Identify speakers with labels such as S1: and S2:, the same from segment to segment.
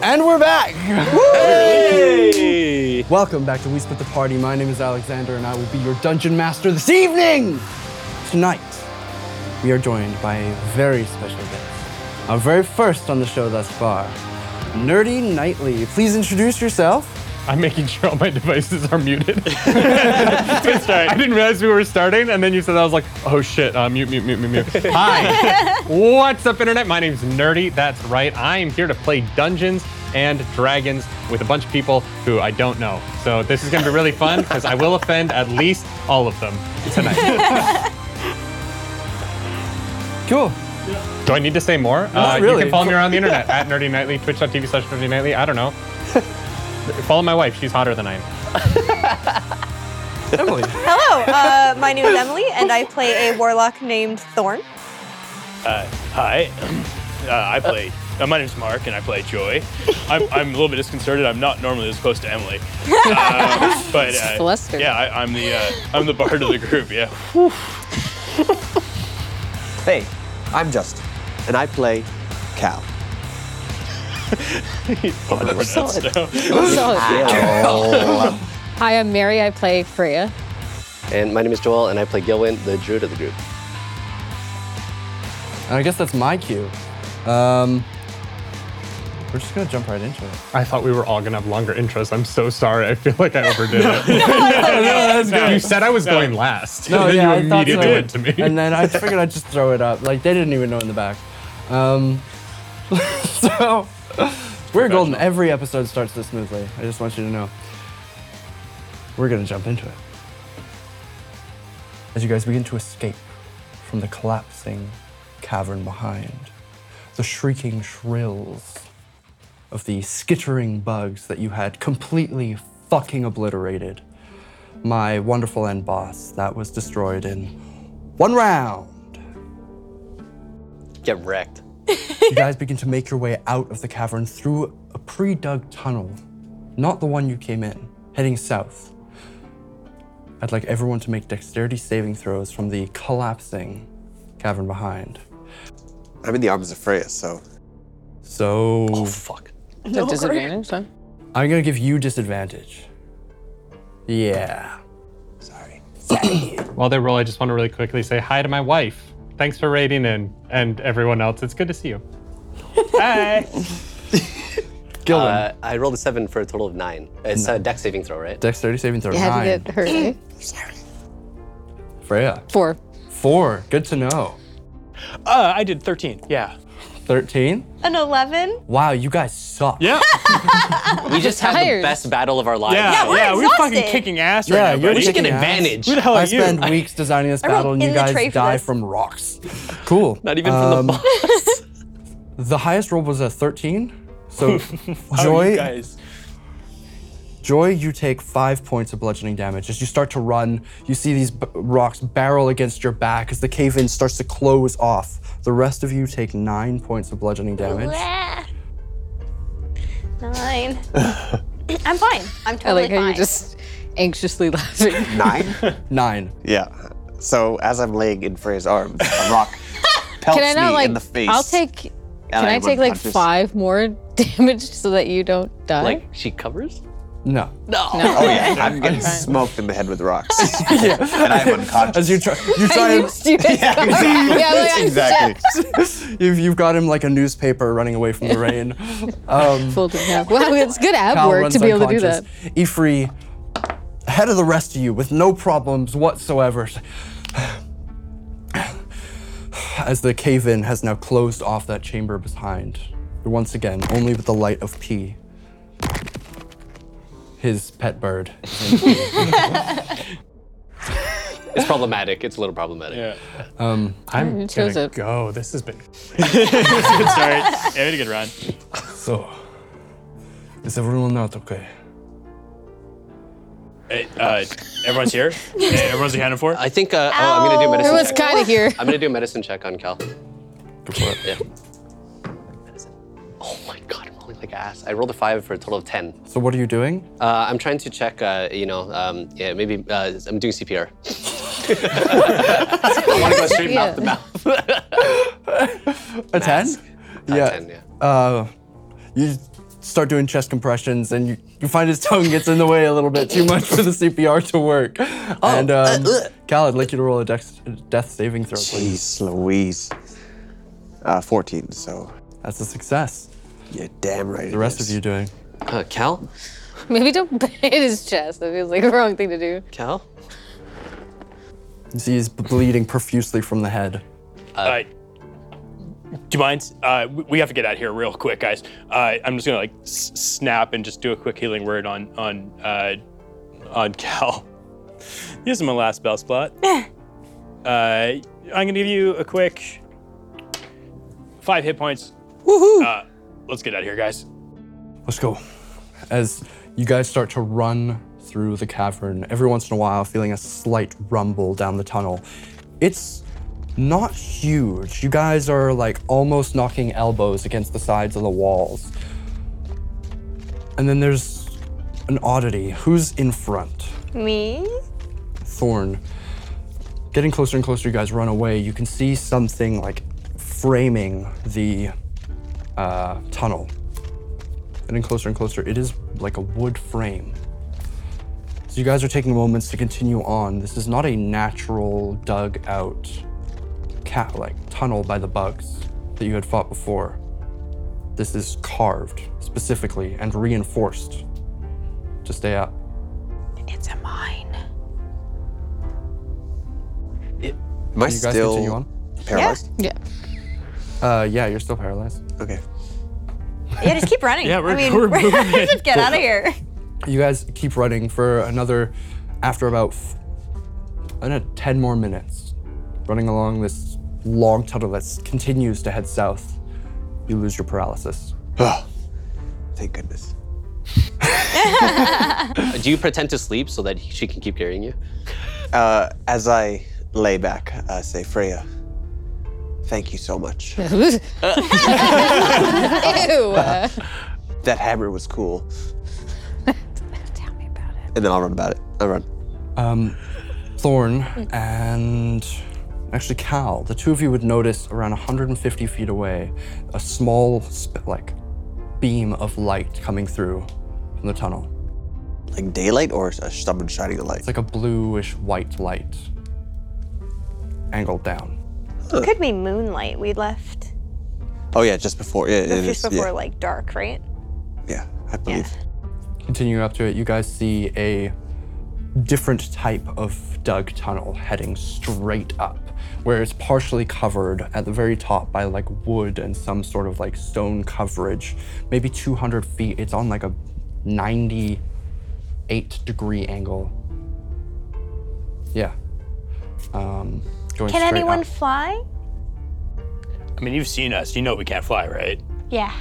S1: And we're back.
S2: Hey!
S1: Welcome back to We Split the Party. My name is Alexander, and I will be your dungeon master this evening. Tonight, we are joined by a very special guest, our very first on the show thus far, Nerdy Knightley. Please introduce yourself.
S3: I'm making sure all my devices are muted. I didn't realize we were starting, and then you said that, I was like, oh shit, uh, mute, mute, mute, mute, mute. Hi, what's up, internet? My name's Nerdy. That's right. I'm here to play Dungeons and Dragons with a bunch of people who I don't know. So this is gonna be really fun because I will offend at least all of them tonight.
S1: Cool.
S3: Do I need to say more? Uh, You
S1: really.
S3: can follow me around the internet at Nerdy Nightly, twitch.tv slash Nerdy Nightly. I don't know. follow my wife. She's hotter than I am.
S1: Emily.
S4: Hello, uh, my name is Emily, and I play a warlock named Thorn.
S2: Hi, uh, I play. Uh, my name's Mark, and I play Joy. I'm, I'm a little bit disconcerted. I'm not normally this close to Emily, uh, but uh,
S5: Flustered.
S2: yeah, I, I'm the uh, I'm the bard of the group. Yeah,
S6: Hey, I'm Justin, and I play Cal.
S2: Pronounced now.
S5: Hi, I'm Mary. I play Freya.
S7: And my name is Joel, and I play Gilwin, the druid of the group.
S1: And I guess that's my cue. Um, we're just gonna jump right into it.
S3: I thought we were all gonna have longer intros. I'm so sorry. I feel like I overdid it. You said I was going last.
S1: No,
S3: and then
S1: yeah,
S3: you
S1: I thought
S3: immediately
S1: so.
S3: went to me.
S1: And then I figured I'd just throw it up. Like they didn't even know in the back. Um, so we're golden. Every episode starts this smoothly. I just want you to know. We're gonna jump into it. As you guys begin to escape from the collapsing cavern behind, the shrieking shrills of the skittering bugs that you had completely fucking obliterated my wonderful end boss that was destroyed in one round.
S7: Get wrecked.
S1: you guys begin to make your way out of the cavern through a pre dug tunnel, not the one you came in, heading south. I'd like everyone to make dexterity saving throws from the collapsing cavern behind.
S6: I'm in the arms of Freya, so
S1: So
S5: Oh,
S7: Fuck.
S5: No disadvantage, huh?
S1: I'm gonna give you disadvantage. Yeah.
S6: sorry.
S3: While they roll, I just want to really quickly say hi to my wife. Thanks for raiding in, and everyone else. It's good to see you. Hi.
S7: Uh, I rolled a seven for a total of nine. It's a deck saving throw, right?
S1: Dexterity saving throw
S5: You had
S1: nine.
S5: to get hurt. eh?
S1: Freya.
S5: Four.
S1: Four. Good to know.
S2: Uh, I did 13. Yeah.
S1: Thirteen.
S4: An 11?
S1: Wow, you guys suck.
S2: Yeah.
S7: We just had the
S5: Tired.
S7: best battle of our lives.
S2: Yeah.
S4: we're
S2: yeah. We're fucking
S4: exhausted.
S2: kicking ass
S1: Yeah,
S2: right now,
S1: you're
S2: buddy.
S7: We should get
S1: Kicking ass.
S7: advantage.
S2: Who the hell
S1: I
S2: are you?
S1: spend weeks designing this battle, and you
S4: in the tray
S1: guys
S4: for
S1: die
S4: this.
S1: from rocks. Cool. Um,
S7: Not even from the boss.
S1: the highest roll was a 13.
S2: How
S1: So,
S2: are you
S1: Joy,
S2: guys?
S1: Joy, you take five points of bludgeoning damage. As you start to run, you see these b- rocks barrel against your back as the cave in starts to close off. The rest of you take nine points of bludgeoning damage.
S4: Blah. Nine. I'm fine. I'm
S5: I
S4: totally
S5: like how
S4: fine.
S5: you're just anxiously laughing.
S6: Nine?
S1: Nine.
S6: yeah. So as I'm laying in Freya's arms, a rock pelts
S5: Can I not
S6: me
S5: like?
S6: in the face.
S5: I'll take. Can
S6: I
S5: I,
S6: am
S5: take like
S6: unconscious.
S5: five more damage so that you don't die?
S7: Like, she covers?
S1: No.
S6: Oh yeah, I'm getting smoked in the head with rocks, and I'm unconscious.
S1: As you try, you try
S5: I
S1: and
S5: used you as cover. yeah, like, I
S6: exactly.
S1: you've, you've got him like a newspaper running away from the rain. Um,
S5: folded in half. Wow, it's good ab
S1: Kyle
S5: work
S1: runs
S5: to be able to do that.
S1: unconscious. Ifri, ahead of the rest of you, with no problems whatsoever. As the cave in has now closed off that chamber behind, once again, only with the light of P, his pet bird.
S7: It's problematic. It's a little problematic.
S2: Yeah.
S3: I'm
S1: Mm,
S5: You
S3: gonna
S5: chose it.
S3: go. This has been.
S2: Sorry. Yeah, we had a good run.
S8: Oh,
S1: So, is everyone not okay?
S2: Hey, Uh, everyone's here. Hey, everyone's accounted for.
S7: I think uh, oh, I'm going to do a
S5: It
S7: medicine
S5: was
S7: check.
S5: kind of here.
S7: I'm going to do a medicine check on Cal. Yeah. Medicine. Oh my god, I'm rolling like ass. I rolled a five for a total of 10.
S1: So, what are you doing?
S7: Uh, I'm trying to check, uh, you know, um, yeah, maybe uh, I'm doing CPR. I want to go straight mouth to mouth.
S1: A 10?
S7: Uh,
S1: Yeah.
S7: 10, yeah.
S1: Uh, you start doing chest compressions, and you, you find his tongue gets in the way a little bit too much for the CPR to work. and um, Cal, I'd like you to roll a dex- death saving throw, please.
S6: Jeez Louise. Uh, 14, so
S1: That's a success.
S6: you're damn right.
S1: The rest of you doing?
S7: Uh, Cal?
S5: Maybe don't hit his chest. That feels like the wrong thing to do.
S7: Cal?
S1: You see he's bleeding profusely from the head.
S9: Uh, do you mind? Uh, we- we have to get out of here real quick, guys. Uh, I'm just gonna like s- snap and just do a quick healing word on on uh, on Cal. This is my last spell slot. uh, I'm gonna give you a quick five hit points. Woohoo! Uh, let's get out of here, guys.
S1: Let's go. As you guys start to run through the cavern, every once in a while feeling a slight rumble down the tunnel. It's not huge. You guys are like almost knocking elbows against the sides of the walls. And then there's an oddity. Who's in front?
S4: Me?
S1: Thorn. Getting closer and closer, you guys run away. You can see something like framing the uh, tunnel. Getting closer and closer, it is like a wood frame. So you guys are taking moments to continue on. This is not a natural dug out cat like tunnel by the bugs that you had fought before. This is carved specifically and reinforced to stay up.
S4: It's a mine.
S6: Am I
S1: You guys
S6: still
S1: continue on?
S6: paralyzed?
S5: Yeah.
S1: Uh, yeah, you're still paralyzed.
S6: Okay.
S4: Yeah, just keep running.
S9: Yeah, we're-
S4: I mean,
S9: we're moving.
S4: just get out of here.
S1: you guys keep running for another after about f- I don't know, 10 more minutes running along this long tunnel that s- continues to head south you lose your paralysis
S6: Thank goodness.
S7: Uh, Do you pretend to sleep so that he- she can keep carrying you?
S6: Uh, as I lay back, I say, Freya, thank you so much.
S5: Ew. uh,
S6: that hammer was cool. And then I'll run about it. I'll run.
S1: thorn and actually cal the two of you would notice around 150 feet away a small sp- like beam of light coming through from the tunnel
S6: Like daylight or s- someone shining a light?
S1: it's like a bluish white light angled down
S4: Could be moonlight we left.
S6: oh yeah, just before. Yeah, it is.
S4: Just before
S6: yeah,
S4: like dark, right?
S6: yeah, I believe.
S1: Continuing up to it, you guys see a different type of dug tunnel heading straight up, where it's partially covered at the very top by like wood and some sort of like stone coverage. Maybe 200 feet. It's on like a 98 degree angle. Yeah. Um, going
S4: Can
S1: straight
S4: anyone
S1: up.
S4: fly?
S9: I mean, you've seen us. You know we can't fly, right?
S4: Yeah.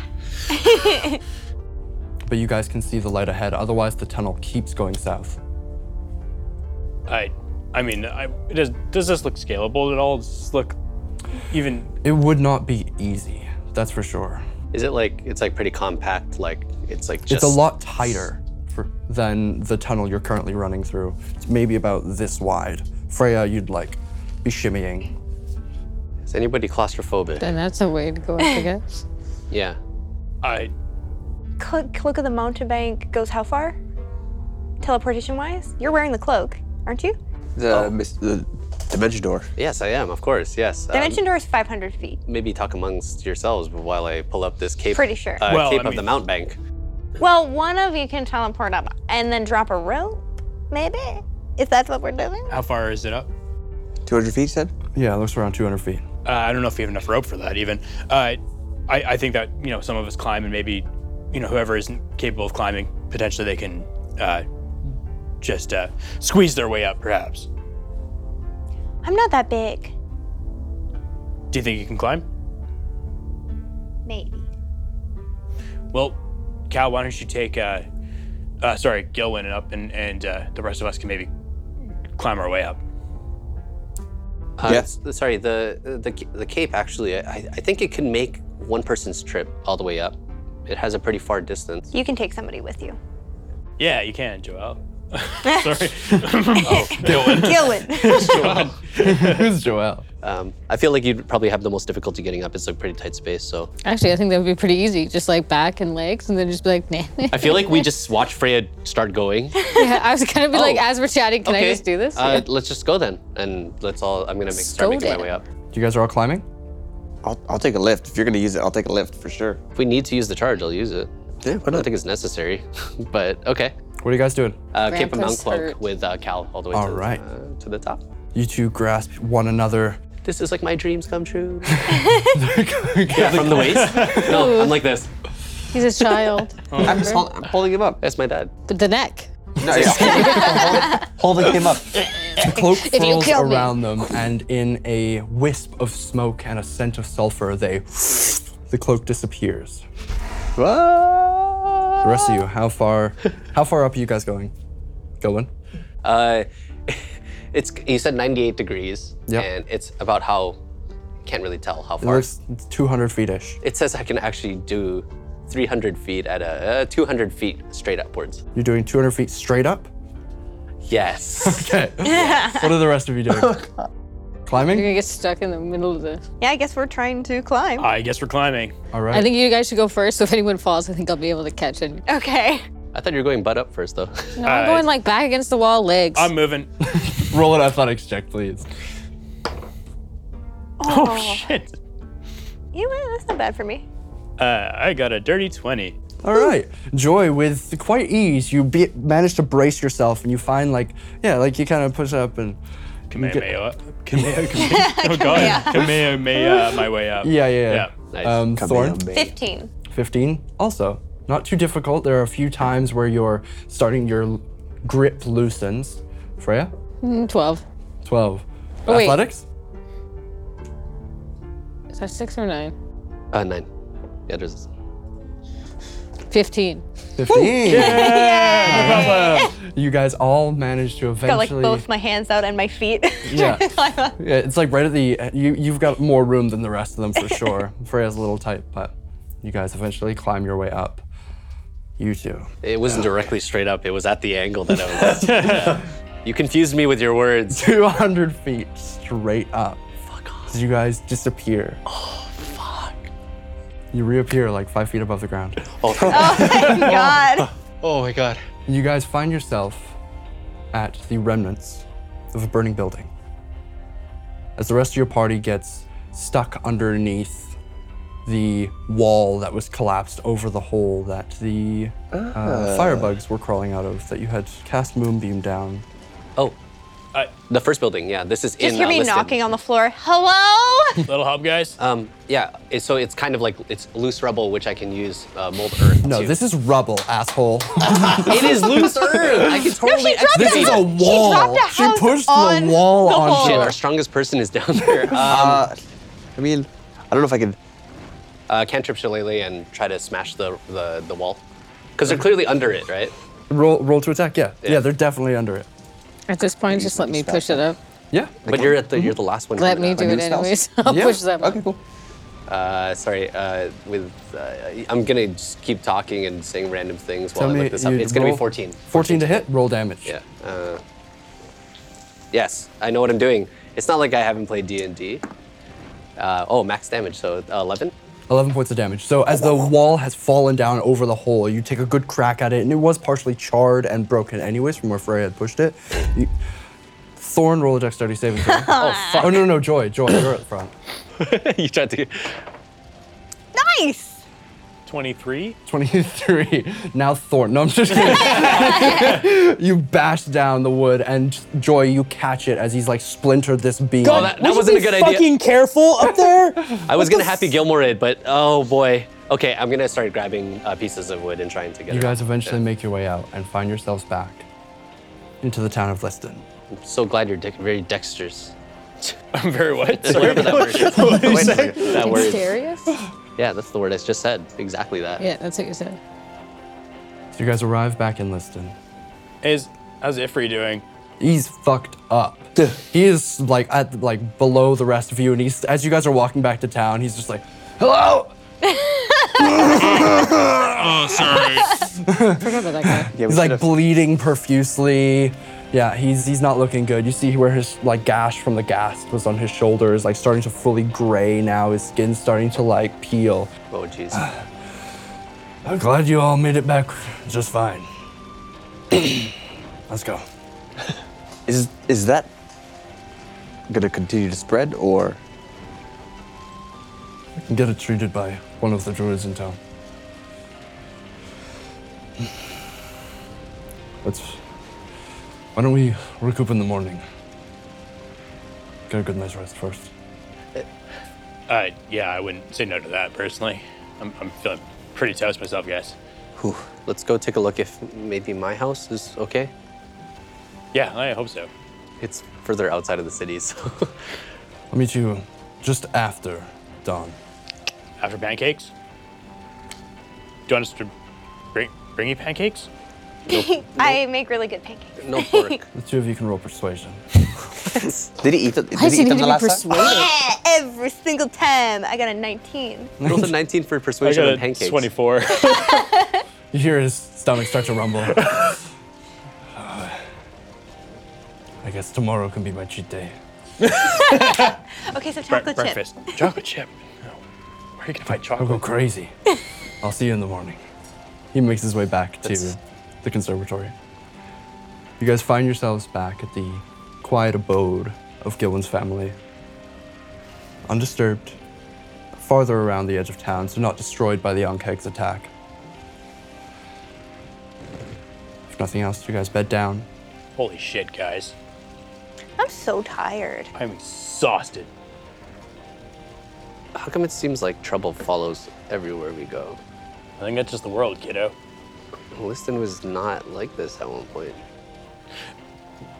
S1: but you guys can see the light ahead. Otherwise, the tunnel keeps going south.
S9: I, I mean, I, does does this look scalable at all? Does this look even
S1: It would not be easy. That's for sure.
S7: Is it like, it's like pretty compact, like, it's like just.
S1: it's a lot tighter for, than the tunnel you're currently running through. It's maybe about this wide. Freya, you'd like be shimmying.
S7: Is anybody claustrophobic?
S5: and that's a way to go, I guess.
S7: Yeah.
S9: I
S4: Cloak, cloak of the mountebank goes how far? Teleportation wise? You're wearing the cloak, aren't you?
S6: The,
S1: Oh.
S6: mis- the dimension door.
S7: Yes, I am, of course. Yes. Um,
S4: Dimension door is 500 feet.
S7: maybe talk amongst yourselves while I pull up this cape.
S4: Pretty sure.
S7: Uh,
S9: Well,
S7: cape
S9: I
S7: of the
S9: mean-
S7: mountebank.
S4: Well, one of you can teleport up and then drop a rope, maybe? If that's what we're doing?
S9: how far is it up?
S6: 200 feet, you said?
S1: Yeah, it looks around 200 feet.
S9: Uh, I don't know if we have enough rope for that even. Uh, I, I think that you know some of us climb and maybe you know whoever isn't capable of climbing potentially they can uh, just uh, squeeze their way up perhaps.
S4: I'm not that big.
S9: Do you think you can climb?
S4: Maybe.
S9: Well, Cal, why don't you take uh, uh, sorry Gilwin and up and and uh, the rest of us can maybe climb our way up.
S7: Uh,
S6: Yeah.
S7: s- Sorry, the the ca- the cape actually, I, I think it can make one person's trip all the way up. It has a pretty far distance.
S4: You can take somebody with you.
S9: Yeah, you can, Joel. Sorry.
S4: Gillen.
S1: Who's Joel?
S7: Um, I feel like you'd probably have the most difficulty getting up. It's a pretty tight space, so
S5: Actually, I think that would be pretty easy. Just like back and legs, and then just be like, nah.
S7: I feel like we just watch Freya start going.
S5: yeah, I was gonna be like,
S7: Oh.
S5: as we're chatting, can I just do this?
S7: Uh, Let's just go then, and let's all. I'm gonna make, start
S5: go
S7: making my
S5: then.
S7: way up.
S1: You guys are all climbing?
S6: I'll, I'll take a lift. If you're gonna use it, I'll take a lift for sure.
S7: If we need to use the charge, I'll use it.
S6: Yeah,
S7: I don't think it's necessary, but okay.
S1: What are you guys doing?
S7: Uh, Cape of Mount
S5: Grandpa's
S7: Cloak
S5: hurt.
S7: with uh, Cal all the way
S1: All
S7: to,
S1: right.
S7: uh, to the top.
S1: You two grasp one another.
S7: This is like my dreams come true.
S1: yeah,
S7: From the waist? No, I'm like this.
S5: He's a child.
S6: I'm just hold, I'm holding him up.
S7: That's my dad.
S5: but the neck.
S6: No, yeah, hold- holding him up.
S1: cloak
S5: If you
S1: swirls
S5: kill me.
S1: around them, and in a wisp of smoke and a scent of sulfur, they the cloak disappears.
S6: Whoa.
S1: The rest of you, how far, how far up are you guys going? Going?
S7: Uh, it's you said 98 degrees,
S1: Yep.
S7: and it's about how can't really tell how
S1: It
S7: far.
S1: looks 200 feet ish.
S7: It says I can actually do 300 feet at a uh, 200 feet straight upwards.
S1: You're doing 200 feet straight up.
S7: Yes.
S1: Okay. Oh, what are the rest of you doing?
S5: You're
S1: Climbing.
S5: gonna get stuck in the middle of this.
S4: yeah, I guess we're trying to climb.
S9: I guess we're climbing.
S1: All right.
S5: I think you guys should go first. So if anyone falls, I think I'll be able to catch it.
S4: Okay.
S7: I thought you were going butt up first though.
S5: No, I'm going Oh, like back against the wall, legs.
S9: I'm moving.
S1: roll an athletics check, please.
S9: Oh, shit.
S4: You know what? That's not bad for me.
S9: Uh, I got a dirty 20.
S1: All right, Joy. With quite ease, you be, manage to brace yourself, and you find like, yeah, like you kind of push up and
S9: Kamehameha. Kamehameha. Kamehameha. Oh, God. Kamehameha my way up.
S1: yeah, yeah, yeah.
S7: Nice.
S1: Um, Thorn.
S4: 15.
S1: 15 also not too difficult there are a few times where you're starting your l- grip loosens freya
S5: Mm, 12.
S1: 12
S5: Oh, wait.
S1: athletics
S5: Is that six or nine?
S7: Uh, nine. Yeah, there's.
S5: 15.
S1: 15 you guys all managed to
S4: Got like
S1: eventually
S4: both my hands out and my feet. oh
S1: Yeah. yeah it's like right at the you, you've got more room than the rest of them for sure freya's a little tight but you guys eventually climb your way up you two
S7: It wasn't directly straight up. It was at the angle that I was. at. You confused me with your words.
S1: 200 feet straight up fuck off you guys disappear oh fuck you reappear like five feet above the ground
S4: God.
S7: Oh my god.
S1: You guys find yourself at the remnants of a burning building. As the rest of your party gets stuck underneath the wall that was collapsed over the hole that the uh,
S7: Ah.
S1: firebugs were crawling out of, that you had cast moonbeam down.
S7: Oh,
S9: Uh,
S7: the first building. Yeah, this is in.
S4: Just hear
S7: uh,
S4: me
S7: listed.
S4: knocking on the floor. Hello?
S9: little hub, guys.
S1: Uh,
S7: Um, yeah, it, so it's kind of like it's loose rubble, which I can use uh, mold earth.
S1: No,
S7: to-
S1: this is rubble, asshole.
S7: it is loose earth. I can totally.
S4: she dropped
S1: this is a wall.
S4: dropped a
S1: She
S4: house
S1: pushed
S4: on
S1: the wall
S4: the
S1: on
S4: wall.
S7: Shit,
S1: her.
S7: our strongest person is down there. Um,
S6: Uh, I mean, I don't know if I could.
S7: uh, cantrip shillelagh and try to smash the the, the wall, because they're clearly under it, right?
S1: Roll, roll to attack. Yeah. yeah, they're definitely under it.
S5: At this point, just let me push it up.
S1: Yeah.
S7: But you're at the you're the last one.
S5: Let
S7: coming
S5: me
S7: up.
S5: do it
S6: new spells?
S5: anyways. I'll
S1: Yeah,
S5: push them. up.
S6: Okay, cool.
S7: Uh, sorry, uh, with uh, I'm gonna just keep talking and saying random things while
S1: Tell
S7: I
S1: me
S7: look this up.
S1: you'd
S7: It's gonna
S1: roll-
S7: be 14.
S1: 14 to hit. Roll damage.
S7: Yeah. Uh, yes, I know what I'm doing. It's not like I haven't played D and D. Oh, max damage, so uh, 11.
S1: 11 points of damage. So as the wall has fallen down over the hole, you take a good crack at it, and it was partially charred and broken anyways from where Freya had pushed it. You, Thorn roll a dexterity saving throw. oh, fuck. Oh, no, no, no, Joy. Joy, you're at the front.
S7: you tried to.
S4: Nice.
S9: 23.
S1: 23. Now Thorn. No, I'm just kidding. you bash down the wood, and Joy, you catch it as he's like splintered this beam.
S7: Oh, that, that wasn't a good idea.
S10: Fucking careful up there.
S7: I was gonna Happy Gilmore it, but oh boy. Okay, I'm gonna start grabbing uh, pieces of wood and trying to get.
S1: you
S7: it
S1: guys
S7: out.
S1: eventually make your way out and find yourselves back into the town of Liston.
S7: I'm so glad you're de- very dexterous.
S9: I'm very what?
S7: Whatever that word is. That word.
S5: Dexterous?
S7: Yeah, that's the word I just said. Exactly that.
S5: Yeah, that's what you said.
S1: So you guys arrive back in Liston.
S9: Is, how's Ifri doing?
S1: he's fucked up. he is like at like below the rest of you, and he's as you guys are walking back to town, he's just like, "Hello."
S9: Oh, sorry.
S5: Forget about that guy.
S6: Yeah, we
S1: He's
S6: should
S1: like
S6: have-
S1: bleeding profusely. Yeah, he's he's not looking good. You see where his like gash from the gasp was on his shoulder is like starting to fully gray now. His skin's starting to like peel.
S7: Oh, jeez.
S1: I'm glad you all made it back just fine. Let's go.
S6: is is that gonna continue to spread or
S1: I can get it treated by one of the druids in town. Let's. Why don't we recoup in the morning? Get a good night's rest first.
S9: Uh, yeah, I wouldn't say no to that personally. I'm, I'm feeling pretty toast myself, guys.
S7: Whew. Let's go take a look if maybe my house is okay.
S9: Yeah, I hope so.
S7: It's further outside of the city, so
S1: I'll meet you just after dawn.
S9: After pancakes, do you want us to bring bring you pancakes?
S4: I make really good pancakes.
S7: no pork.
S1: The two of you can roll persuasion.
S6: did he eat the, did
S5: Why does
S6: he
S5: he
S6: eat
S5: need
S6: them the
S5: to be
S6: last time?
S5: persuaded?
S4: Every single time. I got a 19.
S7: Rolled a 19 for persuasion
S9: a
S7: and pancakes.
S9: 24.
S1: You hear his stomach start to rumble. I guess tomorrow can be my cheat day.
S4: Okay, so chocolate chip.
S9: breakfast. Chocolate chip. No. Where are you gonna find
S1: I'll go
S9: chocolate?
S1: crazy. I'll see you in the morning. He makes his way back to
S7: That's-
S1: the conservatory. You guys find yourselves back at the quiet abode of Gillen's family. Undisturbed, farther around the edge of town, so not destroyed by the Ankeg's attack. If nothing else, you guys bed down.
S9: Holy shit, guys.
S4: I'm so tired.
S9: I'm exhausted.
S7: How come it seems like trouble follows everywhere we go?
S9: I think that's just the world, kiddo.
S7: Liston was not like this at one point.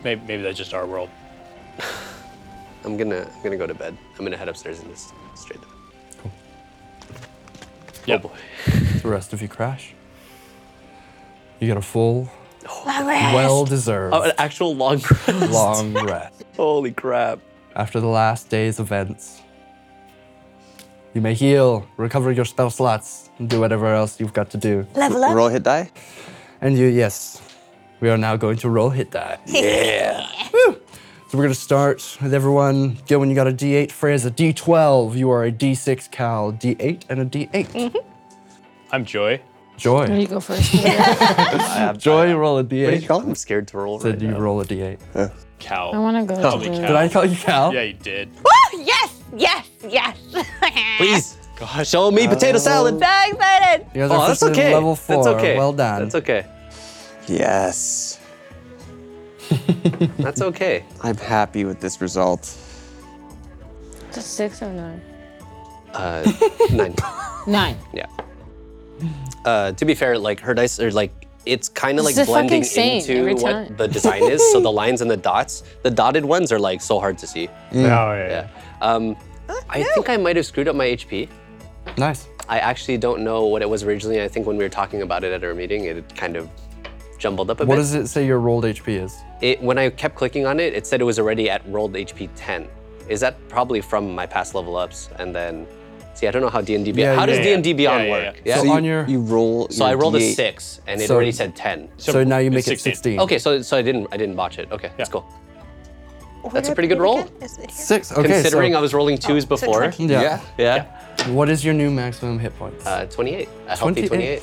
S9: Maybe, maybe that's just our world.
S7: I'm gonna I'm gonna go to bed. I'm gonna head upstairs and just straight to bed.
S9: Yeah. boy.
S1: The rest of you crash. You get a full,
S4: My rest.
S1: well deserved
S7: Oh, an actual long rest.
S1: long rest.
S7: Holy crap.
S1: after the last day's events. You may heal, recover your spell slots, and do whatever else you've got to do.
S4: Level up.
S6: Roll hit die?
S1: And you, yes, we are now going to roll hit die. Yeah. Woo. So we're gonna start with everyone. Gilwin, you got a D8. Freya's a D12. You are a D6. Cal, D8 and a D8.
S7: Mm-hmm.
S9: I'm Joy.
S1: Joy,
S5: You go first.
S1: Joy, roll a D8.
S7: I'm scared to roll.
S1: Did
S7: right
S1: you
S7: now.
S1: roll a D8?
S9: Cal.
S5: I want to go.
S9: Holy
S5: to
S9: cow.
S5: bed.
S1: Did I call you Cal?
S9: Yeah, you did.
S4: Woo! Yes, yes, yes.
S7: Please, show me
S6: Uh,
S7: potato salad.
S4: So excited.
S1: You guys are
S7: Oh, that's
S1: officially
S7: okay.
S1: Level four.
S7: That's okay.
S1: Well done.
S7: That's okay.
S6: Yes.
S7: That's okay.
S6: I'm happy with this result.
S5: It's a six or nine?
S7: Uh, nine.
S5: Nine.
S7: Yeah. Uh, to be fair, like her dice are like it's kind of
S5: It's
S7: like
S5: the fucking
S7: blending
S5: same
S7: into
S5: every
S7: what
S5: time.
S7: the design is. So the lines and the dots, the dotted ones are like so hard to see.
S8: Oh, yeah.
S7: Yeah. Um, I think I might have screwed up my HP.
S1: Nice.
S7: I actually don't know what it was originally. I think when we were talking about it at our meeting, it kind of jumbled up a
S1: What
S7: bit.
S1: does it say your rolled HP is?
S7: it, when I kept clicking on it, it said it was already at rolled HP 10. Is that probably from my past level ups? And then, see, I don't know how D and D.
S1: Yeah,
S7: How does
S1: yeah,
S7: D and D
S9: yeah.
S7: Beyond
S9: Yeah, yeah,
S7: work?
S9: yeah.
S7: Yeah.
S1: So
S7: So,
S1: on your-
S6: you roll your
S7: I rolled a
S6: D8.
S7: six, and it
S1: So-
S7: already said 10.
S1: So, now you make it
S9: it's
S1: 16.
S7: Okay, so so I didn't I didn't botch it. Okay, that's
S9: Yeah.
S7: cool.
S4: Where
S7: That's
S4: did
S7: a
S4: I
S7: pretty
S4: put
S7: good
S4: it
S7: roll.
S4: again? Is it here?
S1: Six. Okay.
S7: Considering
S1: so,
S7: I was rolling twos
S4: so
S7: before.
S4: 20.
S1: yeah.
S7: yeah.
S1: What is your new maximum hit points?
S7: Uh, 28. A healthy 28.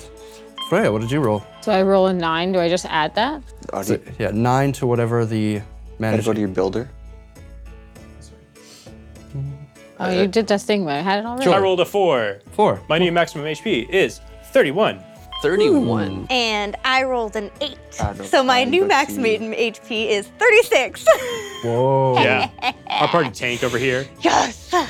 S1: Freya, what did you roll?
S5: So I roll a nine. Do I just add that?
S6: Are you-
S1: So, yeah, nine to whatever the
S6: gotta
S1: managed.
S6: go to your builder.
S5: Oh, you did that thing, but I had it already.
S9: I rolled a four.
S1: Four.
S9: My new maximum HP is 31.
S7: 31.
S4: And I rolled an eight.
S6: don't-
S4: So my
S6: I
S4: new
S6: don't
S4: max
S6: see-
S4: maiden HP is 36.
S1: Whoa.
S9: Yeah. Our party tank over here.
S4: yes.
S9: Uh,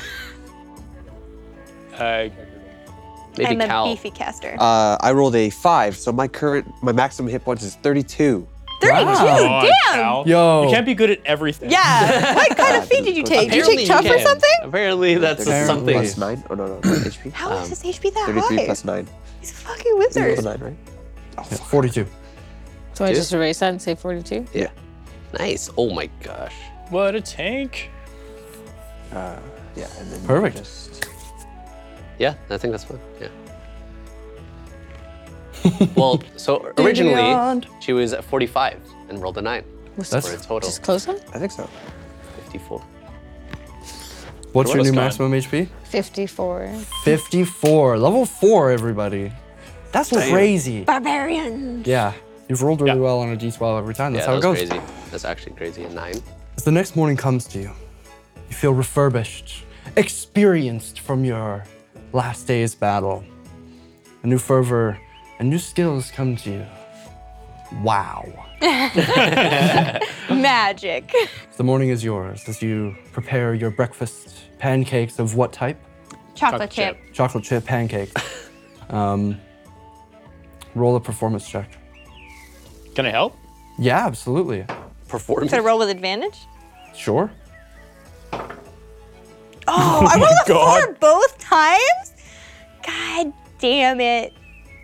S7: Maybe
S4: I'm a
S7: Cal.
S4: beefy caster.
S6: Uh, I rolled a five, so my current my maximum hit points is 32.
S4: 32.
S9: come on,
S4: Damn.
S9: Cal.
S1: Yo.
S9: You can't be good at everything.
S4: Yeah. what kind of feat did you take? Did you
S7: Apparently
S4: take tough or
S7: can.
S4: something?
S7: Apparently that's
S1: Apparently.
S7: something.
S6: Plus nine? Oh no no, no HP.
S4: How is his HP that
S6: 33
S4: high?
S6: plus nine.
S4: He's a fucking
S6: Plus
S4: wizard.
S6: nine, right?
S1: Yeah, 42.
S5: So I just erase that and say 42?
S6: Yeah.
S7: Nice. Oh my gosh.
S9: What a tank.
S6: Yeah, and then
S1: Perfect.
S6: just-
S7: Yeah, I think that's fun. Yeah. Well, so originally
S1: Beyond.
S7: she was at 45 and rolled a nine.
S1: That's-
S7: for a total
S5: Just close them?
S6: I think so.
S7: 54.
S1: What's your
S9: Corona's
S1: new
S9: gone.
S1: maximum HP?
S5: 54.
S1: 54. Level 4, everybody. That's crazy.
S4: Barbarian.
S1: Yeah. You've rolled really
S9: Yeah.
S1: well on a d12 every time. That's
S7: yeah,
S1: how it
S7: that
S1: goes.
S7: was crazy. That's actually crazy. A nine.
S1: As the next morning comes to you, you feel refurbished, experienced from your last day's battle. A new fervor and new skills come to you. Wow.
S4: Magic.
S1: The morning is yours as you prepare your breakfast pancakes of what type?
S4: Chocolate chip.
S1: Chocolate chip pancakes. um, roll a performance check.
S9: Can I help?
S1: Yeah, absolutely.
S7: Performance.
S4: So roll with advantage.
S1: Sure.
S4: Oh, I rolled a four both times. God damn it.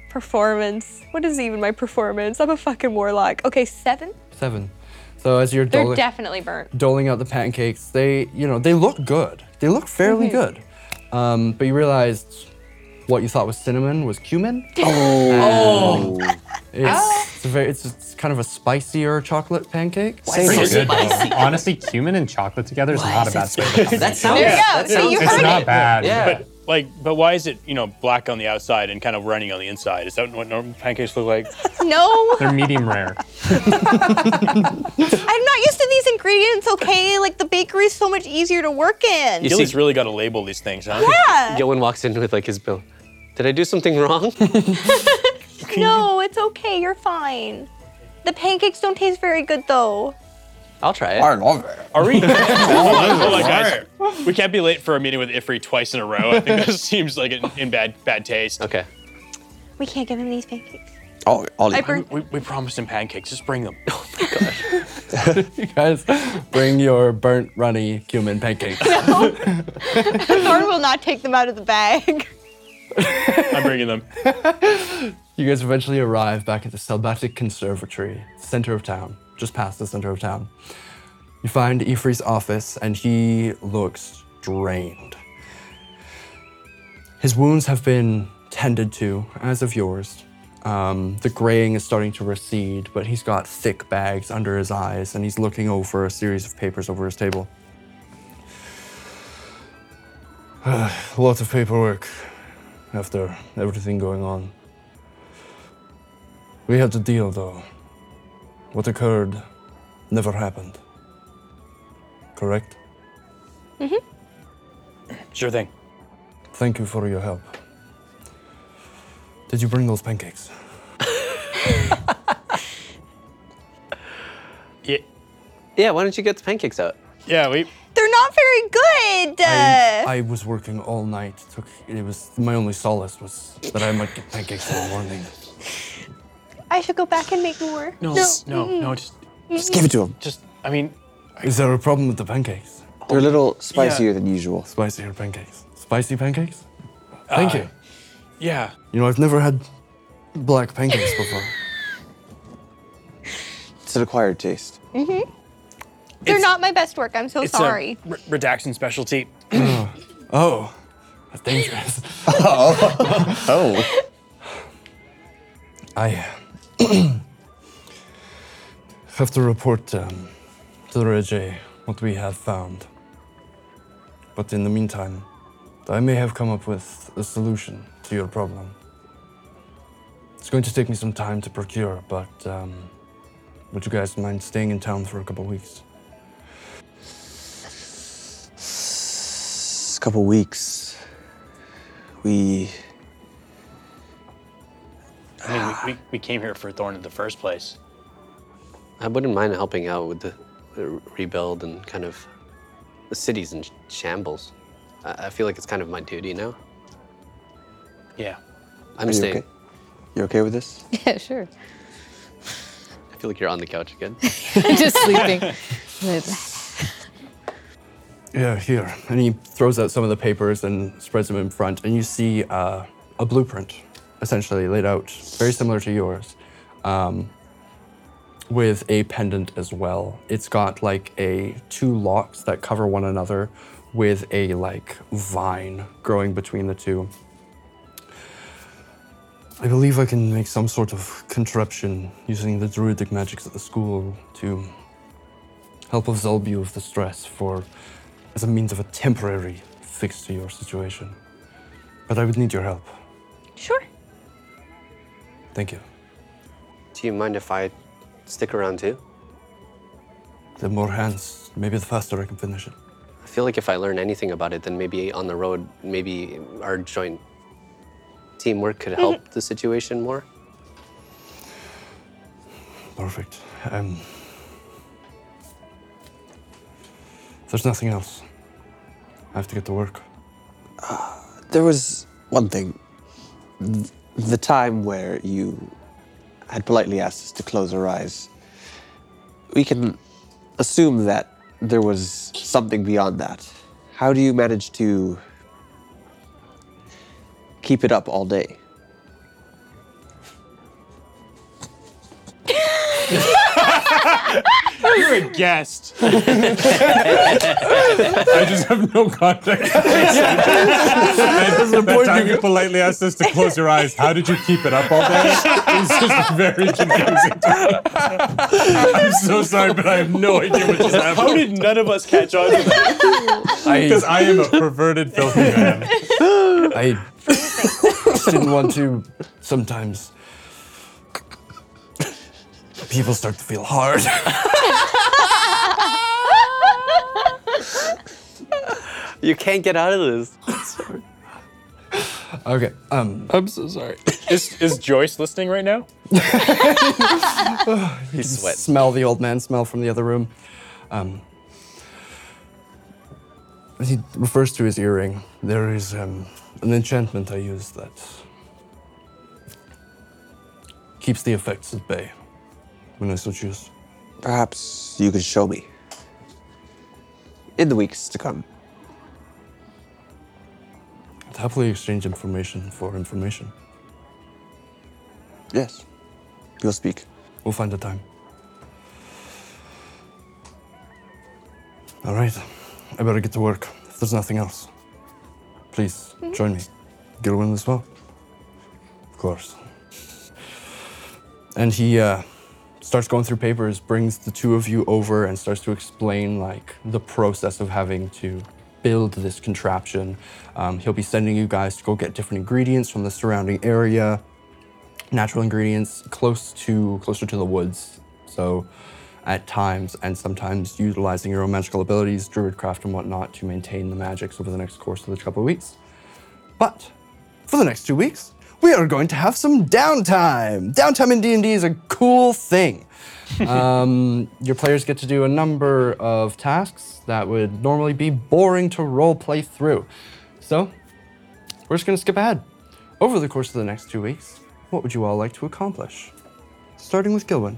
S4: Performance. What is even my performance? I'm a fucking warlock. Okay, seven.
S1: Seven. So as you're
S4: They're
S1: doling,
S4: definitely burnt.
S1: doling out the pancakes, they you know they look good. They look fairly good. Um, but you realized what you thought was cinnamon was cumin. Oh. It's, it's, a very, it's, it's kind of a spicier chocolate pancake.
S8: Pretty
S7: is it
S8: good, though. Honestly, cumin and chocolate together is not a bad thing.
S7: That sounds.
S5: There you go.
S7: that
S5: See,
S7: sounds
S5: you
S7: good.
S5: heard
S8: It's not bad.
S7: Yeah.
S9: But like, but why is it you know black on the outside and kind of running on the inside? Is that what normal pancakes look like?
S4: No,
S8: They're medium rare.
S4: I'm not used to these ingredients, okay? Like the bakery's so much easier to work in.
S7: You
S9: Gilly's
S7: see,
S9: really got to label these things, huh?
S4: Yeah.
S7: Gillen walks in with like his bill. Did I do something wrong?
S4: No, it's okay. You're fine. The pancakes don't taste very good though.
S7: I'll try it.
S6: love it.
S9: Are we? hold on, hold on, guys. We can't be late for a meeting with Ifri twice in a row. I think that seems like in, in bad bad taste.
S7: Okay.
S4: We can't give him these pancakes.
S6: Oh, Ollie.
S4: I burnt.
S9: We, we promised him pancakes. Just bring them.
S1: You guys bring your burnt runny cumin pancakes.
S4: Thorn will not take them out of the bag.
S9: I'm bringing them.
S1: You guys eventually arrive back at the Selbatic Conservatory, center of town, just past the center of town. You find Ifri's office, and he looks drained. His wounds have been tended to, as of yours. Um, the graying is starting to recede, but he's got thick bags under his eyes, and he's looking over a series of papers over his table. Lots of paperwork after everything going on. We had to deal, though. What occurred never happened. Correct?
S9: Sure thing.
S1: Thank you for your help. Did you bring those pancakes?
S9: Yeah,
S7: Yeah. Why don't you get the pancakes out?
S9: yeah. We
S4: They're not very good.
S1: I, I was working all night. Took it was my only solace was that I might get pancakes in the morning.
S4: I should go back and make more.
S9: no no no, Just
S6: Just give it to him.
S9: just. I mean,
S1: Is there a problem with the pancakes?
S6: They're a little spicier than usual.
S1: Spicier pancakes. Spicy pancakes?
S9: Uh,
S1: Thank you.
S9: yeah.
S1: You know, I've never had black pancakes before.
S6: It's an acquired taste.
S4: They're
S9: It's-
S4: not my best work. I'm so
S9: It's
S4: sorry.
S9: a re- redaction specialty.
S1: Oh, that's dangerous.
S6: Oh.
S1: I uh, have to report um, to the Rege what we have found. But in the meantime, I may have come up with a solution to your problem. It's going to take me some time to procure, but um, would you guys mind staying in town for a couple weeks?
S6: It's a couple weeks. We.
S9: I mean, we, we, we came here for Thorn in the first place.
S7: I wouldn't mind helping out with the, the rebuild and kind of the city's in shambles. I, I feel like it's kind of my duty now.
S9: Yeah.
S7: I'm
S6: Are you
S7: staying.
S6: okay? You okay with this?
S5: Yeah, sure.
S7: I feel like you're on the couch again.
S5: Just sleeping. Relax.
S1: Yeah, here. And he throws out some of the papers and spreads them in front, and you see uh, a blueprint, essentially laid out, very similar to yours, um, with a pendant as well. It's got like a two locks that cover one another, with a like vine growing between the two. I believe I can make some sort of contraption using the druidic magics at the school to help absolve you of the stress for as a means of a temporary fix to your situation. But I would need your help.
S4: Sure.
S1: Thank you.
S7: Do you mind if I stick around too?
S1: The more hands, maybe the faster I can finish it.
S7: I feel like if I learn anything about it, then maybe on the road, maybe our joint teamwork could help the situation more.
S1: Perfect. Um, there's nothing else. I have to get to work.
S6: There was one thing. Th- The time where you had politely asked us to close our eyes, we can assume that there was something beyond that. How do you manage to keep it up all day?
S9: You're a guest.
S8: I just have no context. the point you politely asked us to close your eyes. How did you keep it up all day? It's just very confusing. To me. I'm so sorry, but I have no idea what just
S9: How
S8: happened.
S9: did none of us catch on to that?
S8: Because I am a perverted, filthy man.
S1: I just didn't want to. Sometimes people start to feel hard.
S7: You can't get out of this.
S1: Okay. Um.
S7: I'm so sorry.
S9: Is, is Joyce listening right now? Oh,
S1: You can
S7: sweats.
S1: smell the old man smell from the other room. Um, he refers to his earring. There is um, an enchantment I use that keeps the effects at bay when I so choose.
S6: Perhaps you could show me in the weeks to come.
S1: I'd happily exchange information for information.
S6: Yes, you'll speak.
S1: We'll find a time. All right. I better get to work. If there's nothing else, please join me. Gilwin as well. Of course. And he uh, starts going through papers, brings the two of you over, and starts to explain like the process of having to build this contraption. Um, he'll be sending you guys to go get different ingredients from the surrounding area natural ingredients close to closer to the woods. So at times and sometimes utilizing your own magical abilities, druidcraft and whatnot to maintain the magics over the next course of the couple of weeks. But for the next two weeks, we are going to have some downtime. Downtime in D&D is a cool thing. um, your players get to do a number of tasks that would normally be boring to role play through. So we're just going to skip ahead. Over the course of the next two weeks, what would you all like to accomplish? Starting with Gilwin.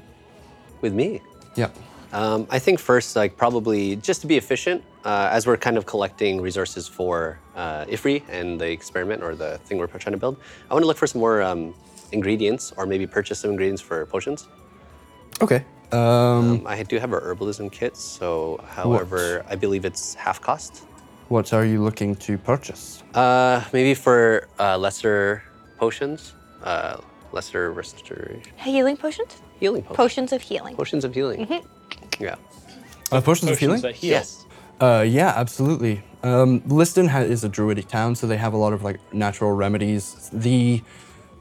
S7: With me.
S1: Yeah.
S7: Um, I think first, like probably just to be efficient, uh, as we're kind of collecting resources for uh, IFRI and the experiment or the thing we're trying to build, I want to look for some more um, ingredients or maybe purchase some ingredients for potions.
S1: Okay. Um,
S7: Um, I do have our herbalism kit, so however, I believe it's half cost.
S1: what are you looking to purchase?
S7: Uh, maybe for uh, lesser potions, uh, lesser restoration,
S4: Healing potions?
S7: healing potions.
S4: Potions of healing.
S7: Potions of healing. Yeah.
S1: Uh, potions of healing?
S9: that heal.
S7: Yes.
S1: Uh, yeah, absolutely. Um, Liston ha- is a druidic town, so they have a lot of like natural remedies. The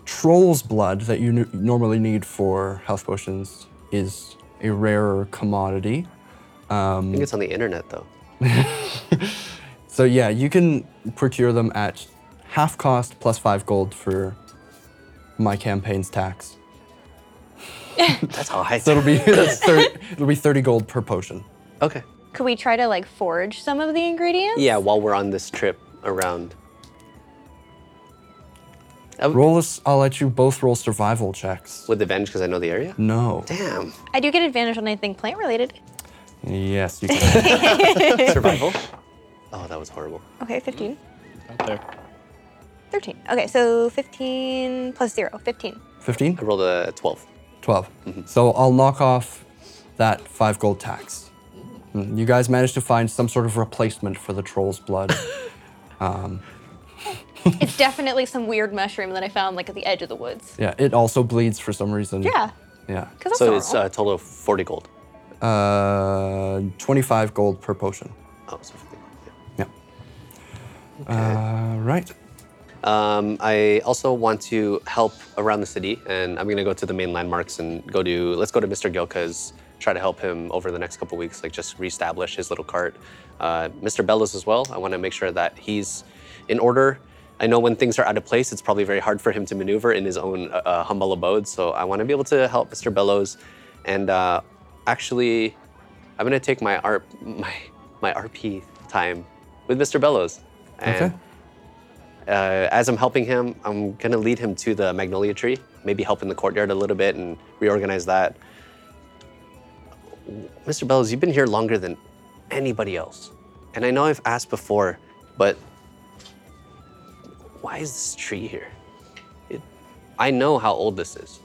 S1: troll's blood that you n- normally need for health potions is a rarer commodity.
S7: I think it's on the internet though.
S1: So yeah, you can procure them at half cost plus five gold for my campaign's tax.
S7: That's how high.
S1: So it'll be that's thir- it'll be thirty gold per potion.
S7: okay.
S4: Could we try to like forge some of the ingredients?
S7: Yeah, while we're on this trip around.
S1: Roll us. I'll let you both roll survival checks.
S7: With advantage because I know the area?
S1: No.
S7: Damn.
S4: I do get advantage on anything plant related.
S1: Yes, you can.
S7: Survival? oh, that was horrible.
S4: Okay, 15.
S9: Out there.
S4: 13. Mm-hmm. Okay, so 15 plus 0, 15.
S1: Fifteen.
S7: I rolled a 12.
S1: 12 So I'll knock off that five gold tax. Mm, You guys managed to find some sort of replacement for the troll's blood. um,
S4: it's definitely some weird mushroom that I found like at the edge of the woods.
S1: Yeah, it also bleeds for some reason.
S4: Yeah,
S1: Yeah.
S4: because that's
S7: So
S4: normal.
S7: it's uh, a total of 40 gold.
S1: Uh, 25 gold per potion.
S7: Oh, so 50. yeah.
S1: Yeah. Uh, right.
S7: Um, I also want to help around the city, and I'm gonna go to the main landmarks and go to let's go to Mr. Gilka's. Try to help him over the next couple weeks, like just reestablish his little cart. Uh, Mr. Bellows as well. I want to make sure that he's in order. I know when things are out of place, it's probably very hard for him to maneuver in his own uh, uh, humble abode. So I want to be able to help Mr. Bellows, and uh, actually, I'm gonna take my R my my RP time with Mr. Bellows. And
S1: Okay.
S7: uh, as I'm helping him, I'm gonna lead him to the magnolia tree, maybe help in the courtyard a little bit and reorganize that. Mr. Bellows, you've been here longer than anybody else. And I know I've asked before, but why is this tree here? It, I know how old this is.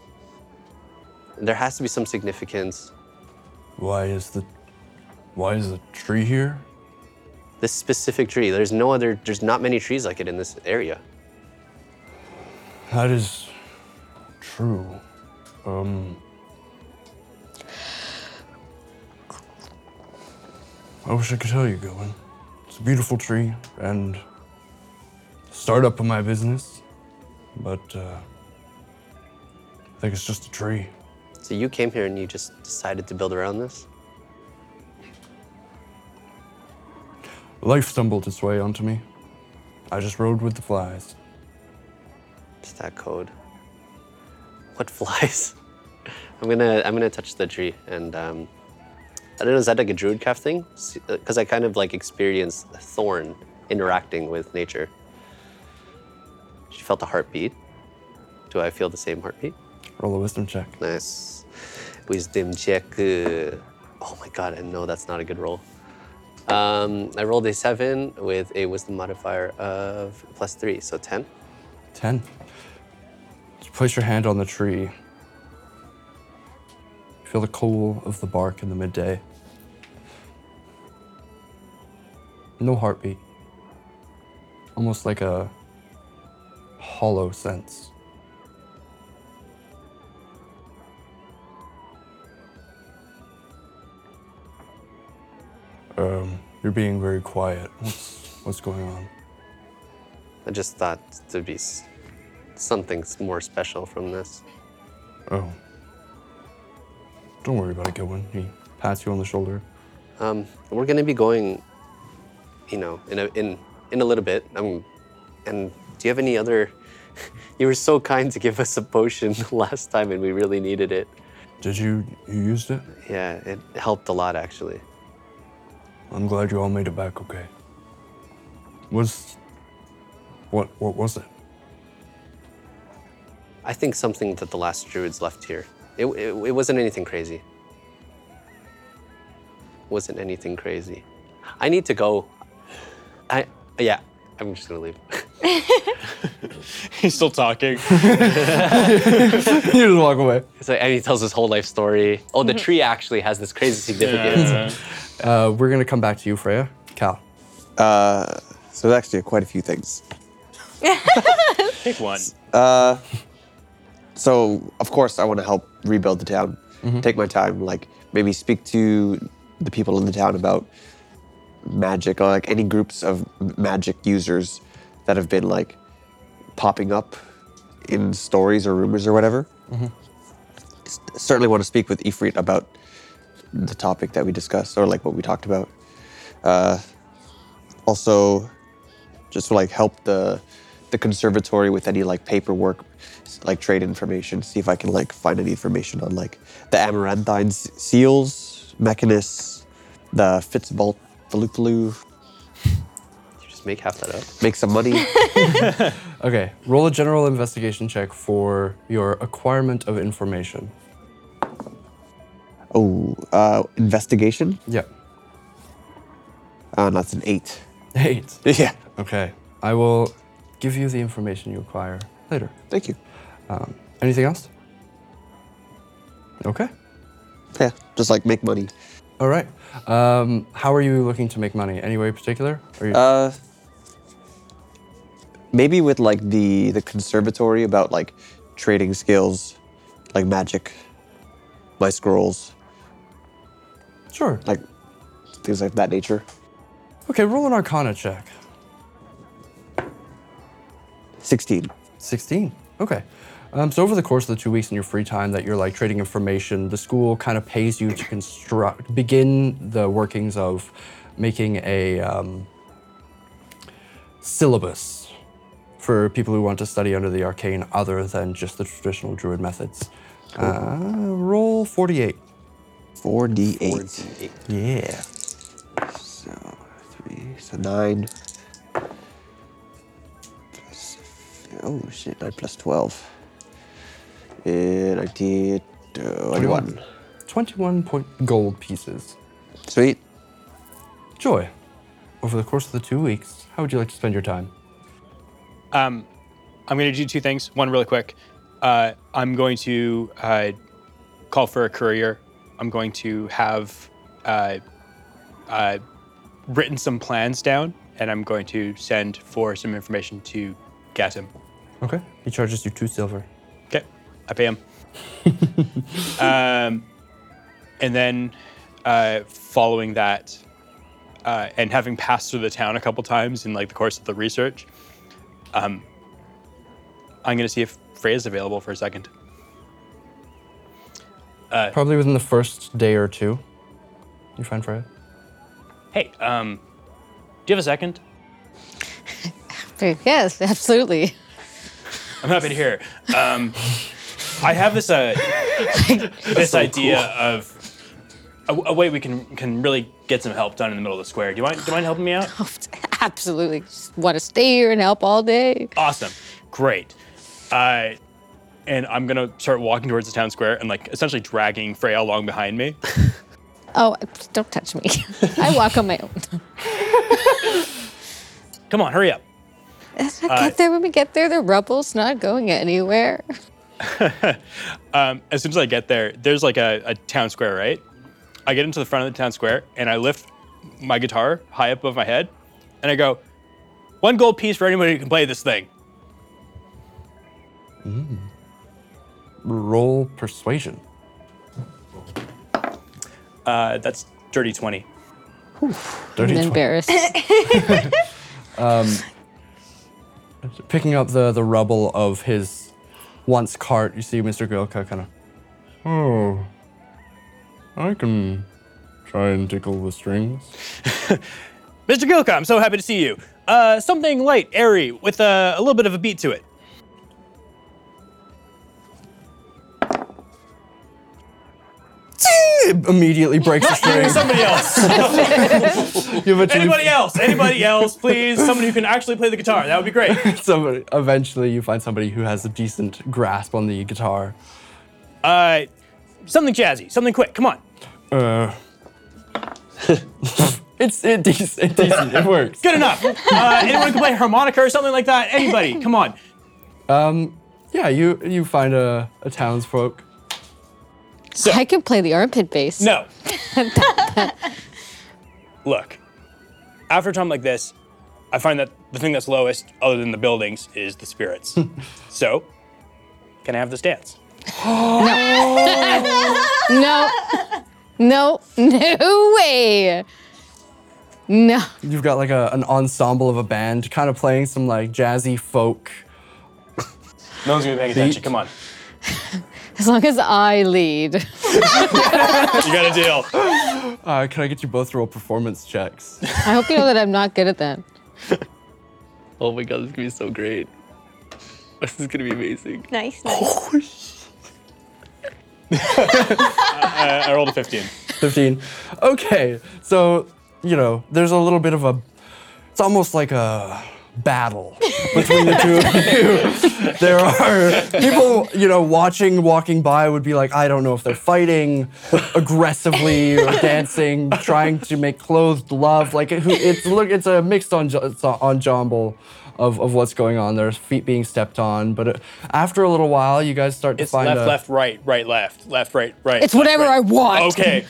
S7: There has to be some significance.
S1: Why is the why is the tree here?
S7: This specific tree, there's no other, there's not many trees like it in this area.
S1: That is true. Um, I wish I could tell you, Goin. It's a beautiful tree and startup of my business, but uh, I think it's just a tree.
S7: So you came here and you just decided to build around this?
S1: Life stumbled its way onto me. I just rode with the flies.
S7: It's that code. What flies? I'm gonna I'm gonna touch the tree and um, I don't know is that like a druidcraft thing? Because I kind of like experienced Thorn interacting with nature. She felt a heartbeat. Do I feel the same heartbeat?
S1: Roll a wisdom check.
S7: Nice. Wisdom check. uh, Oh my god, I know that's not a good roll. Um, I rolled a seven with a wisdom modifier of plus three, so ten.
S1: 10. Just place your hand on the tree. Feel the cool of the bark in the midday. No heartbeat. Almost like a hollow sense. Um, you're being very quiet. What's what's going on?
S7: I just thought there'd be s- something s- more special from this.
S1: Oh. Don't worry about it, Goodwin. He pats you on the shoulder.
S7: Um, we're gonna be going, you know, in a, in in a little bit. Um, and do you have any other? you were so kind to give us a potion last time, and we really needed it.
S1: Did you you used it?
S7: Yeah, it helped a lot actually.
S1: I'm glad you all made it back okay. Was what what was it?
S7: I think something that the last druids left here. It it, it wasn't anything crazy. Wasn't anything crazy. I need to go. I yeah. I'm just gonna leave.
S9: He's still talking.
S1: you just walk away.
S7: So, and he tells his whole life story. Oh, the tree actually has this crazy significance.
S9: Yeah.
S1: Uh, we're gonna come back to you, Freya. Cal.
S6: Uh, so there's actually quite a few things.
S9: Pick one.
S6: So of course I want to help rebuild the town. Take my time, like maybe speak to the people in the town about magic or like any groups of m- magic users that have been like popping up in stories or rumors or whatever. S- certainly want to speak with Ifrit about the topic that we discussed or like what we talked about. Uh, also, just to like help the the conservatory with any like paperwork s- like trade information see if i can like find any information on like the amaranthine s- seals mechanus the fitzbolt faluflu
S7: You just make half that up.
S6: make some money
S1: Okay. Roll a general investigation check for your acquirement of information.
S6: oh uh investigation
S1: Yeah.
S6: uh that's an eight
S1: Eight.
S6: yeah
S1: Okay. I will give you the information you acquire later.
S6: thank you
S1: Um, anything else? Okay.
S6: yeah just like make money
S1: All right. Um, how are you looking to make money? Any way in particular? Are you,
S6: uh Maybe with like the the conservatory about like trading skills, like magic, my scrolls,
S1: Sure.
S6: like things like that nature.
S1: Okay, roll an Arcana check.
S6: Sixteen.
S1: 16. Okay. Um, so over the course of the two weeks in your free time that you're like trading information, the school kind of pays you to construct, begin the workings of making a um, syllabus for people who want to study under the arcane other than just the traditional druid methods. Uh, roll 48.
S6: Four D eight.
S1: Yeah.
S6: So three. So nine. Plus, oh shit! Nine plus twelve. Uh, 19, uh, 21.
S1: 21 point gold pieces.
S6: Sweet.
S1: Joy, over the course of the two weeks, how would you like to spend your time?
S9: Um, I'm going to do two things. One, really quick. Uh, I'm going to uh, call for a courier. I'm going to have uh, uh, written some plans down, and I'm going to send for some information to get him.
S1: Okay. He charges you two silver.
S9: Okay, I pay him. um, and then uh, following that, uh, and having passed through the town a couple times in like the course of the research, um, I'm gonna see if Freya's available for a second.
S1: Probably within the first day or two. You find Freya?
S9: Hey, um, do you have a second?
S5: Yes, absolutely.
S9: I'm happy to hear. Um, I have this uh, this idea of a, a way we can can really get some help done in the middle of the square. Do you mind? Do you mind helping me out?
S5: Absolutely. Just want to stay here and help all day.
S9: awesome great uh, and i'm gonna start walking towards the town square and like essentially dragging freya along behind me
S5: Oh, don't touch me. I walk on my own.
S9: come on hurry up
S5: As I get there, when we get there, the rubble's not going anywhere.
S9: um, as soon as i get there there's like a, a town square right i get into the front of the town square and i lift my guitar high up above my head and i go one gold piece for anybody who can play this thing
S1: Roll persuasion.
S9: uh, that's dirty 20
S5: I'm
S1: Dirty twen-
S5: embarrassed.
S1: Picking up the, the rubble of his once cart, you see Mr. Grilka kind of, oh, I can try and tickle the strings.
S9: mr gilka i'm so happy to see you uh, something light airy with a, a little bit of a beat to it
S1: Immediately breaks the string.
S9: somebody else
S1: You eventually-
S9: Anybody else? Anybody else, please? Someone who can actually play the guitar. That would be great.
S1: somebody, eventually, you find somebody who has a decent grasp on the guitar.
S9: Uh, something jazzy, something quick. Come on.
S1: Uh, it's it decent. It, decent. it works.
S9: Good enough. Uh, anyone can play harmonica or something like that. Anybody. Come on.
S1: Yeah, you you find a, a townsfolk.
S5: I can play the armpit bass.
S9: No. Look, after a time like this, I find that the thing that's lowest, other than the buildings, is the spirits. so, can I have this dance?
S5: No. No. No way. No.
S1: You've got like a, an ensemble of a band, kind of playing some like jazzy folk.
S9: No one's gonna be paying attention. Come on.
S5: As long as I lead.
S9: You got a deal.
S1: Uh, can I get you both to roll performance checks?
S5: I hope you know that I'm not good at that.
S10: Oh my god, this is gonna be so great. This is gonna be amazing.
S4: Nice, nice.
S9: I rolled a 15.
S1: Fifteen. Okay, so you know there's a little bit of a. It's almost like a battle between the two of you. There are people, you know, watching, walking by would be like, I don't know if they're fighting aggressively or dancing, trying to make clothed love. Like it, who- it's look, it's a mixed enja- it's a ensemble of, of what's going on. There's feet being stepped on, but uh after a little while, you guys start
S9: It's uh,
S1: to find
S9: left,
S1: a,
S9: left, right, right, left, left, right, right.
S5: It's whatever I want.
S9: Okay.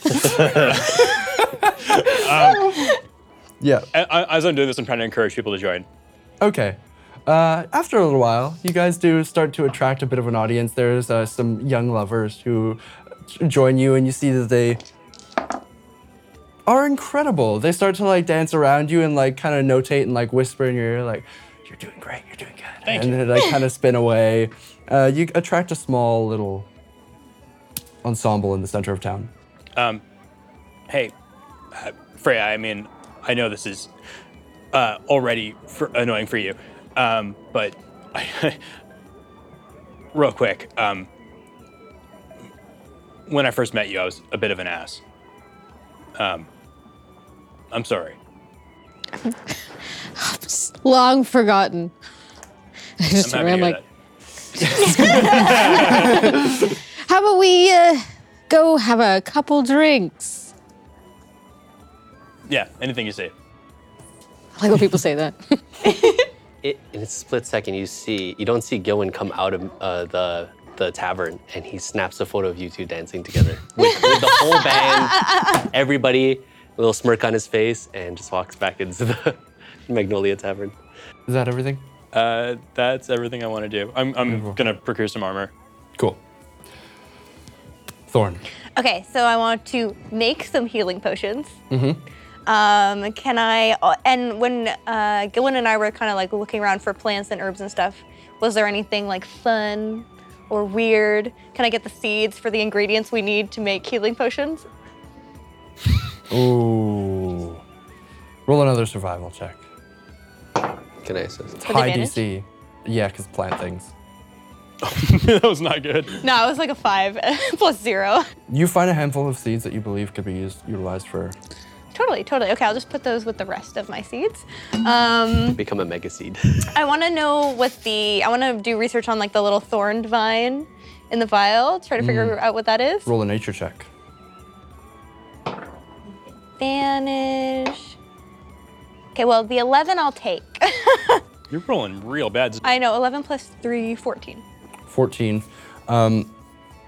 S1: yeah.
S9: I- I- as I'm doing this, I'm trying to encourage people to join.
S1: Okay. Uh, after a little while, you guys do start to attract a bit of an audience. There's uh, some young lovers who join you, and you see that they are incredible. They start to like dance around you and like kind of notate and like whisper in your ear, like, "You're doing great. You're doing good." Thank and then they kind of spin away. Uh, you attract a small little ensemble in the center of town.
S9: Hey, uh, Freya, I mean, I know this is uh, already fr- annoying for you, um, but I, real quick, um, when I first met you, I was a bit of an ass. Um, I'm sorry.
S5: Long forgotten. I just
S9: I'm
S5: ran
S9: happy to hear
S5: like, how about we uh, go have a couple drinks?
S9: that. Yeah, anything you say.
S5: I like when people say that.
S7: It, in a split second, you see you don't see Gilwin come out of uh, the the tavern, and he snaps a photo of you two dancing together with, with the whole band, everybody, little smirk on his face, and just walks back into the Magnolia Tavern.
S1: Is that everything?
S9: Uh, that's everything I want to do. I'm, I'm gonna procure some armor.
S1: Cool. Thorn.
S4: Okay, so I want to make some healing potions. Um, can I? uh, And when uh, Gillen and I were kind of like looking around for plants and herbs and stuff, was there anything like fun or weird? Can I get the seeds for the ingredients we need to make healing potions?
S1: Ooh. Roll another survival check.
S7: Can I assist?
S4: With
S1: High
S4: advantage?
S1: DC. Yeah, because plant things.
S9: that was not good.
S4: No, it was like a five plus zero.
S1: You find a handful of seeds that you believe could be used, utilized for.
S4: Totally, totally. Okay, I'll just put those with the rest of my seeds. Um,
S7: Become a mega seed.
S4: I want to know what the I want to do research on like the little thorned vine in the vial, try to figure out what that is.
S1: Roll a nature check.
S4: Vanish. Okay, well, the 11 I'll take.
S9: You're rolling real bad.
S4: I know, 11 plus 3, 14.
S1: 14. Um,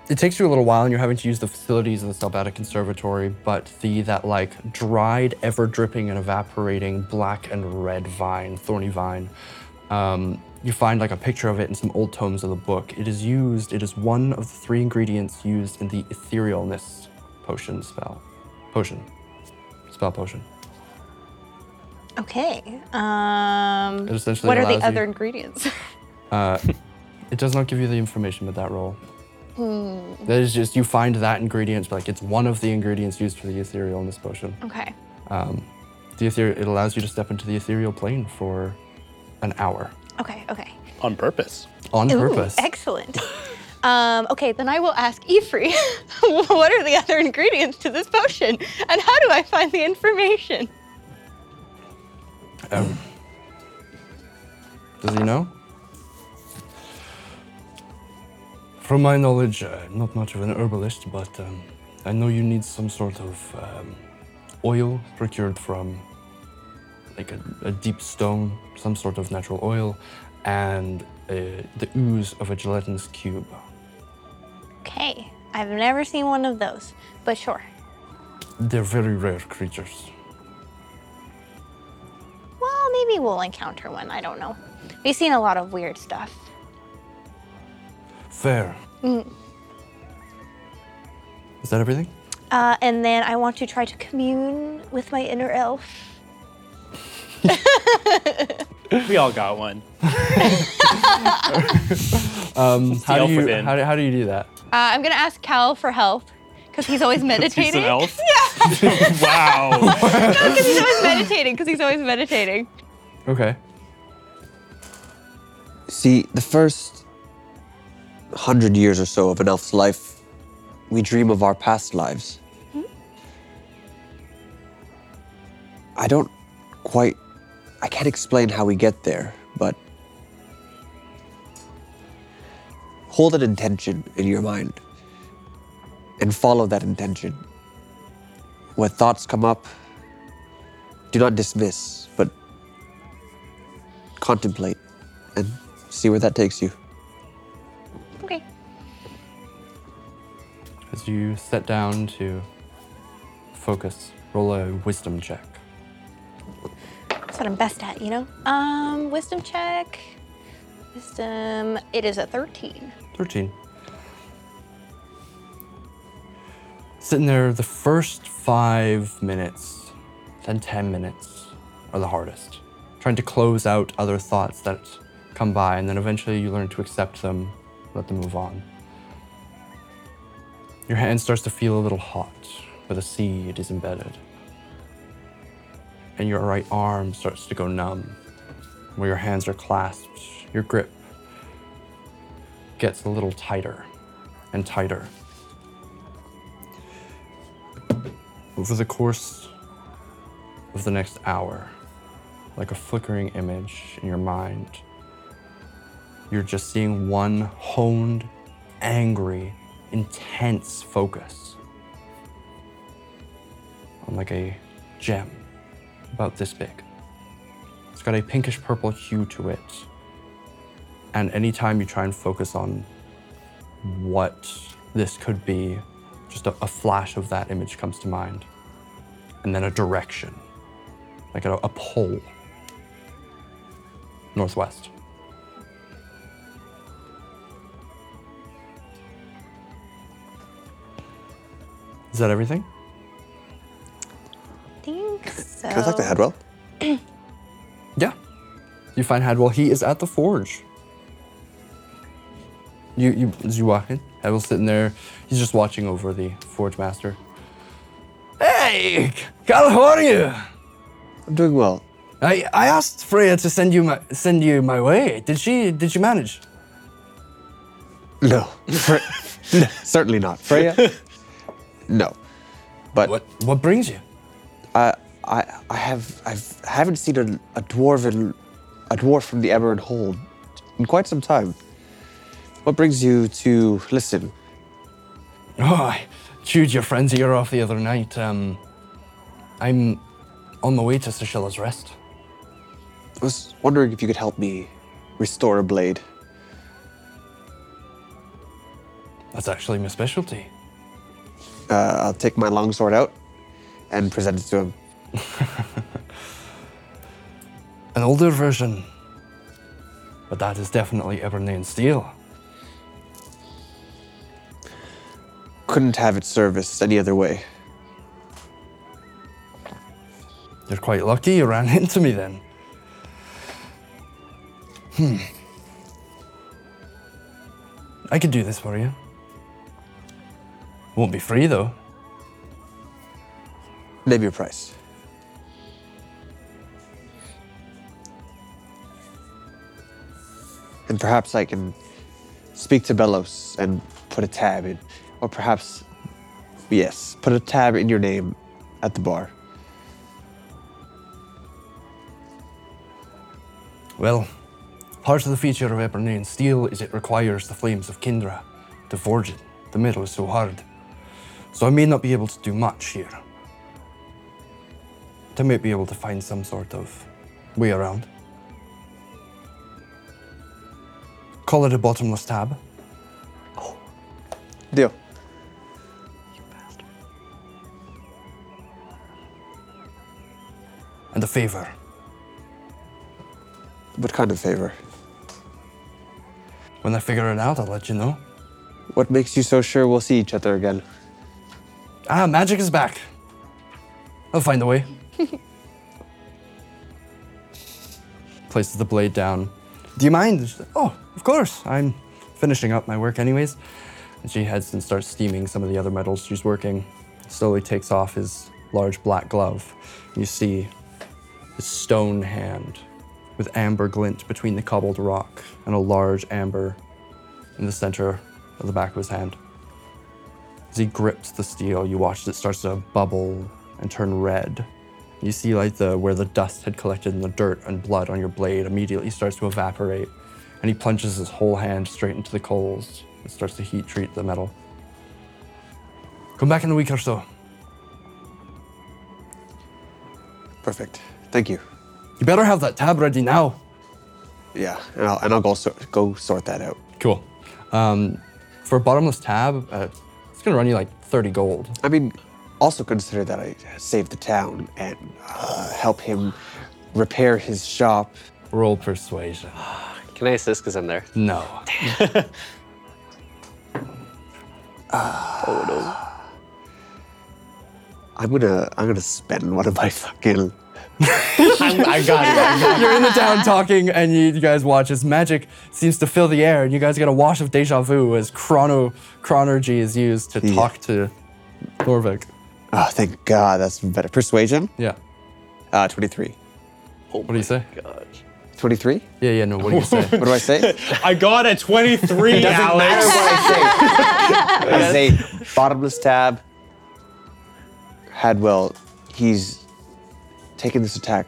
S1: it takes you a little while and you're having to use the facilities of the Salbata Conservatory, but the that like dried, ever dripping and evaporating black and red vine, thorny vine, um, you find like a picture of it in some old tomes of the book. It is used, it is one of the three ingredients used in the etherealness potion spell. Potion. Spell potion.
S4: Okay. Um,
S1: It essentially
S4: what are the
S1: allows you-
S4: other ingredients?
S1: It does not give you the information with that roll. That is just, you find that ingredient, but, like it's one of the ingredients used for the etherealness potion.
S4: okay.
S1: The ether- it allows you to step into the ethereal plane for an hour
S4: Okay, okay.
S9: On purpose.
S1: on
S4: Ooh,
S1: purpose.
S4: excellent. Um, okay, then I will ask Ifri, what are the other ingredients to this potion? And how do I find the information?
S1: Does he know? From my knowledge, uh, not much of an herbalist, but um, I know you need some sort of um, oil procured from like a, a deep stone, some sort of natural oil, and uh, the ooze of a gelatinous cube.
S4: Okay, I've never seen one of those, but sure.
S1: They're very rare creatures.
S4: Well, maybe we'll encounter one. I don't know. We've seen a lot of weird stuff.
S1: Fair. Is that everything?
S4: Uh, and then I want to try to commune with my inner elf.
S9: We all got one.
S1: Um, How
S9: elf
S1: do, you,
S9: within.
S1: how, do, how do you do that?
S4: Uh, I'm gonna ask Cal for help because he's always meditating.
S9: He's an elf. Yeah. wow.
S4: Because he's always meditating. Because he's always meditating.
S1: Okay.
S6: See, the first hundred years or so of an elf's life, we dream of our past lives. I don't quite. I can't explain how we get there, but. Hold an intention in your mind and follow that intention. When thoughts come up, do not dismiss, but contemplate and see where that takes you.
S4: Okay.
S1: As you set down to focus, roll a wisdom check.
S4: That's what I'm best at, you know. Um, wisdom check. Wisdom. It is a 13.
S1: 13. Sitting there, the first five minutes, then 10 minutes are the hardest. Trying to close out other thoughts that come by, and then eventually you learn to accept them, let them move on. Your hand starts to feel a little hot where the seed is embedded. And your right arm starts to go numb where your hands are clasped. Your grip gets a little tighter and tighter. Over the course of the next hour, like a flickering image in your mind, you're just seeing one honed, angry, intense focus on like a gem about this big. It's got a pinkish purple hue to it. And anytime you try and focus on what this could be, just a, a flash of that image comes to mind. And then a direction, like a, a pole, northwest. Is that everything?
S4: think so.
S6: Can I talk to Hadwell?
S1: Yeah. You find Hadwell. He is at the forge. You you as you walk in, Hadwell's sitting there. He's just watching over the forge master. Hey, Cal, how are you?
S6: I'm doing well.
S1: I, I asked Freya to send you my send you my way. Did she did she manage?
S6: No. Fre- no, certainly not. Freya? no. But
S1: What what brings you?
S6: I, I, I have I've, I haven't seen a, a dwarven a dwarf from the Emerald Hold in quite some time. What brings you to listen?
S1: Oh, I chewed your friend's ear off the other night. Um, I'm on my way to Sashila's Rest.
S6: I was wondering if you could help me restore a blade.
S1: That's actually my specialty.
S6: Uh, I'll take my longsword out and present it to him.
S1: an older version. But that is definitely Ebernane steel.
S6: Couldn't have it serviced any other way.
S1: You're quite lucky you ran into me then. Hmm. I could do this for you. Won't be free though.
S6: Name your price. And perhaps I can speak to Belos and put a tab in. Or perhaps, yes, put a tab in your name at the bar.
S1: Well, part of the feature of Ebernane steel is it requires the flames of Kindra to forge it. The metal is so hard. So I may not be able to do much here. But I may be able to find some sort of way around. Call it a bottomless tab.
S6: Deal.
S1: and a favor.
S6: What kind of favor?
S1: When I figure it out, I'll let you know.
S6: What makes you so sure we'll see each other again?
S1: Ah, magic is back. I'll find a way. Places the blade down. Do you mind? She's like, Oh, of course. I'm finishing up my work, anyways. And she heads and starts steaming some of the other metals she's working. Slowly takes off his large black glove. You see his stone hand with amber glint between the cobbled rock and a large amber in the center of the back of his hand. As he grips the steel, you watch as it starts to bubble and turn red. You see like the where the dust had collected and the dirt and blood on your blade immediately starts to evaporate, and he plunges his whole hand straight into the coals. It starts to heat treat the metal. Come back in a week or so.
S6: Perfect. Thank you.
S1: You better have that tab ready now.
S6: Yeah, and I'll, and I'll go, sort, go sort that out.
S1: Cool. Um, for a bottomless tab, uh, it's gonna run you like 30 gold.
S6: I mean, also consider that I saved the town and uh, help him repair his shop.
S1: Roll persuasion.
S7: Can I assist because I'm there?
S1: No.
S6: I'm gonna I'm gonna spend one of my fucking
S1: I got it. You're in the town talking, and you, you guys watch as magic seems to fill the air, and you guys get a wash of deja vu as chrono chronergy is used to talk to Norvik.
S6: Oh thank God, that's better. Persuasion?
S1: Yeah.
S6: Uh 23.
S1: What do you say?
S6: 23?
S1: Yeah, yeah. No. What do you say?
S6: What do I say?
S8: I got a 23, Alex.
S6: As a bottomless tab, Hadwell, he's taken this attack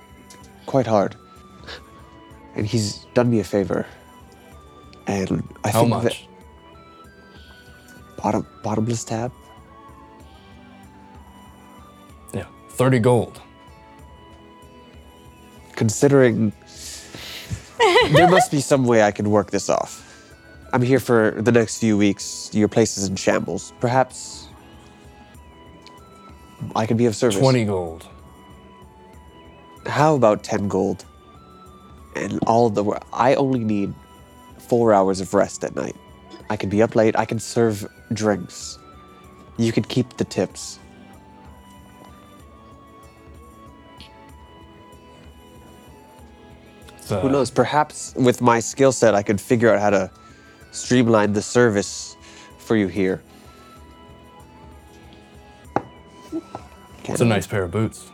S6: quite hard. And he's done me a favor. And I
S1: How
S6: think
S1: much?
S6: that bottom bottomless tab.
S1: Yeah. Thirty gold.
S6: Considering there must be some way I can work this off. I'm here for the next few weeks. Your place is in shambles. Perhaps I could be of service.
S1: Twenty gold.
S6: How about 10 gold? And all the work. I only need four hours of rest at night. I can be up late. I can serve drinks. You could keep the tips.
S1: So,
S6: Who knows? Perhaps with my skill set, I could figure out how to streamline the service for you here.
S1: It's a nice pair of boots.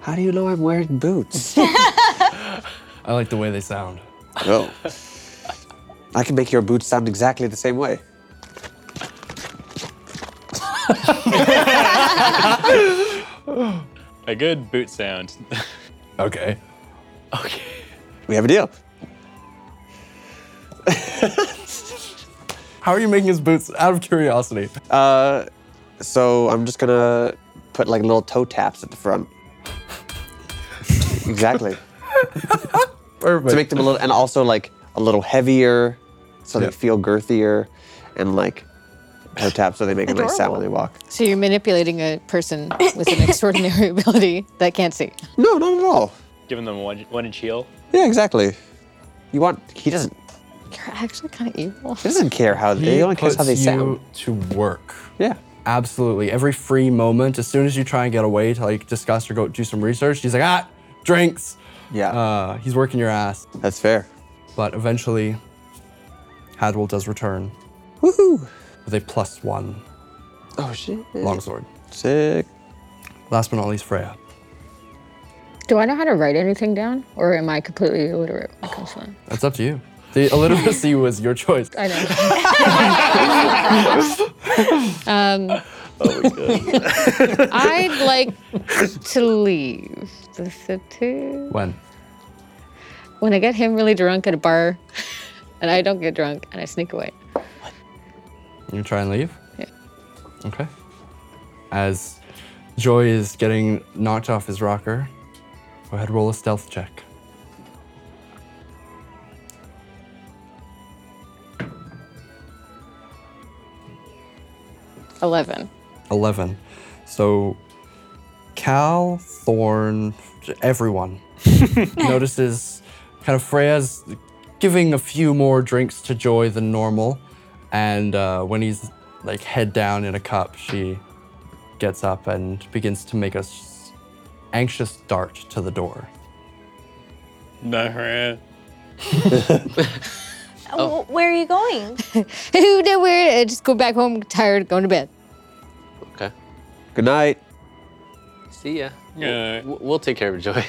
S6: How do you know I'm wearing boots?
S1: I like the way they sound.
S6: oh. I can make your boots sound exactly the same way.
S9: A good boot sound.
S1: Okay.
S6: We have a deal.
S1: How are you making his boots? Out of curiosity.
S6: So I'm just gonna put like little toe taps at the front. exactly.
S1: Perfect.
S6: to make them a little, and also like a little heavier, so
S1: Yeah.
S6: they feel girthier, and like toe taps, so they make a nice sound when they walk.
S5: So you're manipulating a person with an extraordinary ability that can't see.
S6: No, not at all.
S9: Giving them one, one inch heel.
S6: Yeah, exactly. You want? He doesn't.
S5: You're actually kind of evil.
S6: He doesn't care how they. He only cares how they
S1: puts
S6: sound.
S1: you to work.
S6: Yeah.
S1: Absolutely. Every free moment, as soon as you try and get away to like discuss or go do some research, he's like, ah, drinks.
S6: Yeah.
S1: Uh, he's working your ass.
S6: That's fair.
S1: But eventually, Hadwell does return
S6: Woohoo!
S1: with a plus one
S6: Oh shit.
S1: longsword.
S6: Sick.
S1: Last but not least, Freya.
S5: Do I know how to write anything down, or am I completely illiterate? when it comes to that?
S1: That's up to you. The illiteracy was your choice.
S5: I know. um, I'd like to leave the city
S1: When?
S5: when I get him really drunk at a bar, and I don't get drunk, and I sneak away.
S1: You try and leave?
S5: Yeah.
S1: Okay. As Joy is getting knocked off his rocker, go ahead, roll a stealth check.
S5: Eleven.
S1: 11. So Cal, Thorn, everyone notices kind of Freya's giving a few more drinks to Joy than normal. And uh, when he's like head down in a cup, she gets up and begins to make a s- anxious dart to the door.
S9: Nah,
S4: Oh, Where are you going?
S5: Who knew where? I Just go back home, tired, going to bed.
S7: Okay.
S6: Good night.
S7: See ya. We'll-
S9: Yeah.
S7: We'll, we'll take care of Joy.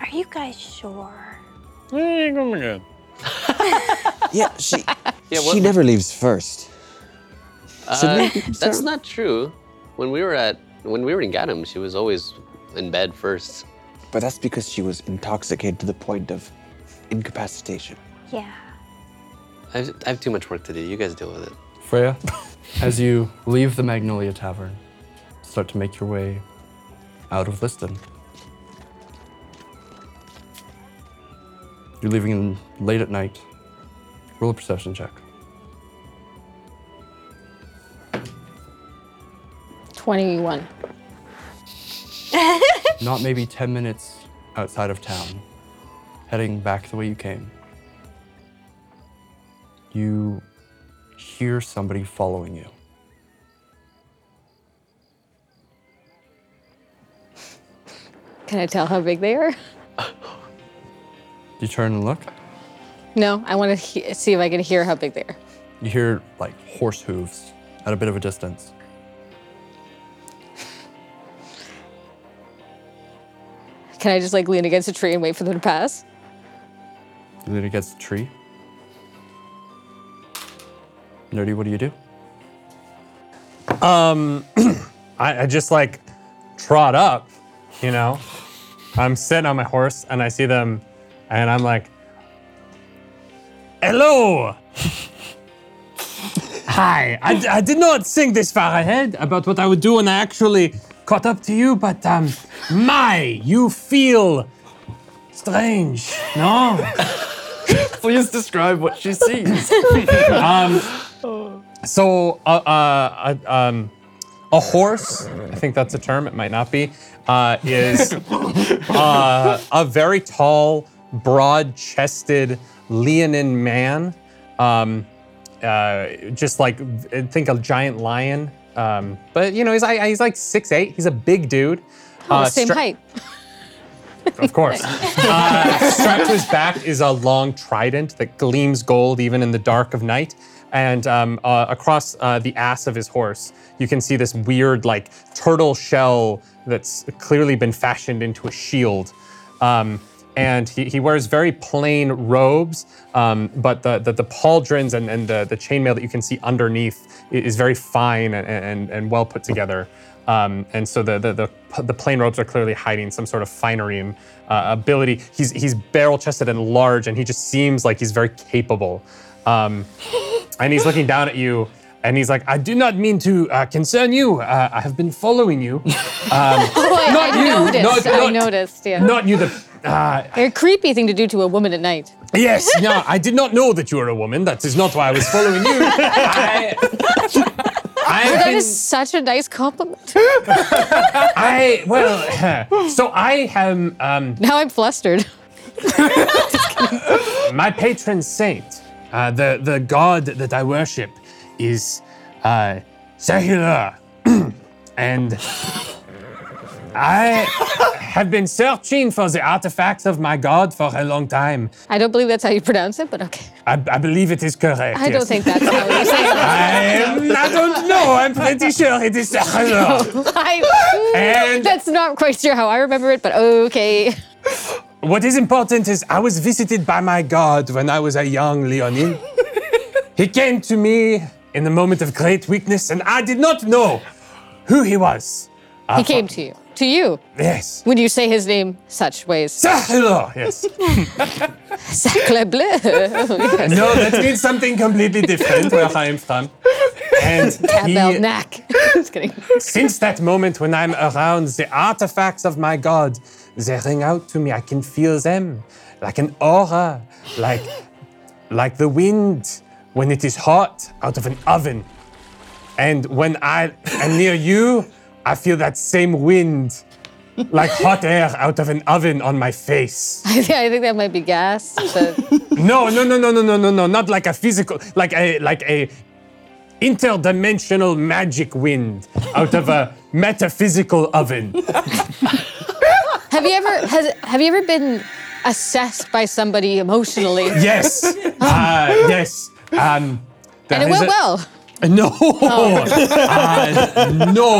S4: Are you guys sure?
S9: eh.
S6: Yeah, she.
S7: Yeah,
S6: she
S7: what-
S6: never leaves first.
S7: Uh,
S6: Sydney,
S7: that's
S6: sir?
S7: not true. When we were at when we were in Gatham, she was always in bed first.
S6: But that's because she was intoxicated to the point of incapacitation.
S4: Yeah.
S7: I have, I have too much work to do. You guys deal with it.
S1: Freya, as you leave the Magnolia Tavern, start to make your way out of Liston. You're leaving in late at night. Roll a perception check.
S5: Twenty-one.
S1: Not maybe 10 minutes outside of town, heading back the way you came, you hear somebody following you.
S5: Can I tell how big they are?
S1: You turn and look.
S5: No, I want to he- see if I can hear how big they are.
S1: You hear like horse hooves at a bit of a distance.
S5: Can I just like lean against a tree and wait for them to pass?
S1: You lean against the tree. Nerdy, what do you do?
S3: I, I just like trot up, you know. I'm sitting on my horse and I see them, and I'm like, "Hello, hi." I, d- I did not think this far ahead about what I would do when I actually caught up to you, but um, my, you feel strange, no?
S1: Please describe what she sees.
S3: Um, So, uh, uh, uh, um, a horse, I think that's a term, it might not be, uh, is uh, a very tall, broad chested Leonin man. Um, uh, just like, I think a giant lion. Um, but, you know, he's, I, he's like 6'8, he's a big dude.
S5: Oh,
S3: Uh,
S5: same
S3: stra-
S5: height.
S3: Of course. uh, strapped to his back is a long trident that gleams gold even in the dark of night. And um, uh, across uh, the ass of his horse, you can see this weird, like, turtle shell that's clearly been fashioned into a shield. Um, and he, he wears very plain robes, um, but the, the, the pauldrons and, and the, the chainmail that you can see underneath i- is very fine and, and, and well put together. Um, and so the, the the the plain robes are clearly hiding some sort of finery and uh, ability. He's he's barrel chested and large, and he just seems like he's very capable. Um, and he's looking down at you, and he's like, "I do not mean to uh, concern you. Uh, I have been following you. Um,
S5: Oh, I,
S3: Not
S5: I
S3: you,
S5: noticed.
S3: not-
S5: I
S3: not-
S5: noticed. Yeah.
S3: not you, the." Uh,
S5: They're a creepy thing to do to a woman at night.
S3: Yes, no, I did not know that you were a woman. That is not why I was following you. I, I, have
S5: That
S3: been-
S5: is such a nice compliment.
S3: I well, so I am um,
S5: Now I'm flustered.
S3: my patron saint. Uh, the the god that I worship is uh, Sahira, and I have been searching for the artifacts of my god for a long time.
S5: I don't believe that's how you pronounce it, but okay.
S3: I, I believe it is correct.
S5: I
S3: yes.
S5: don't think that's how you say it.
S3: I, I don't know. I'm pretty sure it is Sahira.
S5: I,
S3: And-
S5: that's not quite sure how I remember it, but okay.
S3: What is important is I was visited by my god when I was a young Leonin. he came to me in a moment of great weakness, and I did not know who he was.
S5: He came to you. To you.
S3: Yes.
S5: When you say his name such ways.
S3: Sahilo! Yes.
S5: Sacre bleu.
S3: no, that means something completely different where I am from. And
S5: Abel
S3: he,
S5: Knack. Just kidding.
S3: since that moment when I'm around the artifacts of my god, they ring out to me. I can feel them like an aura, like like the wind when it is hot out of an oven. And when I am near you, I feel that same wind, like hot air out of an oven on my face.
S5: I think, I think that might be gas. But
S3: No, no, no, no, no, no, no, no. Not like a physical, like a like a interdimensional magic wind out of a metaphysical oven.
S5: have you ever has have you ever been assessed by somebody emotionally?
S3: Yes. Uh, yes. Um,
S5: and it
S3: there is
S5: went
S3: a-
S5: well. Oh.
S3: No. Uh, no.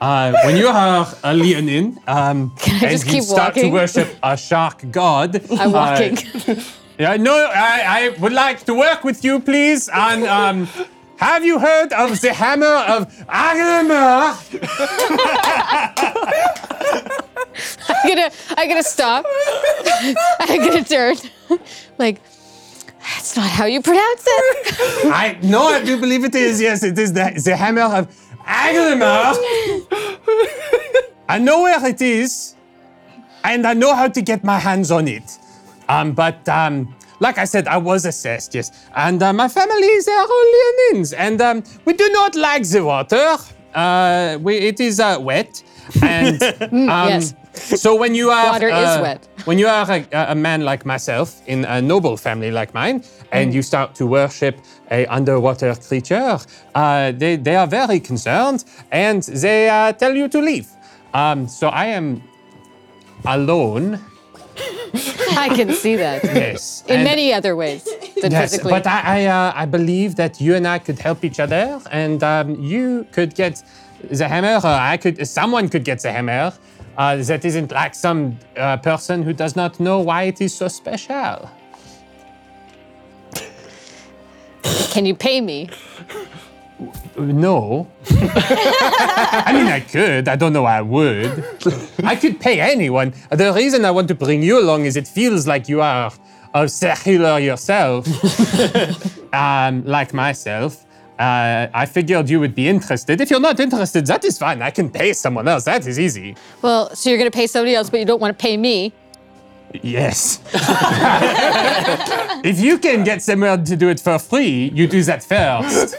S3: Uh, when you are a Leonin um,
S5: Can I
S3: and
S5: just
S3: you
S5: keep
S3: start to
S5: walking?
S3: worship a shark god,
S5: I'm
S3: uh,
S5: walking.
S3: Yeah, no, I, I would like to work with you, please. On um, have you heard of the hammer of Agrimer?
S5: I'm gonna I'm gonna stop. I'm gonna turn. like that's not how you pronounce it.
S3: I no, I do believe it is. Yes, it is the, the hammer of Agrimer. I know where it is, and I know how to get my hands on it. Um, but um, like I said, I was assessed. Yes, and uh, my family they are all Leonins, and um, we do not like the water. Uh, we, it is uh, wet, and um,
S5: yes.
S3: So when you have
S5: Water is
S3: uh,
S5: wet.
S3: when you are a, a man like myself in a noble family like mine,
S5: Mm.
S3: and you start to worship a underwater creature, uh, they they are very concerned and they uh, tell you to leave. Um, so I am alone.
S5: I can see that.
S3: Yes.
S5: In
S3: and-
S5: many other ways than
S3: Yes,
S5: physically.
S3: but I I, uh, I believe that you and I could help each other, and um, you could get the hammer. Or I could. Someone could get the hammer. Uh, that isn't like some uh, person who does not know why it is so special.
S5: Can you pay me?
S3: No. I mean, I could. I don't know why I would. I could pay anyone. The reason I want to bring you along is it feels like you are a secular yourself, um, like myself. Uh, I figured you would be interested. If you're not interested, that is fine. I can pay someone else. That is easy.
S5: Well, so you're going to pay somebody else, but you don't want to pay me.
S3: Yes. if you can get someone to do it for free, you do that first.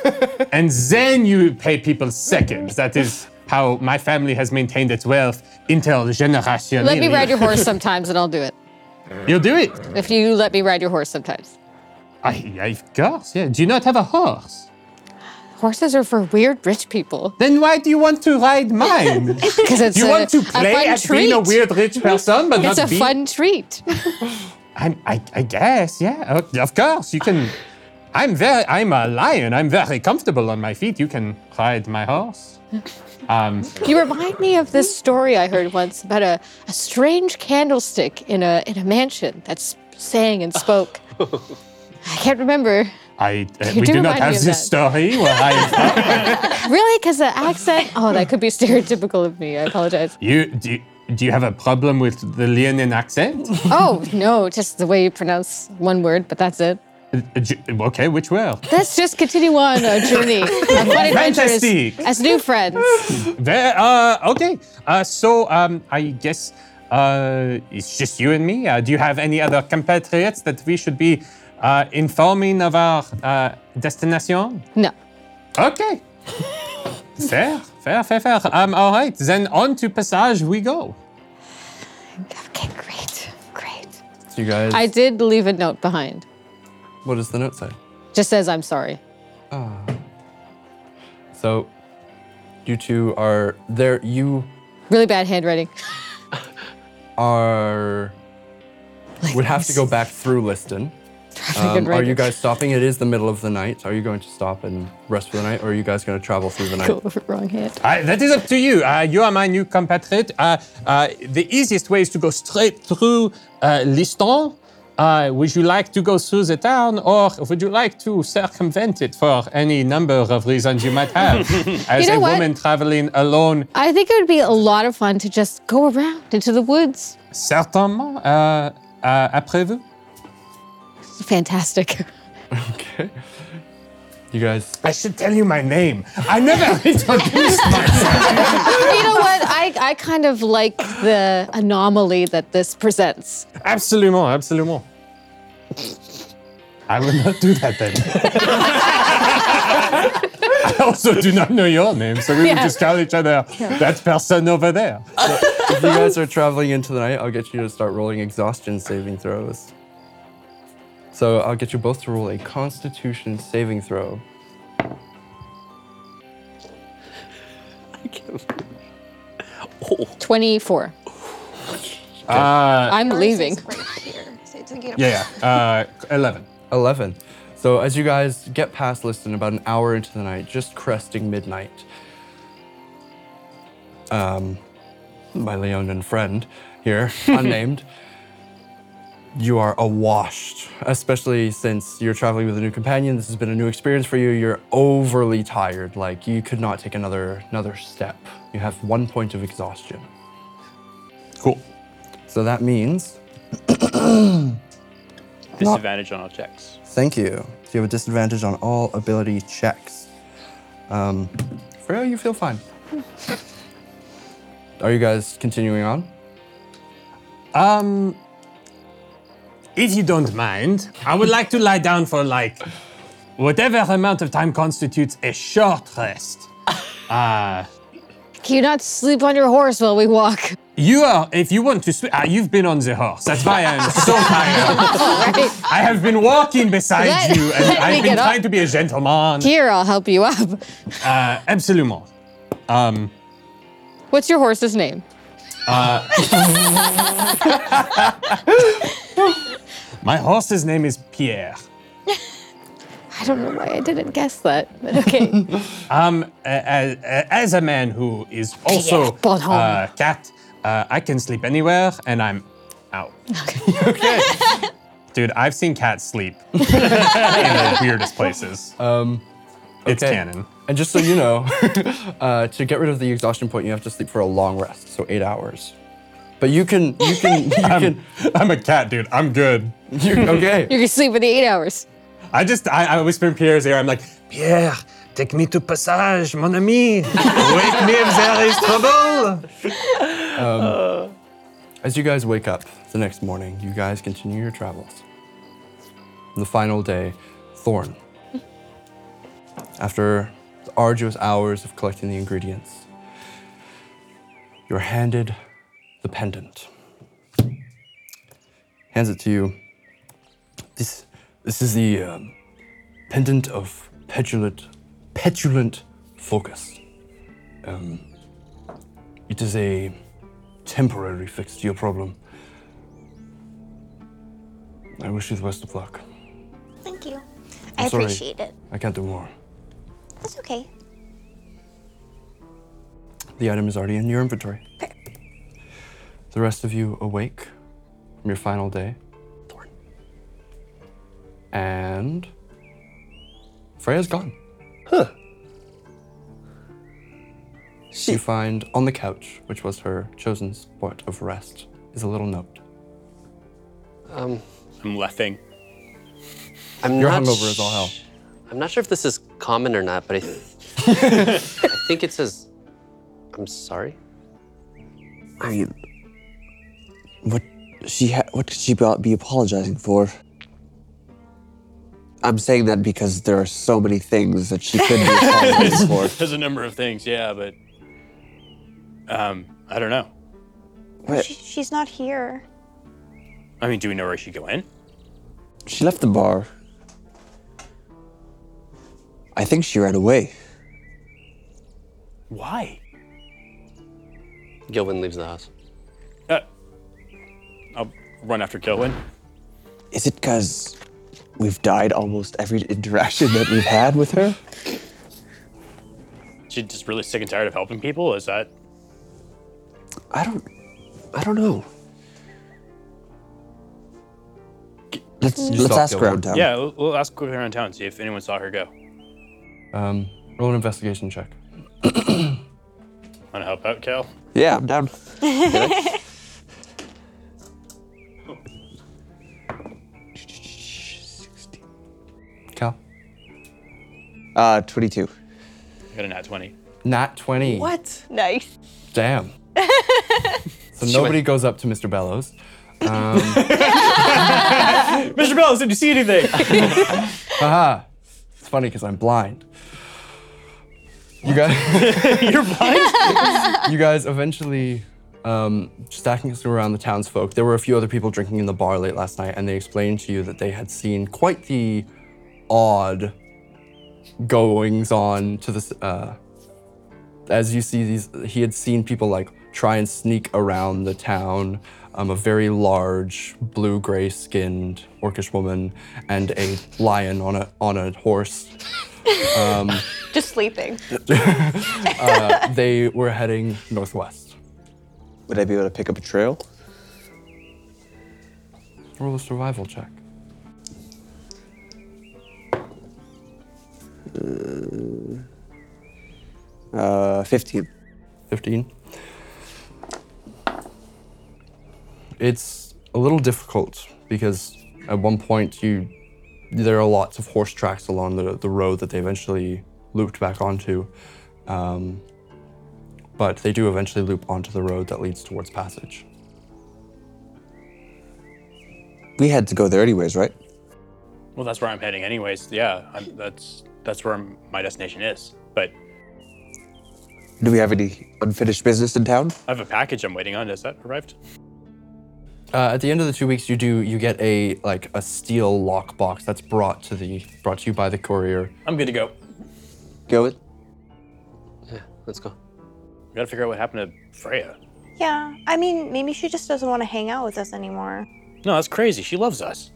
S3: and then you pay people second. That is how my family has maintained its wealth intergenerationally.
S5: Let me ride your horse sometimes and I'll do it.
S3: You'll do it.
S5: If you let me ride your horse sometimes.
S3: I, I- of course, yeah. Do you not have a horse?
S5: Horses are for weird rich people.
S3: Then why do you want to ride mine?
S5: Because it's
S3: you
S5: a,
S3: want to
S5: a
S3: play
S5: fun
S3: at
S5: treat.
S3: being a weird rich person, but
S5: it's
S3: not
S5: a
S3: be
S5: fun treat.
S3: I'm, I, I guess, yeah. o- Of course, you can. I'm very. I'm a lion. I'm very comfortable on my feet. You can ride my horse. Um,
S5: You remind me of this story I heard once about a, a strange candlestick in a in a mansion that s- sang and spoke. I can't remember.
S3: I uh,
S5: You
S3: we
S5: do
S3: do not
S5: remind me
S3: have
S5: of
S3: this
S5: that.
S3: story where I.
S5: Really? Because the accent? Oh, that could be stereotypical of me. I apologize.
S3: you do. you- Do you have a problem with the Leonin accent? Uh,
S5: Oh, no, just the way you pronounce one word, but that's it.
S3: Uh, j- okay, which word?
S5: Let's just continue on our journey. Our fun adventures
S3: Fantastic.
S5: as new friends.
S3: There, uh, okay. Uh, so um, I guess uh, it's just you and me. Uh, do you have any other compatriots that we should be uh, informing of our uh, destination?
S5: No.
S3: Okay. fair, fair, fair, fair. Um, all right, then on to Passage we go.
S5: Okay, great. Great.
S1: So you guys,
S5: I did leave a note behind.
S1: what does the note say?
S5: Just says I'm sorry.
S1: So you two are there. You
S5: Really bad handwriting.
S1: are would have to go back through Liston. Um, are you guys stopping? It is the middle of the night. Are you going to stop and rest for the night, or are you guys going to travel through the night?
S5: Go over wrong hand.
S3: Uh, that is up to you. Uh, you are my new compatriot. Uh, uh, the easiest way is to go straight through uh, Liston. Uh, would you like to go through the town, or would you like to circumvent it for any number of reasons you might have? As
S5: You know
S3: a
S5: what?
S3: woman traveling alone,
S5: I think it would be a lot of fun to just go around into the woods.
S3: certainement. Uh, uh, après vous.
S5: Fantastic.
S1: Okay. You guys
S3: I should tell you my name. I never introduced
S5: you know what? I, I kind of like the anomaly that this presents.
S3: Absolument, absolument. I will not do that then. I also do not know your name, so we will
S5: Yeah.
S3: just tell each other that person over there.
S1: if you guys are traveling into the night, I'll get you to start rolling exhaustion saving throws. So I'll get you both to roll a Constitution saving throw.
S5: Twenty-four.
S3: Uh,
S5: I'm leaving.
S3: yeah, yeah. Uh, 11.
S1: Eleven. So as you guys get past Liston, about an hour into the night, just cresting midnight, um, my Leonin friend here, unnamed, you are awash. Especially since you're traveling with a new companion, this has been a new experience for you. You're overly tired. Like you could not take another another step. You have one point of exhaustion.
S3: Cool.
S1: So that means,
S9: Disadvantage on all checks.
S1: thank you. So you have a disadvantage on all ability checks. Um, Freya, you feel fine. Are you guys continuing on?
S3: Um, if you don't mind, I would like to lie down for like whatever amount of time constitutes a short rest. Uh,
S5: Can you not sleep on your horse while we walk?
S3: You are, if you want to, sw- ah, you've been on the horse. That's why I'm so tired.
S5: Right.
S3: I have been walking beside
S5: Let-
S3: you, and
S5: let
S3: I've
S5: me
S3: been
S5: get up.
S3: trying to be a gentleman.
S5: Here, I'll help you up.
S3: Uh, absolument. Um,
S5: What's your horse's name?
S3: my horse's name is Pierre.
S5: I don't know why I didn't guess that, but okay.
S3: Um, as, as a man who is also
S5: Pierre Bonhomme.
S3: uh, cat, uh, I can sleep anywhere, and I'm out.
S1: Okay.
S3: Dude, I've seen cats sleep in the weirdest places.
S1: Um,
S3: It's
S1: okay.
S3: canon.
S1: And just so you know, uh, to get rid of the exhaustion point, you have to sleep for a long rest, so eight hours. But you can, you can, you
S3: Um,
S1: can,
S3: I'm a cat, dude. I'm good.
S1: you, okay.
S5: You're gonna sleep for the eight hours.
S3: I just, I, I whisper in Pierre's ear. I'm like, Pierre, take me to Passage, mon ami. Wake me if there is trouble.
S1: As you guys wake up the next morning, you guys continue your travels. On the final day, Thorn. After the arduous hours of collecting the ingredients, you're handed the pendant. Hands it to you. This, this is the um, pendant of petulant, petulant focus. Um, it is a temporary fix to your problem. I wish you the best of luck.
S4: Thank you. i
S1: sorry.
S4: appreciate it.
S1: I can't do more.
S4: That's okay.
S1: The item is already in your inventory. The rest of you awake from your final day. And Freya's gone.
S6: She-
S1: You find on the couch, which was her chosen spot of rest, is a little note.
S9: I'm laughing.
S7: Um, I'm
S1: Your
S7: not
S1: hungover is all hell.
S7: sh- I'm not sure if this is common or not, but I, th- I think it says, "I'm sorry."
S6: I mean, what she ha- what could she be be apologizing for? I'm saying that because there are so many things that she could be apologizing for.
S9: There's a number of things, yeah, but um, I don't know.
S4: She, she's not here.
S9: I mean, do we know where she went?
S6: She left the bar. I think she ran away.
S9: Why?
S7: Gilwin leaves the house.
S9: Uh, I'll run after Kilwin.
S6: Is it because we've died almost every interaction that we've had with her?
S9: She's just really sick and tired of helping people. Is that?
S6: I don't. I don't know. Let's let's
S1: stop
S6: ask
S1: going.
S6: around town.
S9: Yeah, we'll, we'll ask quickly around town see if anyone saw her go.
S1: Um, roll an investigation check.
S9: Want to help out, Cal?
S6: Yeah, I'm down.
S1: Cal?
S6: Uh, 22.
S9: I got a nat twenty.
S1: Nat 20.
S6: What?
S4: Nice.
S1: Damn. so nobody goes up to Mr. Bellows.
S9: Mr. Bellows, did you see anything?
S1: Haha. It's funny because I'm blind. You guys,
S9: You're blind.
S1: you guys eventually um, stacking us around the townsfolk. There were a few other people drinking in the bar late last night, and they explained to you that they had seen quite the odd goings on to this. Uh, as you see these, he had seen people like try and sneak around the town. Um, a very large blue-gray skinned orcish woman and a lion on a on a horse
S4: Just sleeping.
S1: they were heading northwest.
S6: Would I be able to pick up a trail?
S1: Roll a survival check.
S6: Uh, 15.
S1: 15. It's a little difficult because at one point you there are lots of horse tracks along the, the road that they eventually looped back onto. Um, but they do eventually loop onto the road that leads towards passage.
S6: We had to go there anyways, right?
S9: well, that's where I'm heading, anyways. Yeah, I'm, that's that's where I'm, my destination is. But
S6: Do we have any unfinished business in town?
S9: I have a package I'm waiting on. Has that arrived?
S1: Uh, at the end of the two weeks, you do you get a like a steel lockbox that's brought to the brought to you by the courier.
S9: I'm good to go.
S6: Go with.
S7: Yeah, let's go.
S9: We gotta figure out what happened to Freya.
S4: Yeah, I mean, maybe she just doesn't want to hang out with us anymore.
S9: No, that's crazy. She loves us.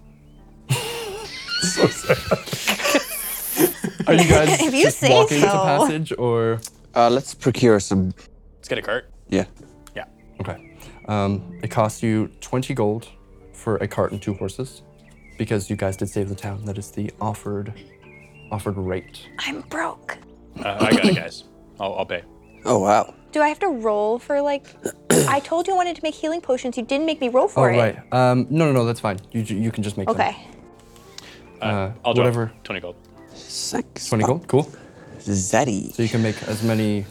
S1: Are you guys
S4: If you
S1: just
S4: say
S1: walking to
S4: so.
S1: passage or
S6: Uh, let's procure some.
S9: Let's get a cart.
S6: Yeah.
S9: Yeah.
S1: okay? Um, it costs you twenty gold for a cart and two horses because you guys did save the town. That is the offered offered rate.
S4: I'm broke.
S9: Uh, I got it, guys. I'll, I'll pay.
S6: Oh wow.
S4: Do I have to roll for like? I told you I wanted to make healing potions. You didn't make me roll
S1: Oh
S4: for it.
S1: right. Um, no, no, no. That's fine. You ju- you can just make them.
S4: Okay.
S9: I'll drop
S1: whatever.
S9: 20 gold.
S6: Six.
S1: Twenty gold. Cool.
S6: Zeddy.
S1: So you can make as many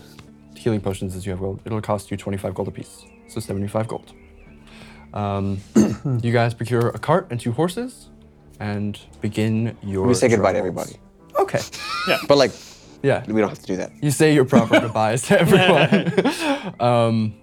S1: healing potions as you have gold. It'll cost you 25 gold apiece, so 75 gold. Um, you guys procure a cart and two horses, and begin your.
S6: We say goodbye to
S1: travels.
S6: everybody.
S1: Okay.
S6: But like,
S1: Yeah.
S6: we don't have to do that.
S1: You say your proper goodbyes to everyone. um,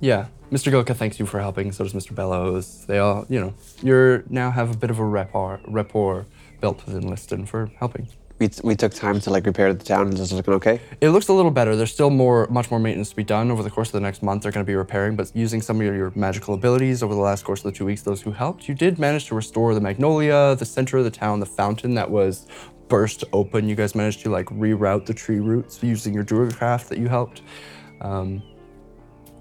S1: yeah. Mr. Goka thanks you for helping. So does Mr. Bellows. They all, you know, you're now have a bit of a rapport, rapport built within Liston for helping.
S6: We, we took time to like repair the town and it's looking okay.
S1: It looks a little better. There's still more, much more maintenance to be done over the course of the next month. They're going to be repairing, but using some of your, your magical abilities over the last course of the two weeks, those who helped, you did manage to restore the magnolia, the center of the town, the fountain that was burst open. You guys managed to like reroute the tree roots using your druidcraft that you helped. Um,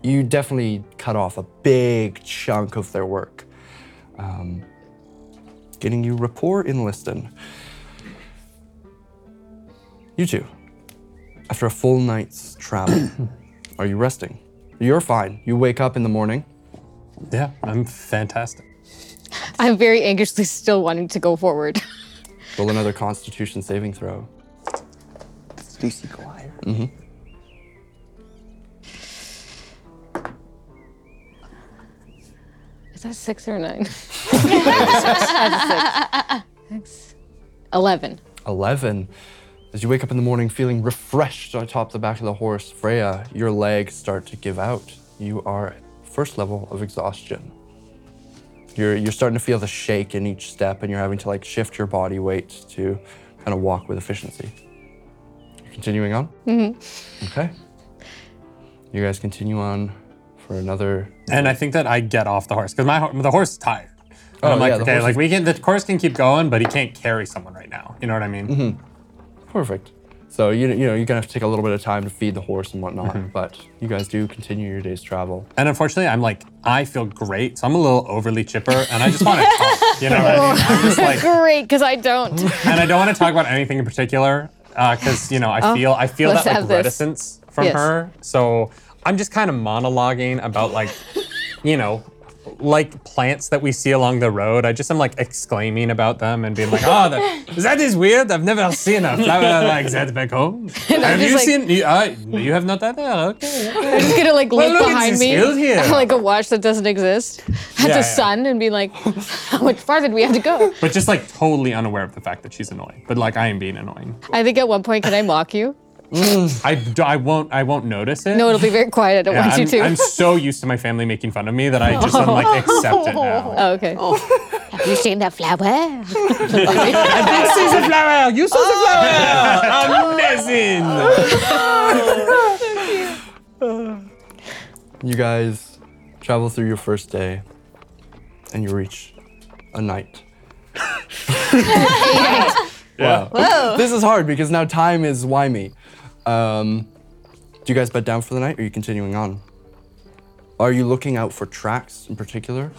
S1: you definitely cut off a big chunk of their work, um, getting you rapport in Liston. You two. After a full night's travel, are you resting? You're fine. You wake up in the morning.
S3: Yeah, I'm fantastic.
S5: I'm very anxiously still wanting to go forward.
S1: Roll another Constitution saving throw.
S6: Lucy Dwyer.
S5: Is that six or nine? That's a six. Six. Eleven.
S1: Eleven. As you wake up in the morning, feeling refreshed on top the back of the horse, Freya, your legs start to give out. You are at first level of exhaustion. You're you're starting to feel the shake in each step, and you're having to like shift your body weight to kind of walk with efficiency. You're continuing on. Mm-hmm. Okay. You guys continue on for another
S3: And I think that I get off the horse because my ho- the horse is tired. And
S1: Oh,
S3: I'm like,
S1: yeah, the
S3: okay,
S1: horse
S3: like
S1: is-
S3: we can the horse can keep going, but he can't carry someone right now. You know what I mean?
S1: Mm-hmm. Perfect. So you you know you're gonna have to take a little bit of time to feed the horse and whatnot, but you guys do continue your day's travel.
S3: And unfortunately, I'm like, I feel great, so I'm a little overly chipper, and I just want to talk. You know what I mean? I'm just like,
S5: Great, because I don't.
S3: and I don't want to talk about anything in particular because you know I feel I feel
S5: Oh, let's
S3: that like
S5: have this.
S3: reticence from
S5: Yes.
S3: her. So I'm just kind of monologuing about like, you know, like plants that we see along the road. I just am like exclaiming about them and being like, oh, that, that is weird. I've never seen a flower like that back home. have
S5: just
S3: you
S5: like-
S3: seen? You, uh, you have not either. Okay.
S5: I'm just gonna like look
S3: look, it's
S5: behind
S3: just
S5: me
S3: hills here.
S5: at like a watch that doesn't exist at
S3: Yeah, yeah.
S5: the sun and be like, how much farther do we have to go?
S3: But just like totally unaware of the fact that she's annoying. But like I am being annoying.
S5: I think at one point, can I mock you?
S3: I, d- I won't I won't notice it.
S5: No, it'll be very quiet. I don't
S3: Yeah,
S5: want you
S3: I'm,
S5: to.
S3: I'm so used to my family making fun of me that I just I'm like accept it now.
S5: oh, okay. Have you seen that flower?
S3: This is a flower. You saw the flower. Ah, Amazing.
S1: You guys travel through your first day, and you reach a night. Wow. This is hard because now time is wimey. Um, do you guys bed down for the night, or are you continuing on? Are you looking out for tracks in particular?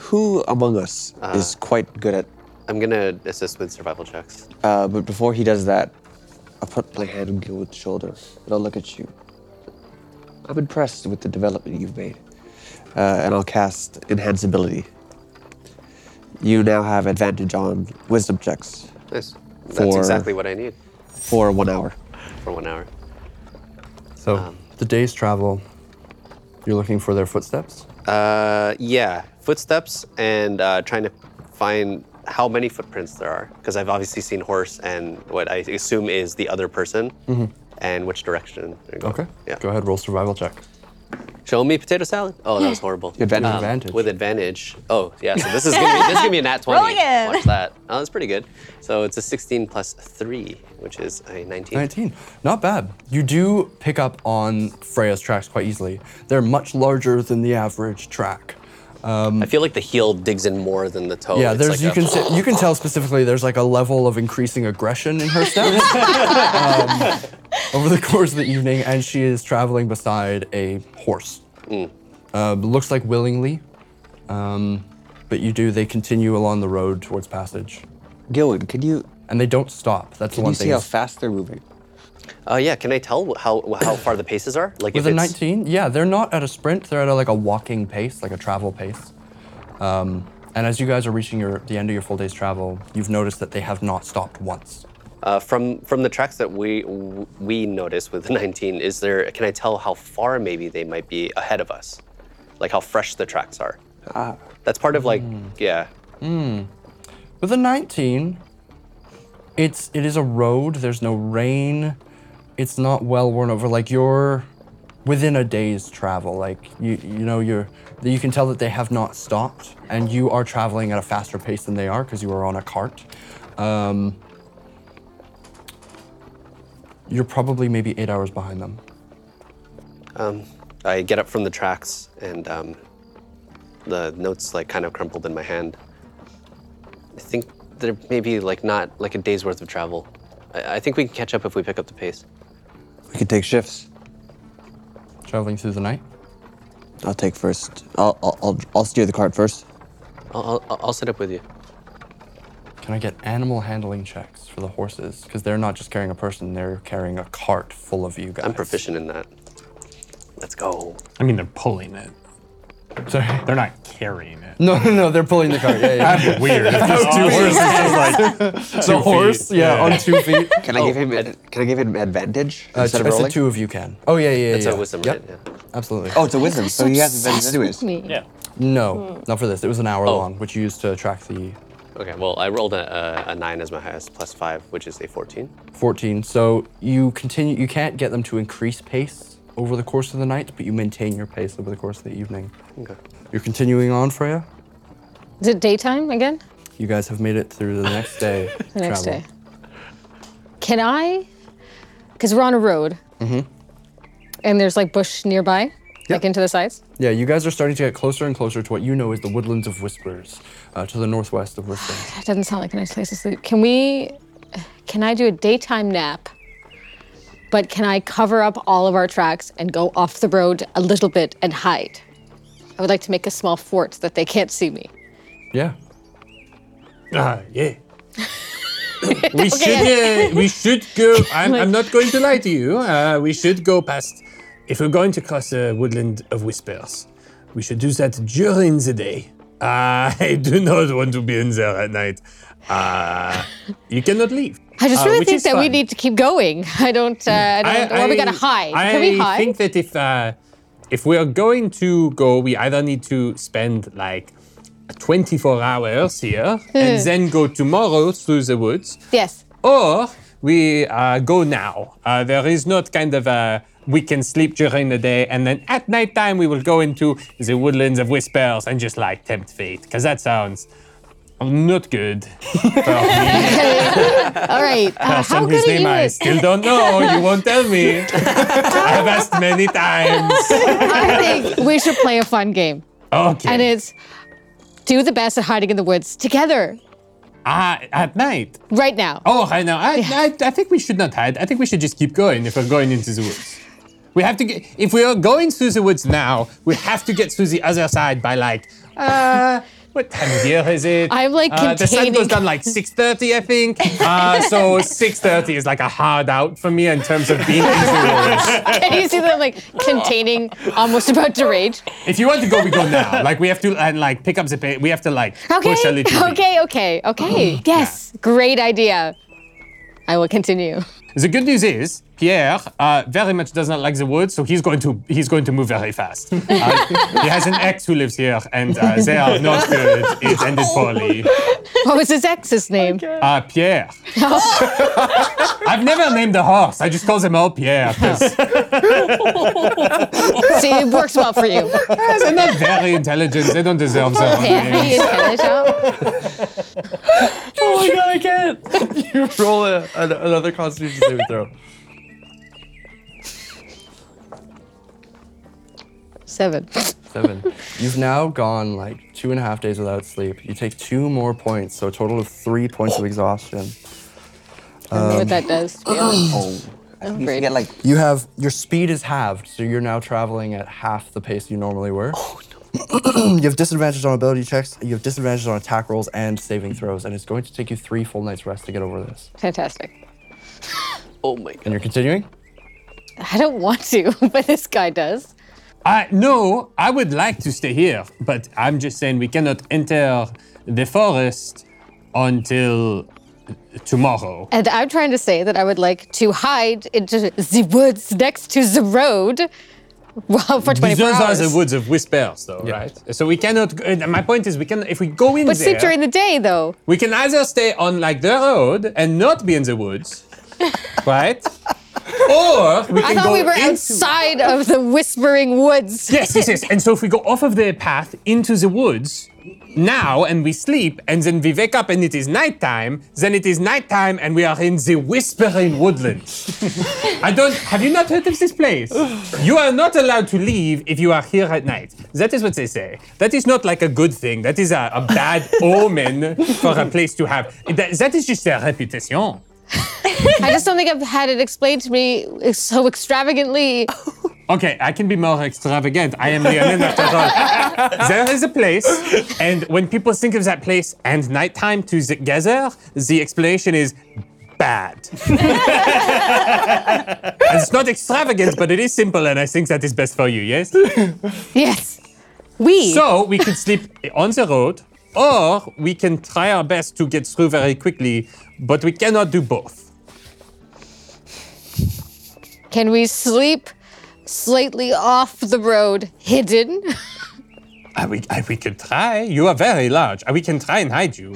S6: Who among us is quite good at?
S7: I'm gonna assist with survival checks.
S6: Uh, but before he does that, I put my head on Gilbert's shoulder and I'll look at you. I'm impressed with the development you've made, uh, and I'll cast enhance ability. You now have advantage on wisdom checks
S7: Nice. That's
S6: For-
S7: exactly what I need
S6: for one hour.
S7: for one hour.
S1: So the day's travel. You're looking for their footsteps.
S7: Uh, yeah, footsteps and uh, trying to find how many footprints there are because I've obviously seen horse and what I assume is the other person and which direction they're going.
S1: Mm-hmm. Okay.
S7: Yeah.
S1: Go ahead, roll survival check.
S7: Show me potato salad. Oh, that was horrible.
S1: With
S6: Advantage.
S1: advantage.
S7: With advantage. Oh, yeah. So this is gonna be, this is gonna be a nat twenty.
S4: Roll again.
S7: Watch that. Oh, that's pretty good. So it's a sixteen plus three, which is a nineteen.
S1: 19. Not bad. You do pick up on Freya's tracks quite easily. They're much larger than the average track.
S7: I feel like the heel digs in more than the toe.
S1: yeah,
S7: Oh, It's
S1: there's
S7: like
S1: you
S7: a-
S1: can se- you can tell specifically there's like a level of increasing aggression in her steps um, over the course of the evening, and she is traveling beside a horse. Uh, looks like willingly, um, but you do. They continue along the road towards passage,
S6: Gilwin, can you
S1: and they don't stop. That's the
S6: can
S1: one
S6: you
S1: thing.
S6: see how
S1: is-
S6: fast they're moving?
S7: Uh, yeah, can I tell wh- how wh- how far the paces are? Like
S1: With
S7: if
S1: a
S7: it's
S1: 19, yeah, they're not at a sprint. They're at a, like a walking pace, like a travel pace. Um, and as you guys are reaching your the end of your full day's travel, you've noticed that they have not stopped once.
S7: uh, from from the tracks that we w- we notice with the 19, is there? Can I tell how far maybe they might be ahead of us, like how fresh the tracks are? That's part of like yeah.
S1: With a 19, it's it is a road. There's no rain. It's not well worn over. Like you're within a day's travel. Like you you know you're you can tell that they have not stopped, and you are traveling at a faster pace than they are because you are on a cart. Um, you're probably maybe eight hours behind them.
S7: Um, I get up from the tracks and um, the notes like kind of crumpled in my hand. I think they're maybe like not like a day's worth of travel. I, I think we can catch up if we pick up the pace.
S6: We could take shifts.
S1: Traveling through the night.
S6: I'll take first. I'll I'll, I'll, I'll steer the cart first.
S7: I'll, I'll, I'll sit up with you.
S1: Can I get animal handling checks for the horses? Because they're not just carrying a person; they're carrying a cart full of you guys.
S7: I'm proficient in that. Let's go.
S8: I mean, they're pulling it.
S1: Sorry.
S8: They're not carrying it.
S1: No, no, no, they're pulling the cart. Yeah, yeah.
S8: Weird. It's just
S1: feet.
S8: horses just like
S1: the horse, yeah, on two feet.
S6: Can I give
S5: Oh.
S6: him Can I give him advantage
S1: Uh, it's the two of you can. Oh yeah, yeah, yeah.
S7: That's
S1: yeah.
S7: a wisdom,
S1: Yep,
S7: right? Yeah.
S1: Absolutely.
S6: Oh, it's a wisdom, so he has advantage
S5: Obsessed
S6: anyways.
S5: with me.
S10: Yeah.
S5: Hmm.
S1: no, not for this. It was an hour
S7: Oh.
S1: long, which you used to track the
S7: Okay, well, I rolled a, a, a nine as my highest, plus five, which is a 14.
S1: 14. So you continue. You can't get them to increase pace over the course of the night, but you maintain your pace over the course of the evening.
S7: Okay.
S1: You're continuing on, Freya.
S5: Is it daytime again?
S1: You guys have made it through the next day.
S5: The next
S1: travel.
S5: day. Can I? Because we're on a road.
S3: Mm-hmm.
S5: And there's like bush nearby, like into the sides.
S1: Yeah, you guys are starting to get closer and closer to what you know is the woodlands of whispers, uh, to the northwest of whispers.
S5: That doesn't sound like a nice place to sleep. Can we? Can I do a daytime nap? But can I cover up all of our tracks and go off the road a little bit and hide? I would like to make a small fort so that they can't see me.
S1: Yeah.
S3: Ah, yeah. we should uh, we should go. I'm, I'm not going to lie to you. Uh, we should go past. If we're going to cross the woodland of whispers, we should do that during the day. I do not want to be in there at night. Uh, you cannot leave.
S5: I just
S3: Uh,
S5: really
S3: which
S5: think
S3: is
S5: that we
S3: fine.
S5: need to keep going. I don't. Uh, I don't. well, we gotta hide.
S3: I
S5: can we hide?
S3: think that if uh, if we are going to go, we either need to spend like 24 hours here and then go tomorrow through the woods,
S5: yes.
S3: or we uh, go now. Uh, there is not kind of a we can sleep during the day and then at nighttime we will go into the woodlands of whispers and just like tempt fate because that sounds not good.
S5: All right. Uh, how
S3: Person
S5: good
S3: whose
S5: are
S3: name
S5: you?
S3: I
S5: At,
S3: still don't know. You won't tell me. I've asked many times.
S5: I think we should play a fun game,
S3: Okay.
S5: and it's do the best at hiding in the woods together
S3: Ah, at night.
S5: right now.
S3: Oh, I know. I, I, I think we should not hide. I think we should just keep going if we're going into the woods. We have to get. If we are going through the woods now, we have to get through the other side by like. Uh, what time of year is it?
S5: I'm, like,
S3: uh, the sun
S5: containing-
S3: goes down like 6:30, I think. Uh, so 6:30 is like a hard out for me in terms of being in the woods.
S5: Can you see that I'm like containing, almost about to rage?
S3: If you want to go, we go now. Like we have to and like pick up the pace. We have to like
S5: Okay.
S3: push a little. bit.
S5: Okay. Okay. Okay. yes. Great idea. I will continue.
S3: The good news is Pierre uh, very much does not like the woods, so he's going to he's going to move very fast. Uh, he has an ex who lives here, and uh, they are not good. It ended poorly.
S5: What was his ex's name?
S3: Uh, Pierre. I've never named a horse. I just call them all Pierre. 'cause-
S5: See, it works well for you.
S3: Yeah, they're not very intelligent. They don't deserve their own
S5: Yeah,
S3: names.
S5: he is intelligent.
S1: Oh my god, I can't! you roll a, an, another constitution saving throw.
S5: Seven.
S1: Seven. You've now gone like two and a half days without sleep. You take two more points, so a total of three points of exhaustion.
S5: I don't know what that does.
S6: Oh, I think you
S5: great.
S6: forget like
S1: You have your speed is halved, so you're now traveling at half the pace you normally were. Oh no. you have disadvantage on ability checks, you have disadvantage on attack rolls and saving throws, and it's going to take you three full nights rest to get over this.
S5: Fantastic.
S7: Oh my god.
S1: And you're continuing?
S5: I don't want to, but this guy does.
S3: I, no, I would like to stay here, but I'm just saying we cannot enter the forest until tomorrow.
S5: And I'm trying to say that I would like to hide into the woods next to the road well, for 24
S3: Those
S5: hours.
S3: are the woods of whispers, though, right? So we cannot. go- and My point is, we can if we go in
S5: but
S3: there,
S5: sleep during the day, though.
S3: we can either stay on like the road and not be in the woods, right? Or we
S5: I
S3: can
S5: thought
S3: go
S5: we were
S3: into-
S5: outside of the whispering woods.
S3: Yes, yes, yes. And so if we go off of the path into the woods now and we sleep and then we wake up and it is nighttime, then it is nighttime and we are in the whispering woodland. I don't have you not heard of this place? You are not allowed to leave if you are here at night. That is what they say. That is not like a good thing. That is a, a bad omen for a place to have. That- that is just their reputation.
S5: I just don't think I've had it explained to me so extravagantly.
S3: Okay, I can be more extravagant. I am Leonin after all. there is a place, and when people think of that place and nighttime to the gather, the explanation is bad. And it's not extravagant, but it is simple, and I think that is best for you, yes?
S5: Yes. We.
S3: So we could sleep on the road, or we can try our best to get through very quickly, but we cannot do both.
S5: Can we sleep slightly off the road, hidden?
S3: Ah, we, ah, we could try. You are very large. Ah, We can try and hide you.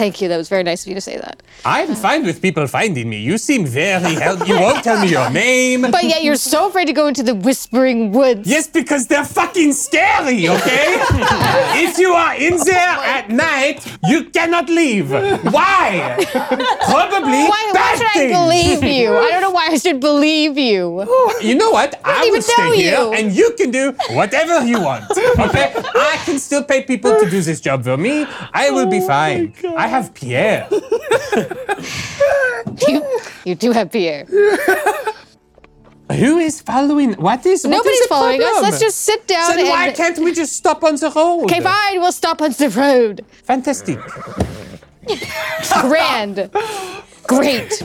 S5: Thank you. That was very nice of you to say that.
S3: I'm fine with people finding me. You seem very help. You won't tell me your name.
S5: But yet you're so afraid to go into the whispering woods.
S3: yes, because they're fucking scary, okay? if you are in there
S5: Oh
S3: at night, you cannot leave. Why? Probably
S5: Why, why
S3: bad
S5: should I
S3: things.
S5: believe you? I don't know why I should believe you.
S3: You know what? I,
S5: even
S3: will stay
S5: know
S3: here,
S5: you.
S3: and you can do whatever you want. Okay? I can still pay people to do this job for me. I will
S5: Oh
S3: be fine. I have Pierre.
S5: you. You do have Pierre.
S3: Who is following? What is? what is
S5: Nobody's
S3: the
S5: following us.
S3: problem?
S5: Let's just sit down
S3: Then why
S5: and-
S3: can't we just stop on the road?
S5: Okay, fine. We'll stop on the road.
S3: Fantastic.
S5: Grand. Great.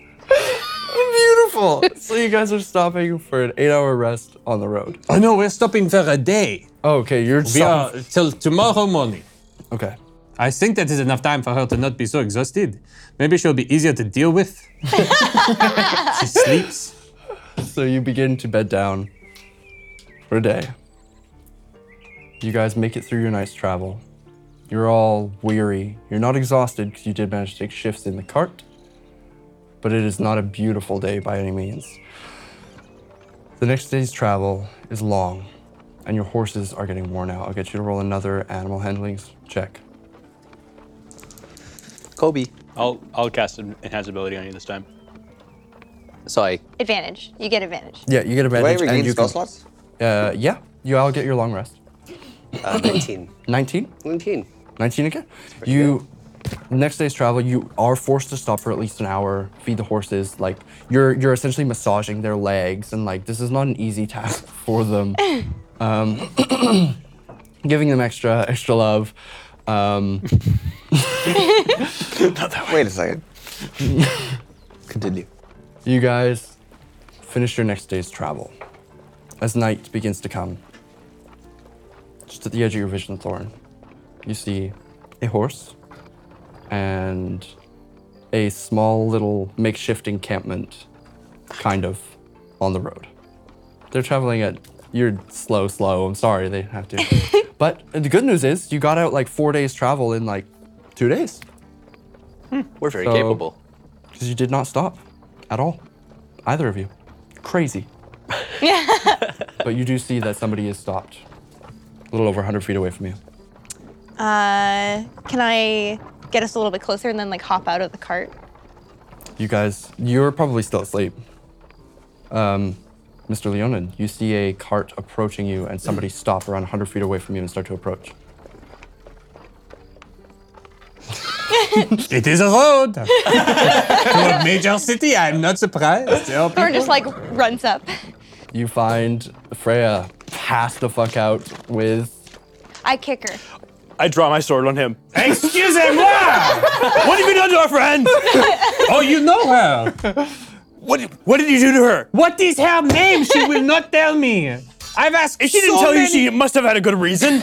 S1: Beautiful! so you guys are stopping for an eight hour rest on the road. Oh,
S3: Oh no, we're stopping for a day.
S1: Okay, you're
S3: We
S1: stopping-
S3: are till tomorrow morning.
S1: Okay.
S3: I think that is enough time for her to not be so exhausted. Maybe she'll be easier to deal with. she sleeps.
S1: So you begin to bed down for a day. You guys make it through your night's travel. You're all weary. You're not exhausted because you did manage to take shifts in the cart, but it is not a beautiful day by any means. The next day's travel is long, and your horses are getting worn out. I'll get you to roll another animal handling s- check.
S7: Kobe.
S9: I'll I'll cast an enhanced ability on you this time.
S7: So I
S4: Advantage. You get advantage.
S1: Yeah, you get a
S6: do I
S1: advantage.
S6: regain
S1: and you
S6: spell
S1: can,
S6: slots?
S1: Uh, yeah, you all get your long rest.
S7: uh, 19.
S1: 19?
S7: 19.
S1: 19 again. You next day's travel, you are forced to stop for at least an hour, feed the horses, like you're you're essentially massaging their legs and like this is not an easy task for them. Um, giving them extra extra love. Um,
S6: Wait a second. Continue.
S1: you guys finish your next day's travel. As night begins to come, just at the edge of your vision, Thorn, you see a horse and a small little makeshift encampment, kind of, on the road. They're traveling at you're slow, slow. I'm sorry they have to, but the good news is you got out like four days travel in like two days
S7: We're very
S1: So-
S7: capable.
S1: because you did not stop at all, either of you. Crazy. but you do see that somebody is stopped, a little over 100 feet away from you.
S4: Uh, can I get us a little bit closer and then like hop out of the cart?
S1: You guys, you're probably still asleep. Um, Mr. Leonin, you see a cart approaching you and somebody stop around 100 feet away from you and start to approach.
S3: It is a road to a major city. I'm not surprised. There are
S4: Or
S3: people-
S4: just like runs up.
S1: You find Freya passed the fuck out with.
S4: I kick her.
S9: I draw my sword on him.
S3: Excusez-moi!
S9: What have you done to our friend?
S3: Oh, you know her.
S9: What, what did you do to her?
S3: What is her name? She will not tell me. I've asked.
S9: If she didn't
S3: so
S9: tell you,
S3: many-
S9: she must have had a good
S5: I
S9: reason.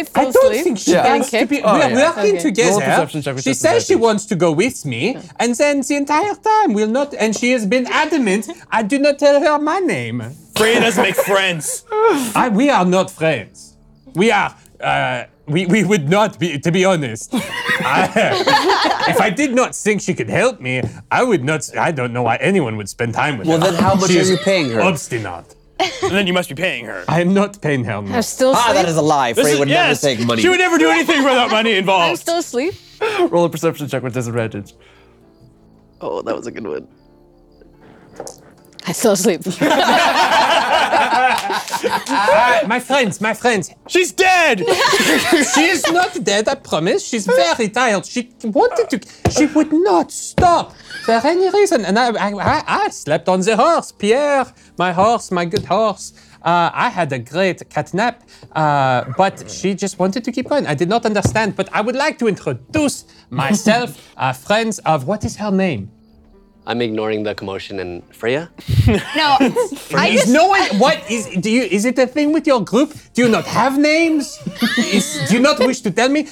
S3: I
S5: fell
S3: don't
S5: asleep.
S3: think she
S1: Yeah.
S3: wants to
S5: Getting
S3: be.
S5: kicked?
S3: we're
S5: Oh, yeah.
S3: working
S5: Okay.
S1: Roll a
S3: together.
S1: perception check with
S3: She says she
S1: disadvantage.
S3: wants to go with me, and then the entire time will not. And she has been adamant. I do not tell her my name.
S9: Freya doesn't make friends.
S3: I, we are not friends. We are. Uh, we, we would not be, to be honest. I- if I did not think she could help me, I would not. I don't know why anyone would spend time with
S6: Well,
S3: her.
S6: then how much
S3: She
S6: are
S3: is
S6: you paying her?
S3: Obstinate.
S9: And then you must be paying her.
S3: I am not paying her. No.
S5: I'm still asleep.
S6: Ah, that is a lie.
S9: This
S6: Frey
S9: is-
S6: would
S9: yes,
S6: never take money.
S9: She would never do anything without money
S5: I'm
S9: involved.
S5: still asleep.
S1: Roll a perception check with disadvantage.
S10: Oh, that was a good one.
S5: I still asleep.
S3: Uh, my friends, my friends.
S9: She's dead.
S3: She is not dead, I promise. She's very tired. She wanted to. She would not stop for any reason. And I, I, I, I slept on the horse, Pierre, my horse, my good horse. Uh, I had a great cat nap, uh, but she just wanted to keep going. I did not understand, but I would like to introduce myself, uh, friends of what is her name?
S7: I'm ignoring the commotion and Freya.
S4: No, I
S3: Is
S4: just
S3: no one? What is? Do you? Is it a thing with your group? Do you not have names? Is, do you not wish to tell me?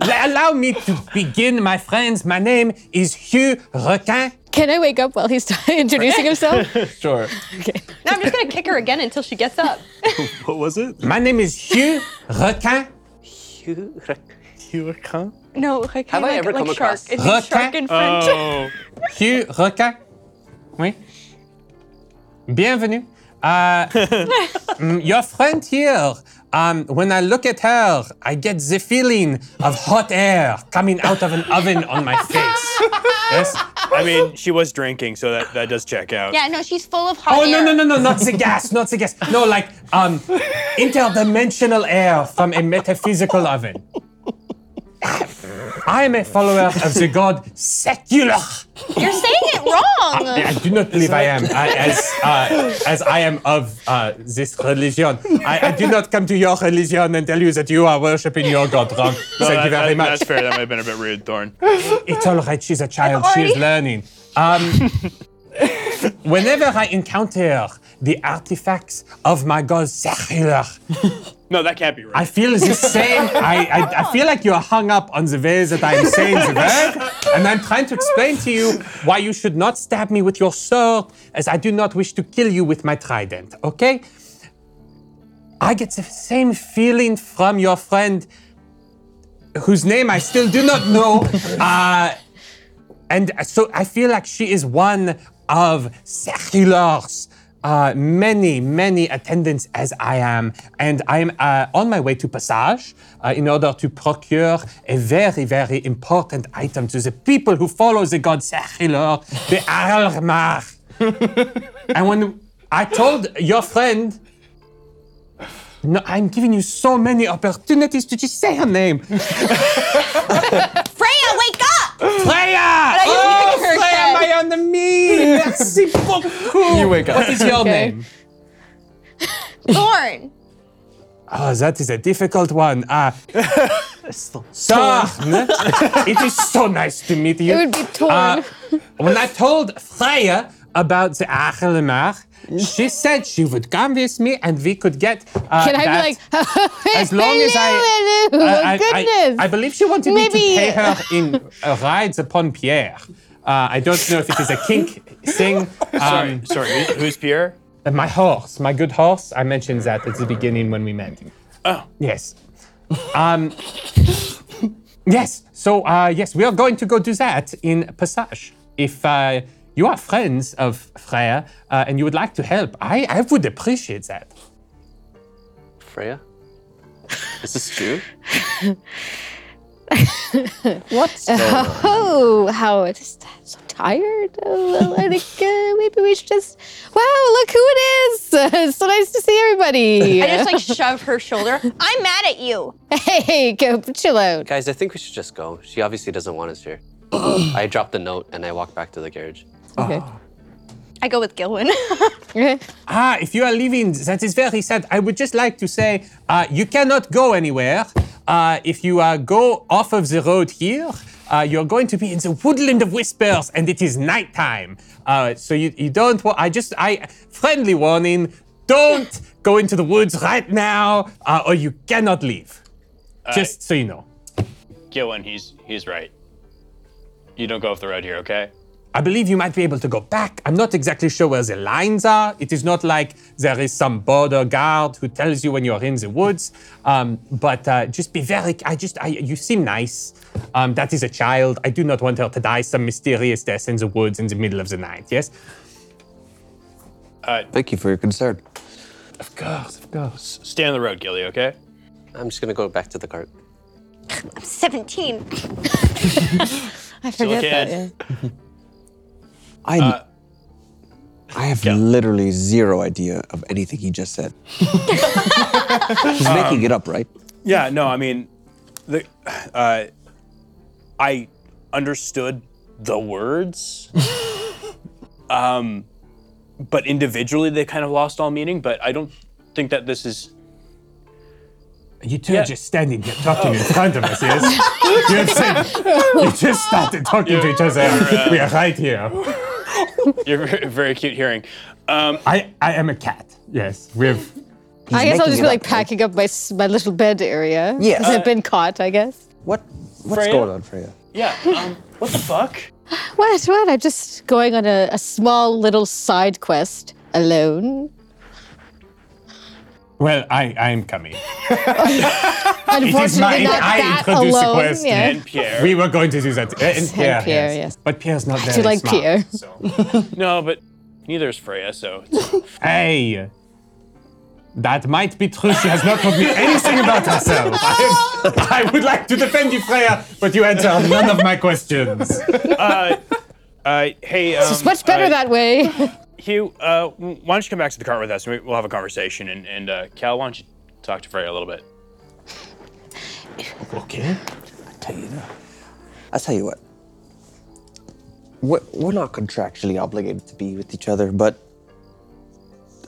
S3: La- Allow me to begin, my friends. My name is Hugh Requin.
S5: Can I wake up while he's introducing himself?
S1: Sure.
S4: no, I'm just gonna kick her again until she gets up.
S9: what was it?
S3: My name is Hugh Requin.
S4: No, I can't.
S7: Have I
S4: like,
S7: ever
S4: like
S7: come
S4: shark.
S7: across-
S4: It's like
S3: Okay.
S4: shark in French.
S9: Oh,
S3: Hugh Requin. Oui. Bienvenue. Uh, mm, your friend here. Um, when I look at her, I get the feeling of hot air coming out of an oven on my face. Yes.
S9: I mean, she was drinking, so that, that does check out.
S4: yeah, no, she's full of hot
S3: Oh
S4: air.
S3: no no no no! Not the gas, not the gas. No, like um, interdimensional air from a metaphysical oven. I am a follower of the god secular.
S4: You're saying it
S3: I
S4: wrong.
S3: do not believe I am, I, as uh, as I am of uh, this religion. I, I do not come to your religion and tell you that you are worshiping your god wrong.
S9: No,
S3: Thank
S9: that-
S3: you very
S9: that-
S3: much.
S9: That's fair. That might have been a bit rude, Thorn.
S3: It's all right. She's a child.
S4: I've
S3: She is
S4: already-
S3: learning. Um, whenever I encounter the artifacts of my god secular.
S9: No, that can't be right.
S3: I feel the same. I, I, I feel like you're hung up on the ways that I'm saying the word, and I'm trying to explain to you why you should not stab me with your sword, as I do not wish to kill you with my trident. Okay? I get the same feeling from your friend, whose name I still do not know. Uh, and so I feel like she is one of Secular's uh, many, many attendants as I am. And I'm uh, on my way to Passage uh, in order to procure a very, very important item to the people who follow the god Secular, the Aralmar. and when I told your friend, no, I'm giving you so many opportunities to just say her name.
S4: Freya, wake up!
S3: Freya!
S4: you
S3: Oh,
S4: make her
S3: Freya,
S4: sad.
S3: my enemy! Merci beaucoup!
S1: You wake up.
S3: What is your
S5: Okay.
S3: name?
S4: Thorn.
S3: Oh, that is a difficult one. Ah, Sorn. It is so nice to meet you. Ah,
S5: It would be torn.
S3: Uh, when I told Freya, about the Achelemach. She said she would come with me and we could get. Uh,
S5: Can I
S3: that-
S5: be like,
S3: as long as I, uh,
S5: Hello, hello,
S3: I- I- I-
S5: goodness.
S3: I, believe she wanted me to
S5: Maybe-
S3: pay her in uh, rides upon Pierre. Uh, I don't know if it is a kink thing. Um,
S9: Sorry, who- who's Pierre?
S3: Uh, my horse, my good horse. I mentioned that at the beginning when we met.
S9: Oh.
S3: Yes. Um, yes. So uh, yes, we are going to go do that in Passage. If uh, you are friends of Freya uh, and you would like to help, I, I would appreciate that.
S7: Freya? Is this true?
S5: oh, how I'm just so tired. Oh, I think uh, maybe we should just. Wow, look who it is! It's so nice to see everybody.
S4: I just like shove her shoulder. I'm mad at you.
S5: hey, go chill out.
S7: Guys, I think we should just go. She obviously doesn't want us here. I dropped the note and I walked back to the carriage.
S6: Oh.
S5: Okay.
S4: I go with Gilwin.
S5: Okay.
S3: Ah, if you are leaving, that is very sad. I would just like to say uh, you cannot go anywhere. Uh, if you uh, go off of the road here, uh, you're going to be in the woodland of whispers, and it is nighttime. Uh, so you, you don't. Wa- I just I friendly warning: don't go into the woods right now, uh, or you cannot leave. just so you know,
S9: Gillen, he's he's right. You don't go off the road here, okay?
S3: I believe you might be able to go back. I'm not exactly sure where the lines are. It is not like there is some border guard who tells you when you're in the woods. Um, but uh, just be very. I just. I, you seem nice. Um, that is a child. I do not want her to die some mysterious death in the woods in the middle of the night. Yes.
S6: Thank you for your concern.
S3: Of course. Of course.
S9: S- Stay on the road, Gilly, okay?
S7: I'm just gonna go back to the cart.
S4: 17.
S5: I forget
S9: okay.
S5: that. yeah.
S6: I, I have literally zero idea Uh, of anything he just said. He's making it up, right?
S9: Yeah, no, I mean, the, uh, I understood the words, um, but individually they kind of lost all meaning. But I don't think that this is.
S3: You two are just standing here talking in front of us. Yes. you, have said, you just started talking to each other. we are right here.
S9: You're very, very cute hearing. Um,
S3: I. I am a cat. Yes. We have.
S5: I guess
S6: making
S5: I'll just
S6: it
S5: be like
S6: up, right?
S5: packing up my s- my little bed area.
S6: Yeah.
S5: Because I've been
S3: Uh,
S5: caught, I guess.
S6: What? What's
S9: Freya?
S6: going on, Freya?
S9: yeah. Um, what the fuck?
S5: What? What? I'm just going on a, a small little side quest alone.
S3: Well, I. I am coming.
S5: Unfortunately,
S3: mine.
S5: not
S3: I
S5: that
S3: introduced the
S5: alone.
S3: quest.
S5: Yeah.
S9: And Pierre.
S3: We were going to do that. uh, And Pierre,
S5: Pierre,
S3: yes.
S5: yes.
S3: But Pierre's not there.
S5: do like Pierre.
S3: So.
S9: no, but neither is Freya, so it's-
S3: hey, that might be true. She has not told me anything about herself. I, am- I would like to defend you, Freya, but you answer none of my questions.
S9: uh, uh, hey, um,
S5: It's much better
S9: uh,
S5: that way.
S9: Hugh, uh, w- why don't you come back to the cart with us? and we- We'll have a conversation. And, and uh, Cal, why don't you talk to Freya a little bit?
S3: Okay.
S6: tell you that. I tell you what. We're, we're not contractually obligated to be with each other, but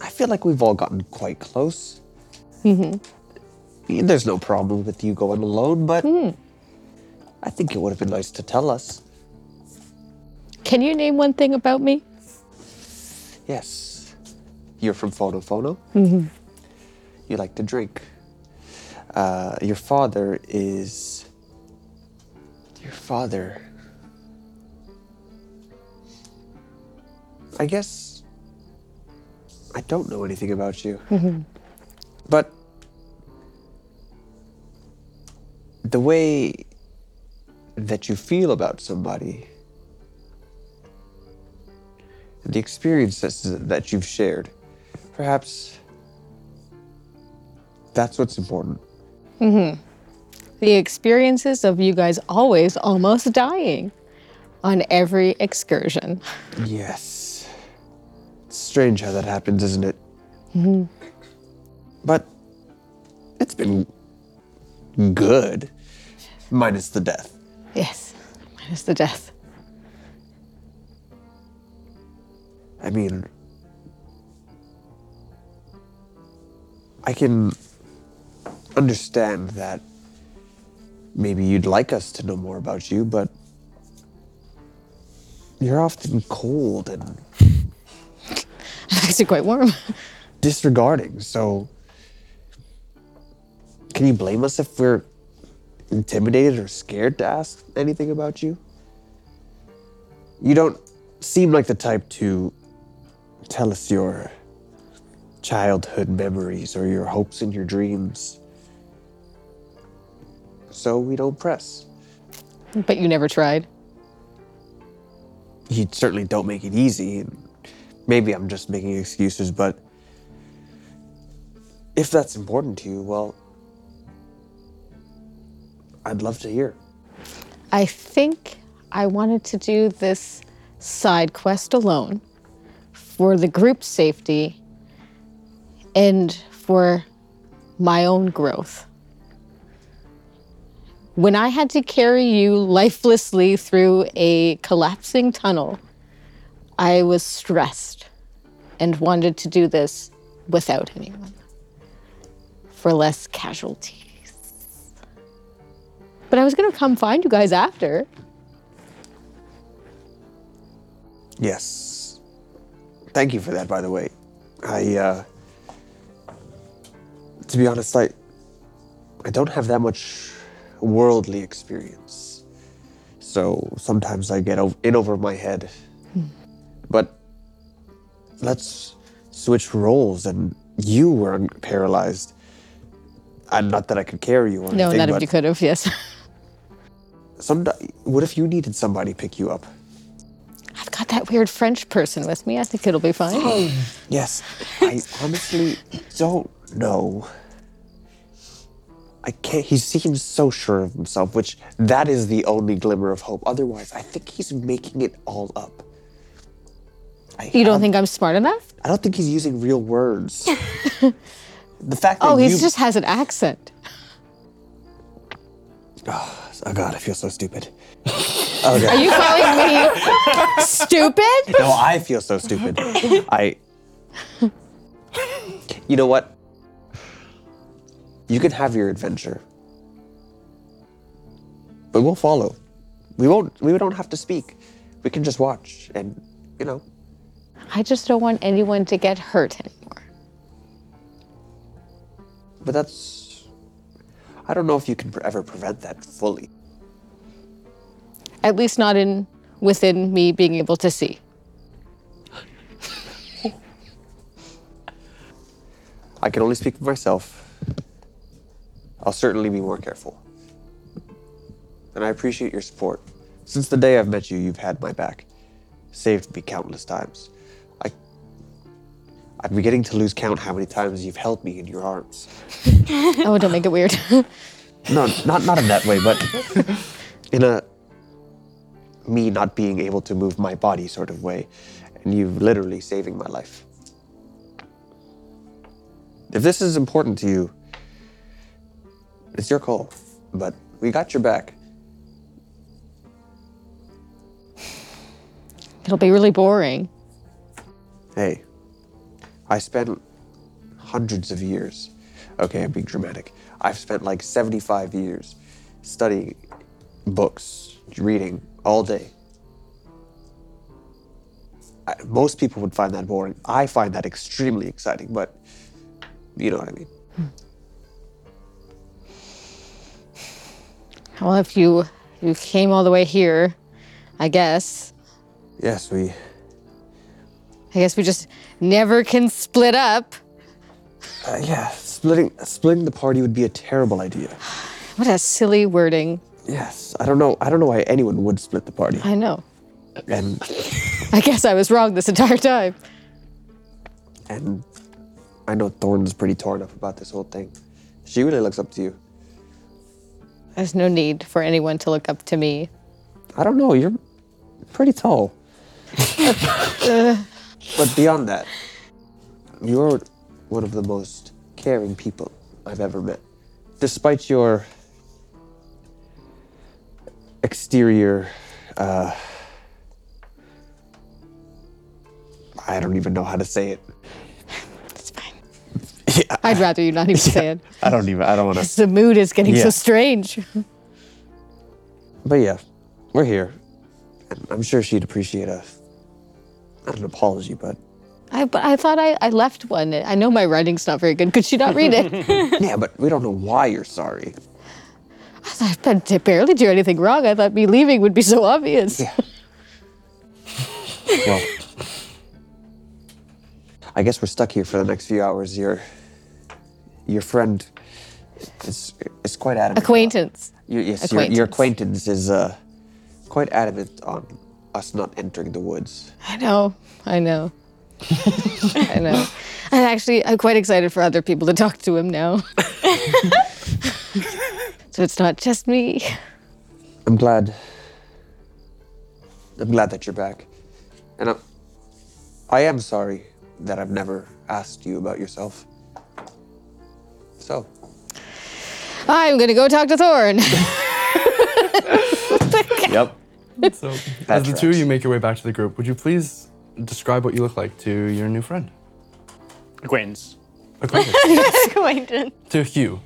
S6: I feel like we've all gotten quite close. Mm-hmm. There's no problem with you going alone, but I think it would have been nice to tell us.
S5: Can you name one thing about me?
S6: Yes, you're from Phono Phono. Mm-hmm. You like to drink. Uh, your father is. Your father. I guess. I don't know anything about you. But. The way that you feel about somebody the experiences that you've shared. Perhaps that's what's important.
S5: The experiences of you guys always almost dying on every excursion.
S6: Yes. It's strange how that happens, isn't it? But it's been good, minus the death.
S5: Yes, minus the death.
S6: I mean, I can understand that maybe you'd like us to know more about you, but you're often cold and
S5: actually quite warm.
S6: disregarding. So, can you blame us if we're intimidated or scared to ask anything about you? You don't seem like the type to tell us your childhood memories or your hopes and your dreams. So, we don't press.
S5: but you never tried.
S6: you certainly don't make it easy. and Maybe I'm just making excuses, but if that's important to you, well, I'd love to hear.
S5: I think I wanted to do this side quest alone for the group's safety and for my own growth. When I had to carry you lifelessly through a collapsing tunnel, I was stressed and wanted to do this without anyone for less casualties. But I was going to come find you guys after.
S6: Yes. Thank you for that, by the way. I, uh, to be honest, I, I don't have that much worldly experience. So sometimes I get ov- in over my head.
S5: Hmm.
S6: but let's switch roles, and you were un- paralyzed. And not that I could carry you or
S5: No,
S6: anything,
S5: not if
S6: but
S5: you could have, yes.
S6: some, what if you needed somebody pick you up?
S5: I've got that weird French person with me. I think it'll be fine.
S6: Yes, I honestly don't know. I can't. He seems so sure of himself, which that is the only glimmer of hope. Otherwise, I think he's making it all up. I,
S5: You don't
S6: I'm-
S5: think I'm smart enough?
S6: I don't think he's using real words. the fact that
S5: Oh, he
S6: you,
S5: just has an accent.
S6: oh god, I feel so stupid. Oh god.
S5: Are you calling me stupid?
S6: No, Oh, I feel so stupid. I. You know what? You can have your adventure, but we'll follow. We won't. We don't have to speak. We can just watch, and you know.
S5: I just don't want anyone to get hurt anymore.
S6: But that's. I don't know if you can pre- ever prevent that fully.
S5: At least not in within me being able to see.
S6: I can only speak for myself. I'll certainly be more careful. And I appreciate your support. Since the day I've met you, you've had my back. Saved me countless times. I I'm beginning to lose count how many times you've held me in your arms.
S5: Oh, don't make it weird.
S6: No, not not in that way, but in a me not being able to move my body sort of way. And you literally saving my life. If this is important to you, it's your call. But we got your back.
S5: it'll be really boring.
S6: Hey, I spent hundreds of years. Okay, I'm being dramatic. I've spent like 75 years studying books, reading all day. I, most people would find that boring. I find that extremely exciting, but you know what I mean.
S5: Well, if you you came all the way here, I guess.
S6: Yes, we.
S5: I guess we just never can split up.
S6: Uh, yeah, splitting splitting the party would be a terrible idea.
S5: What a silly wording.
S6: Yes, I don't know. I don't know why anyone would split the party.
S5: I know.
S6: And
S5: I guess I was wrong this entire time.
S6: And I know Thornton's pretty torn up about this whole thing. She really looks up to you.
S5: There's no need for anyone to look up to me.
S6: I don't know, you're pretty tall. but beyond that, you're one of the most caring people I've ever met. Despite your exterior, uh, I don't even know how to say it.
S5: It's fine. I'd rather you not even say it.
S6: I don't even, I don't want to
S5: The mood is getting
S6: Yeah.
S5: so strange.
S6: But yeah, we're here. And I'm sure she'd appreciate a not an apology, but
S5: I, but I thought I, I left one. I know my writing's not very good. Could she not read it?
S6: Yeah, but we don't know why you're sorry.
S5: I did barely do anything wrong. I thought me leaving would be so obvious.
S6: Yeah. well, I guess we're stuck here for the next few hours. Your your friend is is quite adamant. about-
S5: Acquaintance.
S6: Your, yes, your- Your,
S5: Acquaintance.
S6: acquaintance is uh, quite adamant on us not entering the woods.
S5: I know. I know. I know. And actually, I'm quite excited for other people to talk to him now. so it's not just me.
S6: I'm glad. I'm glad that you're back, and I'm, I am sorry that I've never asked you about yourself. So,
S5: I'm going to go talk to Thorn.
S6: yep.
S1: So,
S6: That
S1: as the two of
S6: tracks.
S1: you make your way back to the group, would you please describe what you look like to your new friend?
S9: Acquaintance.
S1: Acquaintance.
S4: Acquaintance.
S1: to Hugh.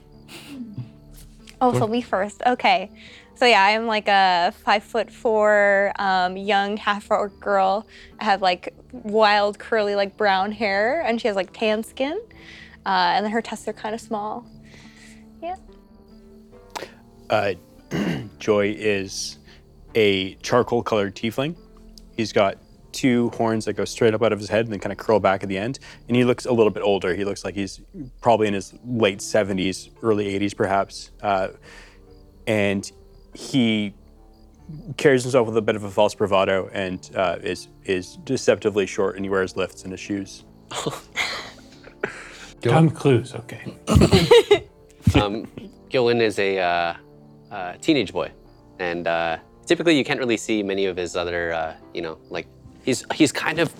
S4: Oh, so me first. Okay. So yeah, I'm like a five foot four um, young half orc girl. I have like wild curly like brown hair, and she has like tan skin, uh, and then her tests are kind of small. Yeah.
S9: Uh, Joy is a charcoal colored tiefling. He's got two horns that go straight up out of his head and then kind of curl back at the end. And he looks a little bit older. He looks like he's probably in his late 70s, early 80s perhaps. Uh, and he carries himself with a bit of a false bravado and uh, is, is deceptively short and he wears lifts in his shoes.
S3: Dumb clues, okay.
S7: Um, Gilwin is a uh, uh, teenage boy, and uh, typically you can't really see many of his other, uh, you know, like he's he's kind of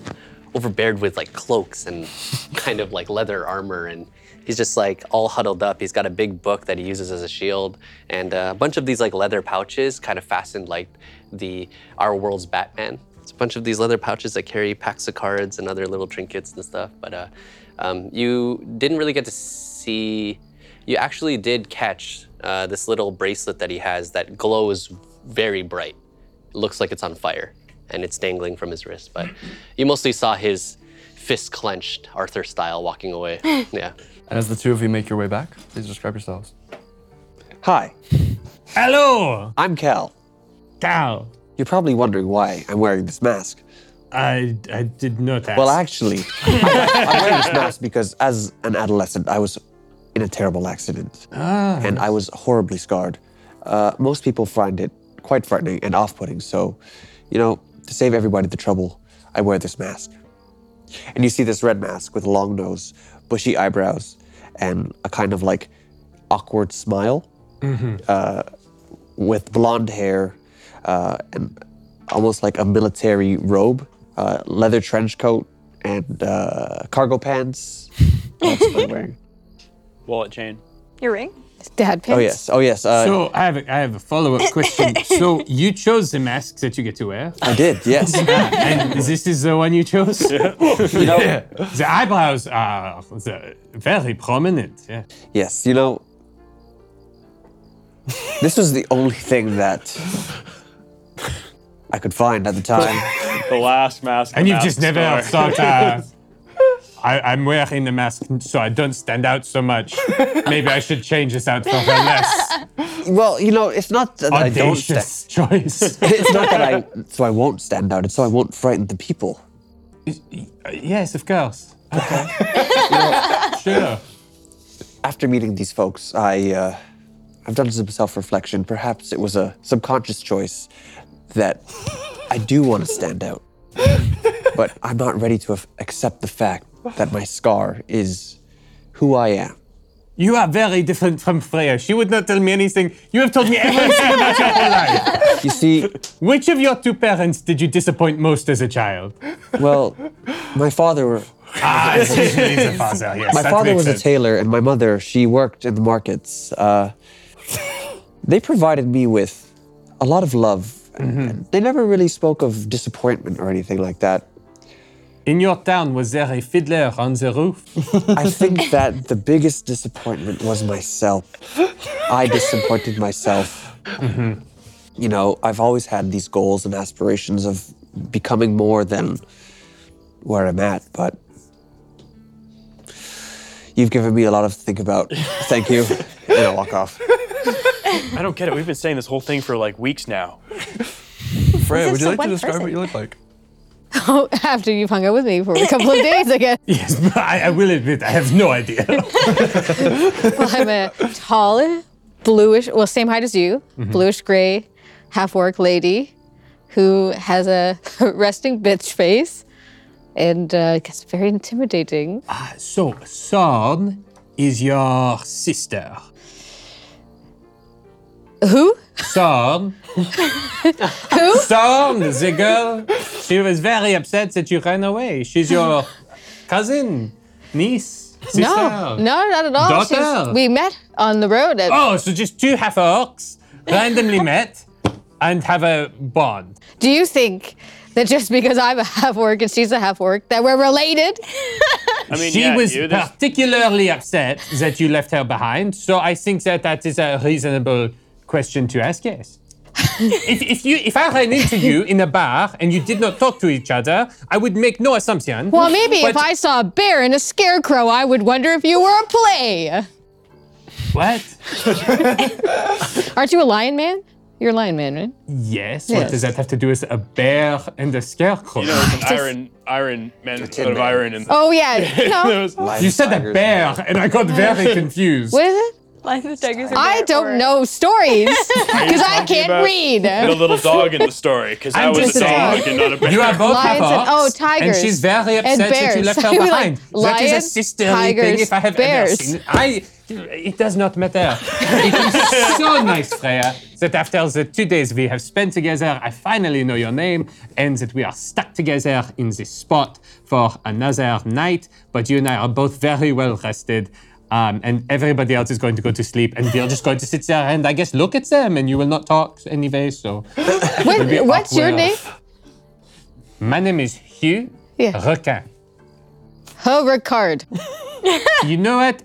S7: overbeared with like cloaks and kind of like leather armor, and he's just like all huddled up. He's got a big book that he uses as a shield, and uh, a bunch of these like leather pouches, kind of fastened like the our world's Batman. It's a bunch of these leather pouches that carry packs of cards and other little trinkets and stuff. But uh, um, you didn't really get to see you actually did catch uh, this little bracelet that he has that glows very bright. It looks like it's on fire and it's dangling from his wrist, but you mostly saw his fist clenched, Arthur style, walking away. yeah.
S1: And as the two of you make your way back, please describe yourselves.
S6: Hi,
S3: Hello,
S6: I'm Cal.
S3: Cal.
S6: You're probably wondering why I'm wearing this mask.
S3: I, I did not ask.
S6: Well, actually, I'm wearing this mask because as an adolescent, I was in a terrible accident and I was horribly scarred. Uh, most people find it quite frightening and off putting. So, you know, to save everybody the trouble, I wear this mask. And you see this red mask with a long nose, bushy eyebrows, and a kind of like awkward smile Uh, with blonde hair uh, and almost like a military robe, uh, leather trench coat, and uh, cargo pants. That's what I'm wearing.
S9: Wallet chain.
S4: Your ring?
S5: Dad
S6: Oh
S5: pants.
S6: yes, oh yes. Uh,
S3: so I have a, I have a follow up question. so you chose the mask that you get to wear,
S6: I did. Yes.
S3: and this is the one you chose.
S6: Oh.
S3: The eyebrows are uh, the- very prominent. Yeah.
S6: yes. You know, this was the only thing that I could find at the time.
S9: The last mask.
S3: And
S9: the
S3: you've just
S9: mask
S3: never
S9: star.
S3: thought. Uh, I, I'm wearing the mask so I don't stand out so much. Maybe I should change this out for her less
S6: Well, you know, it's not that I don't. Stand,
S3: audacious choice.
S6: it's not that I so I won't stand out. It's so I won't frighten the people.
S3: yes, of course. Okay. sure.
S6: after meeting these folks, I uh, I've done some self-reflection. Perhaps it was a subconscious choice that I do want to stand out, but I'm not ready to af- accept the fact that my scar is who I am.
S3: You are very different from Freya. She would not tell me anything. You have told me everything about your whole life.
S6: You see,
S3: Which of your two parents did you disappoint most as a child?
S6: well, my father
S3: Ah, it's usually the father. Yes,
S6: my
S3: that
S6: father
S3: makes
S6: was a
S3: sense.
S6: tailor, and my mother she worked in the markets. Uh, they provided me with a lot of love.
S3: Mm-hmm.
S6: and They never really spoke of disappointment or anything like that.
S3: In your town, was there a fiddler on the roof?
S6: I think that the biggest disappointment was myself. I disappointed myself. You know, I've always had these goals and aspirations of becoming more than where I'm at, but You've given me a lot of think about. Thank you. and I walk off.
S9: I don't get it. We've been saying this whole thing for like weeks now.
S1: Freya,
S4: This
S1: would
S4: is
S1: you
S4: the
S1: like to
S4: one
S1: describe what
S4: person.
S1: you look like?
S5: Oh, after you've hung out with me for a couple of days, I guess.
S3: Yes, but I, I will admit I have no idea.
S5: Well, I'm a tall, bluish, well, same height as you,
S3: Mm-hmm.
S5: bluish gray, half orc lady who has a resting bitch face and uh, gets very intimidating.
S3: so Sarn is your sister.
S5: Who?
S3: Sarn.
S5: Who?
S3: Sarn, the girl. She was very upset that you ran away. She's your cousin, niece, sister.
S5: No, no, not at all.
S3: Daughter.
S5: we met on the road. At,
S3: Oh, so just two half orcs randomly met and have a bond.
S5: Do you think that just because I'm a half orc and she's a half orc that we're related?
S9: I mean,
S3: she
S9: yeah,
S3: was
S9: you- there's-
S3: particularly upset that you left her behind, so I think that that is a reasonable question to ask. Yes. if, if you if I ran into you in a bar and you did not talk to each other, I would make no assumption.
S5: Well, maybe if
S3: But-
S5: I saw a bear and a scarecrow, I would wonder if you were a play.
S3: what?
S5: Aren't you a lion man? You're a lion man, right?
S3: Yes. What
S5: Yes.
S3: does that have to do with a bear and a scarecrow?
S9: you know, it's an
S5: Just-
S9: iron, iron man, out
S6: tin
S9: of
S6: man.
S9: iron, and
S5: Oh yeah,
S9: There
S5: no.
S9: was-
S3: you said a bear, and I got very confused.
S5: What is it?
S4: Lions and tigers are
S5: I
S4: there
S5: don't
S4: for-
S5: know stories because I
S9: talking
S5: can't
S9: about the
S5: read.
S9: little dog in the story, because I
S3: I'm
S9: was
S3: just
S9: a dog
S3: saying.
S9: and not a bear.
S3: You are both
S5: Lions
S3: have
S5: and-
S3: ox,
S5: oh,
S3: And
S5: tigers.
S3: she's very
S5: And
S3: upset that you
S5: bears.
S3: left her
S5: I'd be like,
S3: behind. that is a
S5: lions,
S3: sisterly thing
S5: tigers,
S3: if I have
S5: bears.
S3: ever seen. I, it does not matter. it is so nice, Freya, that after the two days we have spent together, I finally know your name and that we are stuck together in this spot for another night. But you and I are both very well rested. Um, and everybody else is going to go to sleep, and we're just going to sit there and I guess look at them, and you will not talk anyway. So, it'll be
S5: What, what's your
S3: awkward.
S5: name?
S3: My name is Hugh
S5: Yeah.
S3: Requin.
S5: Ho Ricard.
S3: You know what?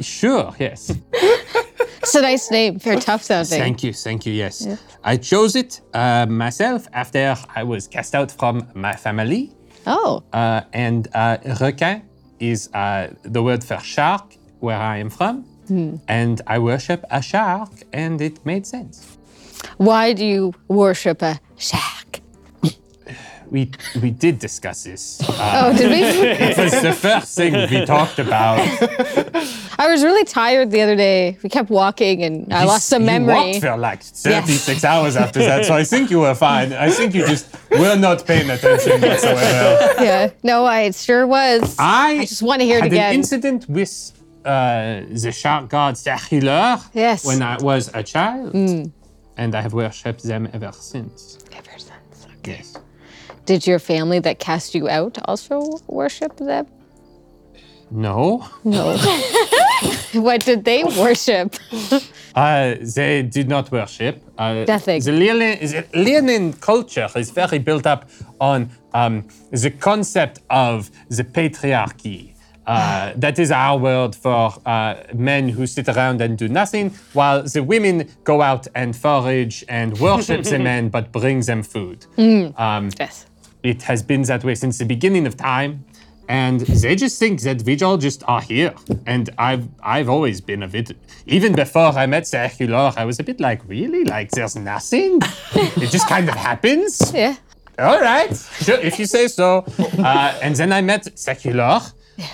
S3: Sure, yes.
S5: It's a nice name. Very tough sounding.
S3: Thank you, thank you, yes. I chose it uh, myself after I was cast out from my family.
S5: Oh,
S3: Uh, and uh, requin is uh, the word for shark, where I am from.
S5: Hmm.
S3: And I worship a shark, and it made sense.
S5: why do you worship a shack?
S3: We, we did discuss this. Uh,
S5: Oh, did we?
S3: it was the first thing we talked about.
S5: I was really tired the other day. We kept walking, and I
S3: You
S5: lost
S3: s-
S5: some
S3: You walked
S5: memory.
S3: for like 36 hours after that, so I think you were fine. I think you just were not paying attention whatsoever.
S5: Yeah. No, I it sure was.
S3: I,
S5: just wanna hear it
S3: had
S5: again.
S3: an incident with uh, the shark god Sahilur
S5: Yes. Hmm.
S3: when I was a child, and I have worshipped them ever since.
S5: Ever since.
S3: Yes.
S5: Did your family that cast you out also worship them?
S3: No,
S5: No. what did they worship?
S3: uh, they did not worship. Uh,
S5: Nothing.
S3: The Leonin, the Leonin culture is very built up on um, the concept of the patriarchy. Uh, that is our word for uh, men who sit around and do nothing, while the women go out and forage and worship the men but bring them food.
S5: Yes.
S3: It has been that way since the beginning of time. And they just think that we all just are here. And I've I've always been a bit even before I met Circular, I was a bit like, really? Like there's nothing? it just kind of happens?
S5: Yeah.
S3: All right. Sure, if you say so. Uh, and then I met Secular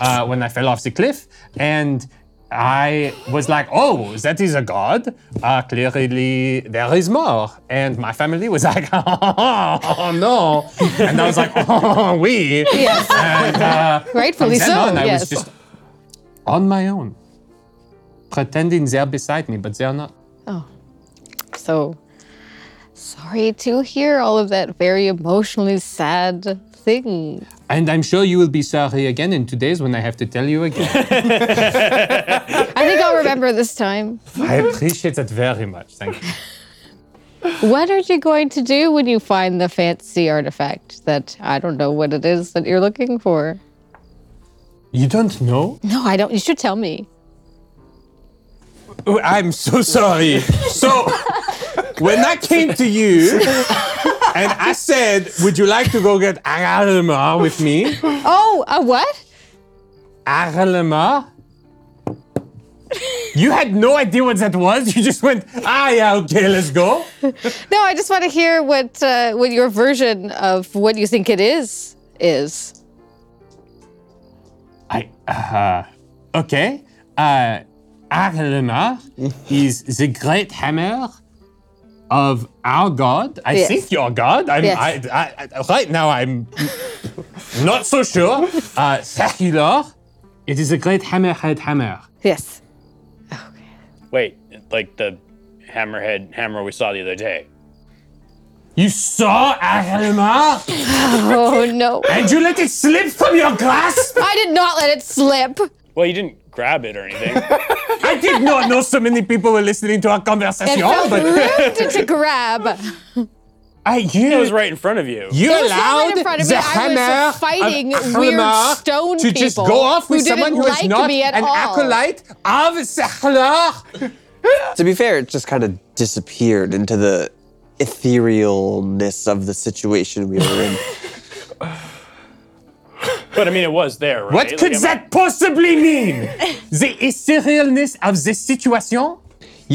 S3: uh, when I fell off the cliff. And I was like, oh, that is a god. Uh, clearly, there is more. And my family was like, oh, no. And I was like, oh, we.
S5: Yes.
S3: And uh, from
S5: Rightfully
S3: then
S5: so.
S3: on, I
S5: yes.
S3: was just on my own, pretending they're beside me, but they're not.
S5: So sorry to hear all of that very emotionally sad thing.
S3: And I'm sure you will be sorry again in two days when I have to tell you again.
S5: I think I'll remember this time.
S3: I appreciate that very much. Thank you.
S5: What are you going to do when you find the fancy artifact that I don't know what it is that you're looking for?
S3: You don't know?
S5: No, I don't. You should tell me.
S3: I'm so sorry. So, when I came to you and I said, Would you like to go get Aralemar with me?
S5: Oh, a what?
S3: Aralemar You had no idea what that was. You just went, ah, yeah, okay, let's go.
S5: No, I just want to hear what uh, what your version of what you think it is is.
S3: I, uh, okay. Uh, Arlenar is the great hammer of our god. I
S5: Yes.
S3: think your god. I'm,
S5: Yes.
S3: I, I, I, right now, I'm not so sure. Uh, Sahular, it is a great hammerhead hammer.
S5: Yes.
S9: Wait, like the hammerhead hammer we saw the other day.
S3: You saw Arlenar
S5: Oh no!
S3: and you let it slip from your grasp?
S5: I did not let it slip.
S9: Well, you didn't grab it or anything.
S3: I did not know so many people were listening to our
S5: It
S3: conversation,
S5: felt
S3: but
S5: rude to grab.
S3: I, you,
S9: it was right in front of you.
S3: You
S5: It was not right
S3: allowed
S5: in front of me.
S3: the
S5: I was
S3: hammer
S5: fighting
S3: of
S5: weird
S3: Ahlamar
S5: stone
S3: to just go
S5: people
S3: off with
S5: who didn't
S3: someone who is
S5: like
S3: not
S5: me at
S3: an
S5: all.
S3: acolyte of Sahlar.
S6: To be fair, it just kind of disappeared into the etherealness of the situation we were in.
S9: But I mean, it was there, right?
S3: What
S9: Like,
S3: could
S9: am I-
S3: that possibly mean? the etherealness of the situation?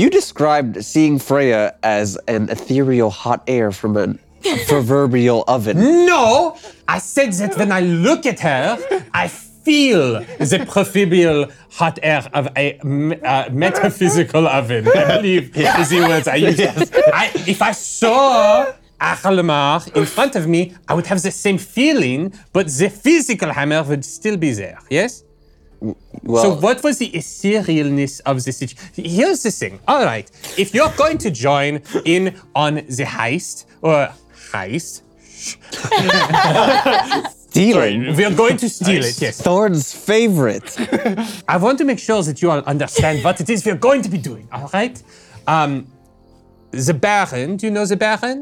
S6: you described seeing Freya as an ethereal hot air from an a proverbial oven.
S3: No, I said that when I look at her, I feel the proverbial hot air of a m- uh, metaphysical oven. I believe is the words I used. I, if I saw Ahlemar in front of me, I would have the same feeling, but the physical hammer would still be there. Yes.
S6: Well,
S3: So what was the etherealness of the situation? Here's the thing. All right, if you're going to join in on the heist or heist,
S6: stealing
S3: we are going to steal it. Yes.
S6: Thorn's favorite.
S3: I want to make sure that you all understand what it is we're going to be doing, all right? Um, the Baron, do you know the Baron?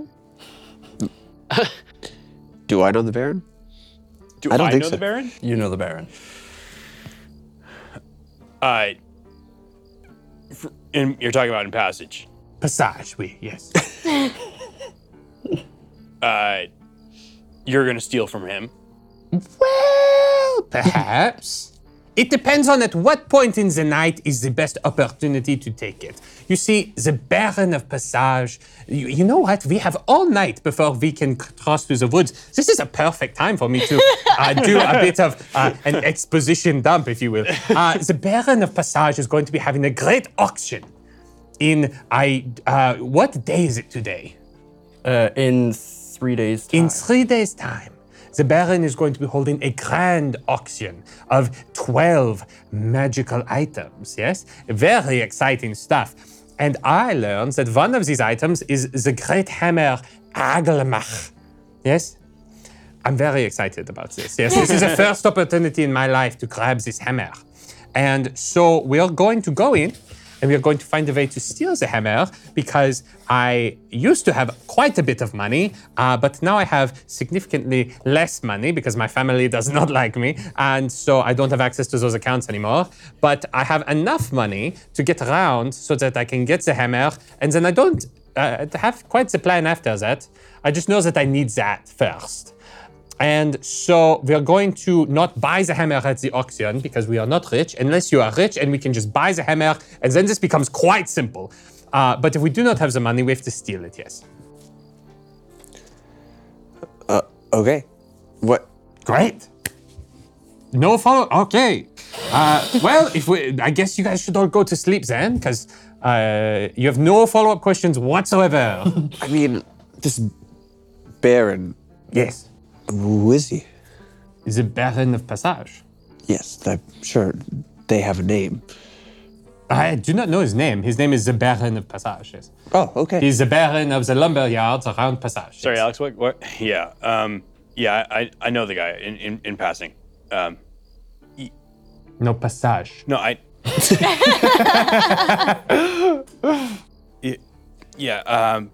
S6: Do I know the Baron?
S9: Do
S6: I don't
S9: I
S6: think
S9: know
S6: so.
S9: the Baron?
S1: You know the Baron.
S9: Uh, fr- in, you're talking about in passage.
S3: Passage, we, yes.
S9: Uh, you're gonna steal from him.
S3: well, perhaps. it depends on at what point in the night is the best opportunity to take it. You see, the Baron of Passage, you, you know what? We have all night before we can c- cross through the woods. This is a perfect time for me to uh, do a bit of uh, an exposition dump, if you will. Uh, the Baron of Passage is going to be having a great auction in, I, uh, what day is it today?
S1: Uh, in three days' time.
S3: In three days' time, the Baron is going to be holding a grand auction of 12 magical items, yes? Very exciting stuff. And I learned that one of these items is the great hammer Aglamach. Yes? I'm very excited about this. Yes, this is the first opportunity in my life to grab this hammer. And so we're going to go in and we're going to find a way to steal the hammer because I used to have quite a bit of money, uh, but now I have significantly less money because my family does not like me. And so I don't have access to those accounts anymore. But I have enough money to get around so that I can get the hammer and then I don't. Uh, have quite the plan after that. I just know that I need that first. And so we're going to not buy the hammer at the auction because we are not rich, unless you are rich and we can just buy the hammer, and then this becomes quite simple. Uh, but if we do not have the money, we have to steal it, yes.
S6: Okay. What?
S3: Great. No follow. Okay. Uh, well, if we, I guess you guys should all go to sleep then, because uh, you have no follow up questions whatsoever.
S6: I mean, this Baron.
S3: yes.
S6: Who is he?
S3: The Baron of Passage.
S6: Yes, I'm sure they have a name.
S3: I do not know his name. His name is the Baron of Passage, yes.
S6: Oh, okay.
S3: He's the Baron of the lumber yards around Passage.
S9: Sorry,
S3: yes.
S9: Alex. What? what? Yeah. Um, yeah. I, I know the guy in, in, in passing. Um,
S3: No, Passage.
S9: no, I. Y- yeah. Um,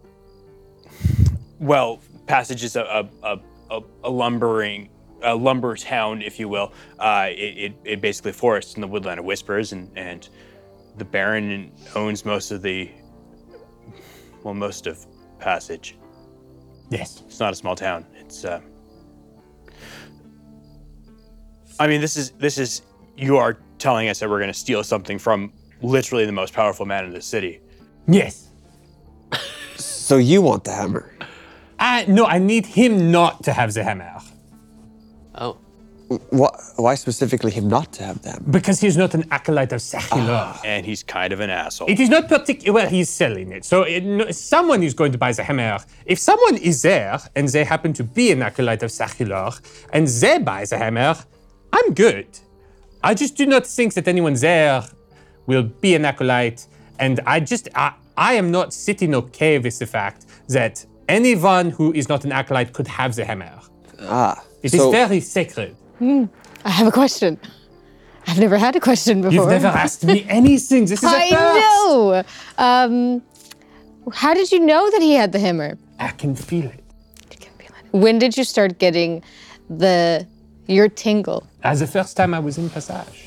S9: well, passage is a a, a, a, a lumbering a lumber town, if you will. Uh, it, it, it basically forests in the woodland of whispers, and and the Baron owns most of the well, most of passage.
S3: Yes.
S9: It's not a small town. It's. Uh, I mean, this is this is you are telling us that we're going to steal something from
S8: literally the most powerful man in the city.
S3: Yes.
S6: So you want the hammer?
S3: I, no, I need him not to have the hammer
S7: Oh,
S6: What, why specifically him not to have the hammer?
S3: because he's not an acolyte of Sahilov.
S8: And he's kind of an asshole.
S3: It is not particular. Well, he's selling it, so it, no, someone is going to buy the hammer. If someone is there and they happen to be an acolyte of Sachular and they buy the hammer, I'm good. I just do not think that anyone there will be an acolyte, and I just I, I am not sitting okay with the fact that anyone who is not an acolyte could have the hammer.
S6: Ah,
S3: It is
S6: so
S3: very sacred.
S5: I have a question. I've never had a question before.
S3: You've never asked me anything. This is a
S5: I
S3: first.
S5: know. Um, how did you know that he had the hammer?
S3: I can feel it.
S5: When did you start getting the your tingle?
S3: As the first time I was in Passage.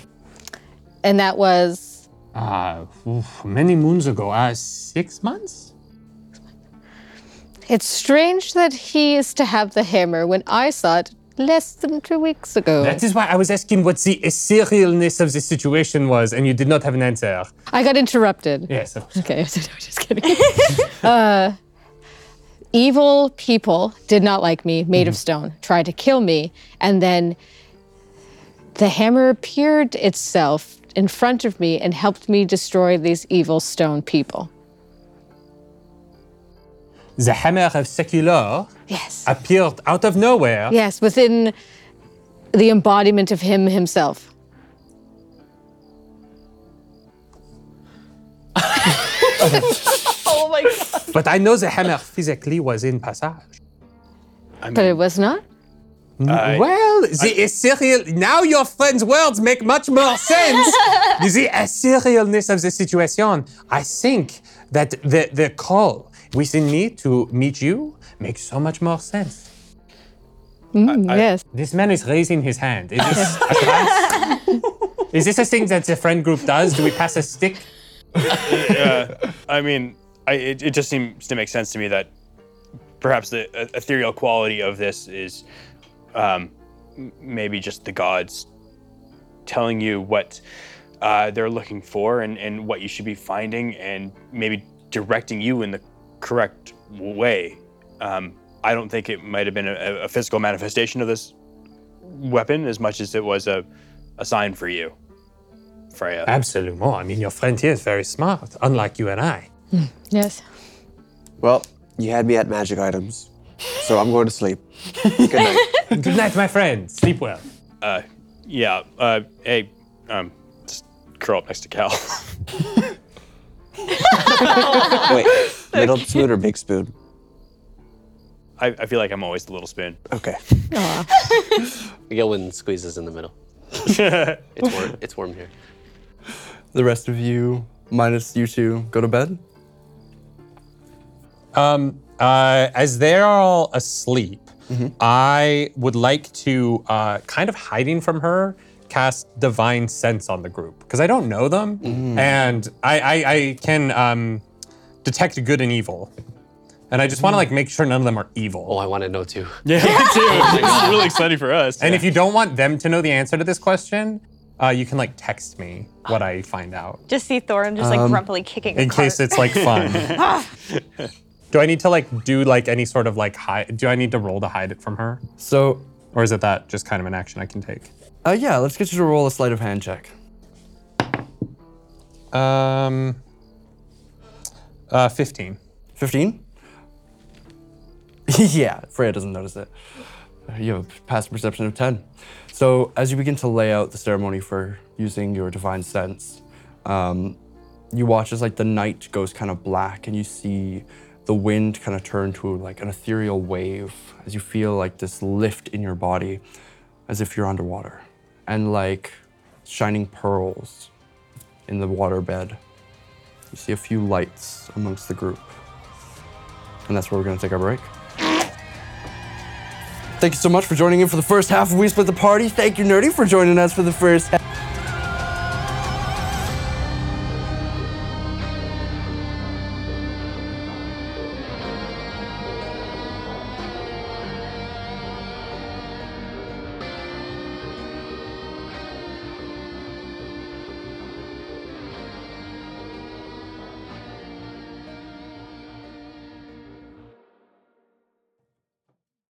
S5: And that was
S3: Uh, oof, many moons ago, uh, six months?
S5: it's strange that he is to have the hammer when I saw it less than two weeks ago.
S3: That is why I was asking what the serialness of the situation was, and you did not have an answer.
S5: I got interrupted.
S3: Yes, of course.
S5: Okay, so no, just kidding. uh, evil people did not like me, made of stone, tried to kill me, and then the hammer appeared itself in front of me and helped me destroy these evil stone people.
S3: The hammer of Secular
S5: Yes.
S3: appeared out of nowhere.
S5: yes, within the embodiment of him himself.
S4: Oh
S3: But I know the hammer physically was in Passage.
S5: but it was not.
S3: well, the serial. Now your friend's words make much more sense. the serialness of the situation. I think that the, the call within me to meet you makes so much more sense.
S5: Mm, yes.
S3: This man is raising his hand. Is this a class? is this a thing that the friend group does? Do we pass a stick?
S8: I mean, I, it, it just seems to make sense to me that perhaps the uh, ethereal quality of this is um, m- maybe just the gods telling you what uh, they're looking for and, and what you should be finding and maybe directing you in the correct way. Um, I don't think it might have been a, a physical manifestation of this weapon as much as it was a, a sign for you, Freya.
S3: Absolutely. more. I mean, your friend here is very smart, unlike you and I.
S5: Yes.
S6: well, you had me at magic items, so I'm going to sleep. Good night.
S3: Good night, my friend. Sleep well.
S8: Yeah. Uh, hey, um, just curl up next to Cal.
S6: Wait, little spoon or big spoon?
S8: I, I feel like I'm always the little spoon.
S6: Okay.
S7: Gilwin squeezes in the middle. it's warm. It's warm here.
S1: The rest of you, minus you two, go to bed.
S11: Um, uh, as they're all asleep, I would like to, uh, kind of hiding from her, cast Divine Sense on the group because I don't know them, and I, I, I can um, detect good and evil, and I just want to like make sure none of them are evil.
S7: Oh, I want to know too.
S8: Yeah, too. It's really exciting for us.
S11: And if you don't want them to know the answer to this question, uh, you can like text me what I find out
S4: Just see Thorin just like grumpily kicking. a
S11: Um, in
S4: cart.
S11: case it's like fun. do I need to like do like any sort of like hide? Do I need to roll to hide it from her,
S1: So,
S11: or is it that just kind of an action I can take?
S1: uh, yeah, let's get you to roll a sleight of hand check.
S11: Um, uh, fifteen.
S1: 15? yeah, Freya doesn't notice it. You have a past perception of 10. So, as you begin to lay out the ceremony for using your divine sense, um, you watch as like the night goes kind of black and you see the wind kind of turn to like an ethereal wave as you feel like this lift in your body as if you're underwater and like shining pearls in the waterbed. You see a few lights amongst the group. And that's where we're going to take our break. Thank you so much for joining in for the first half of We Split the Party. Thank you, Nerdy, for joining us for the first half.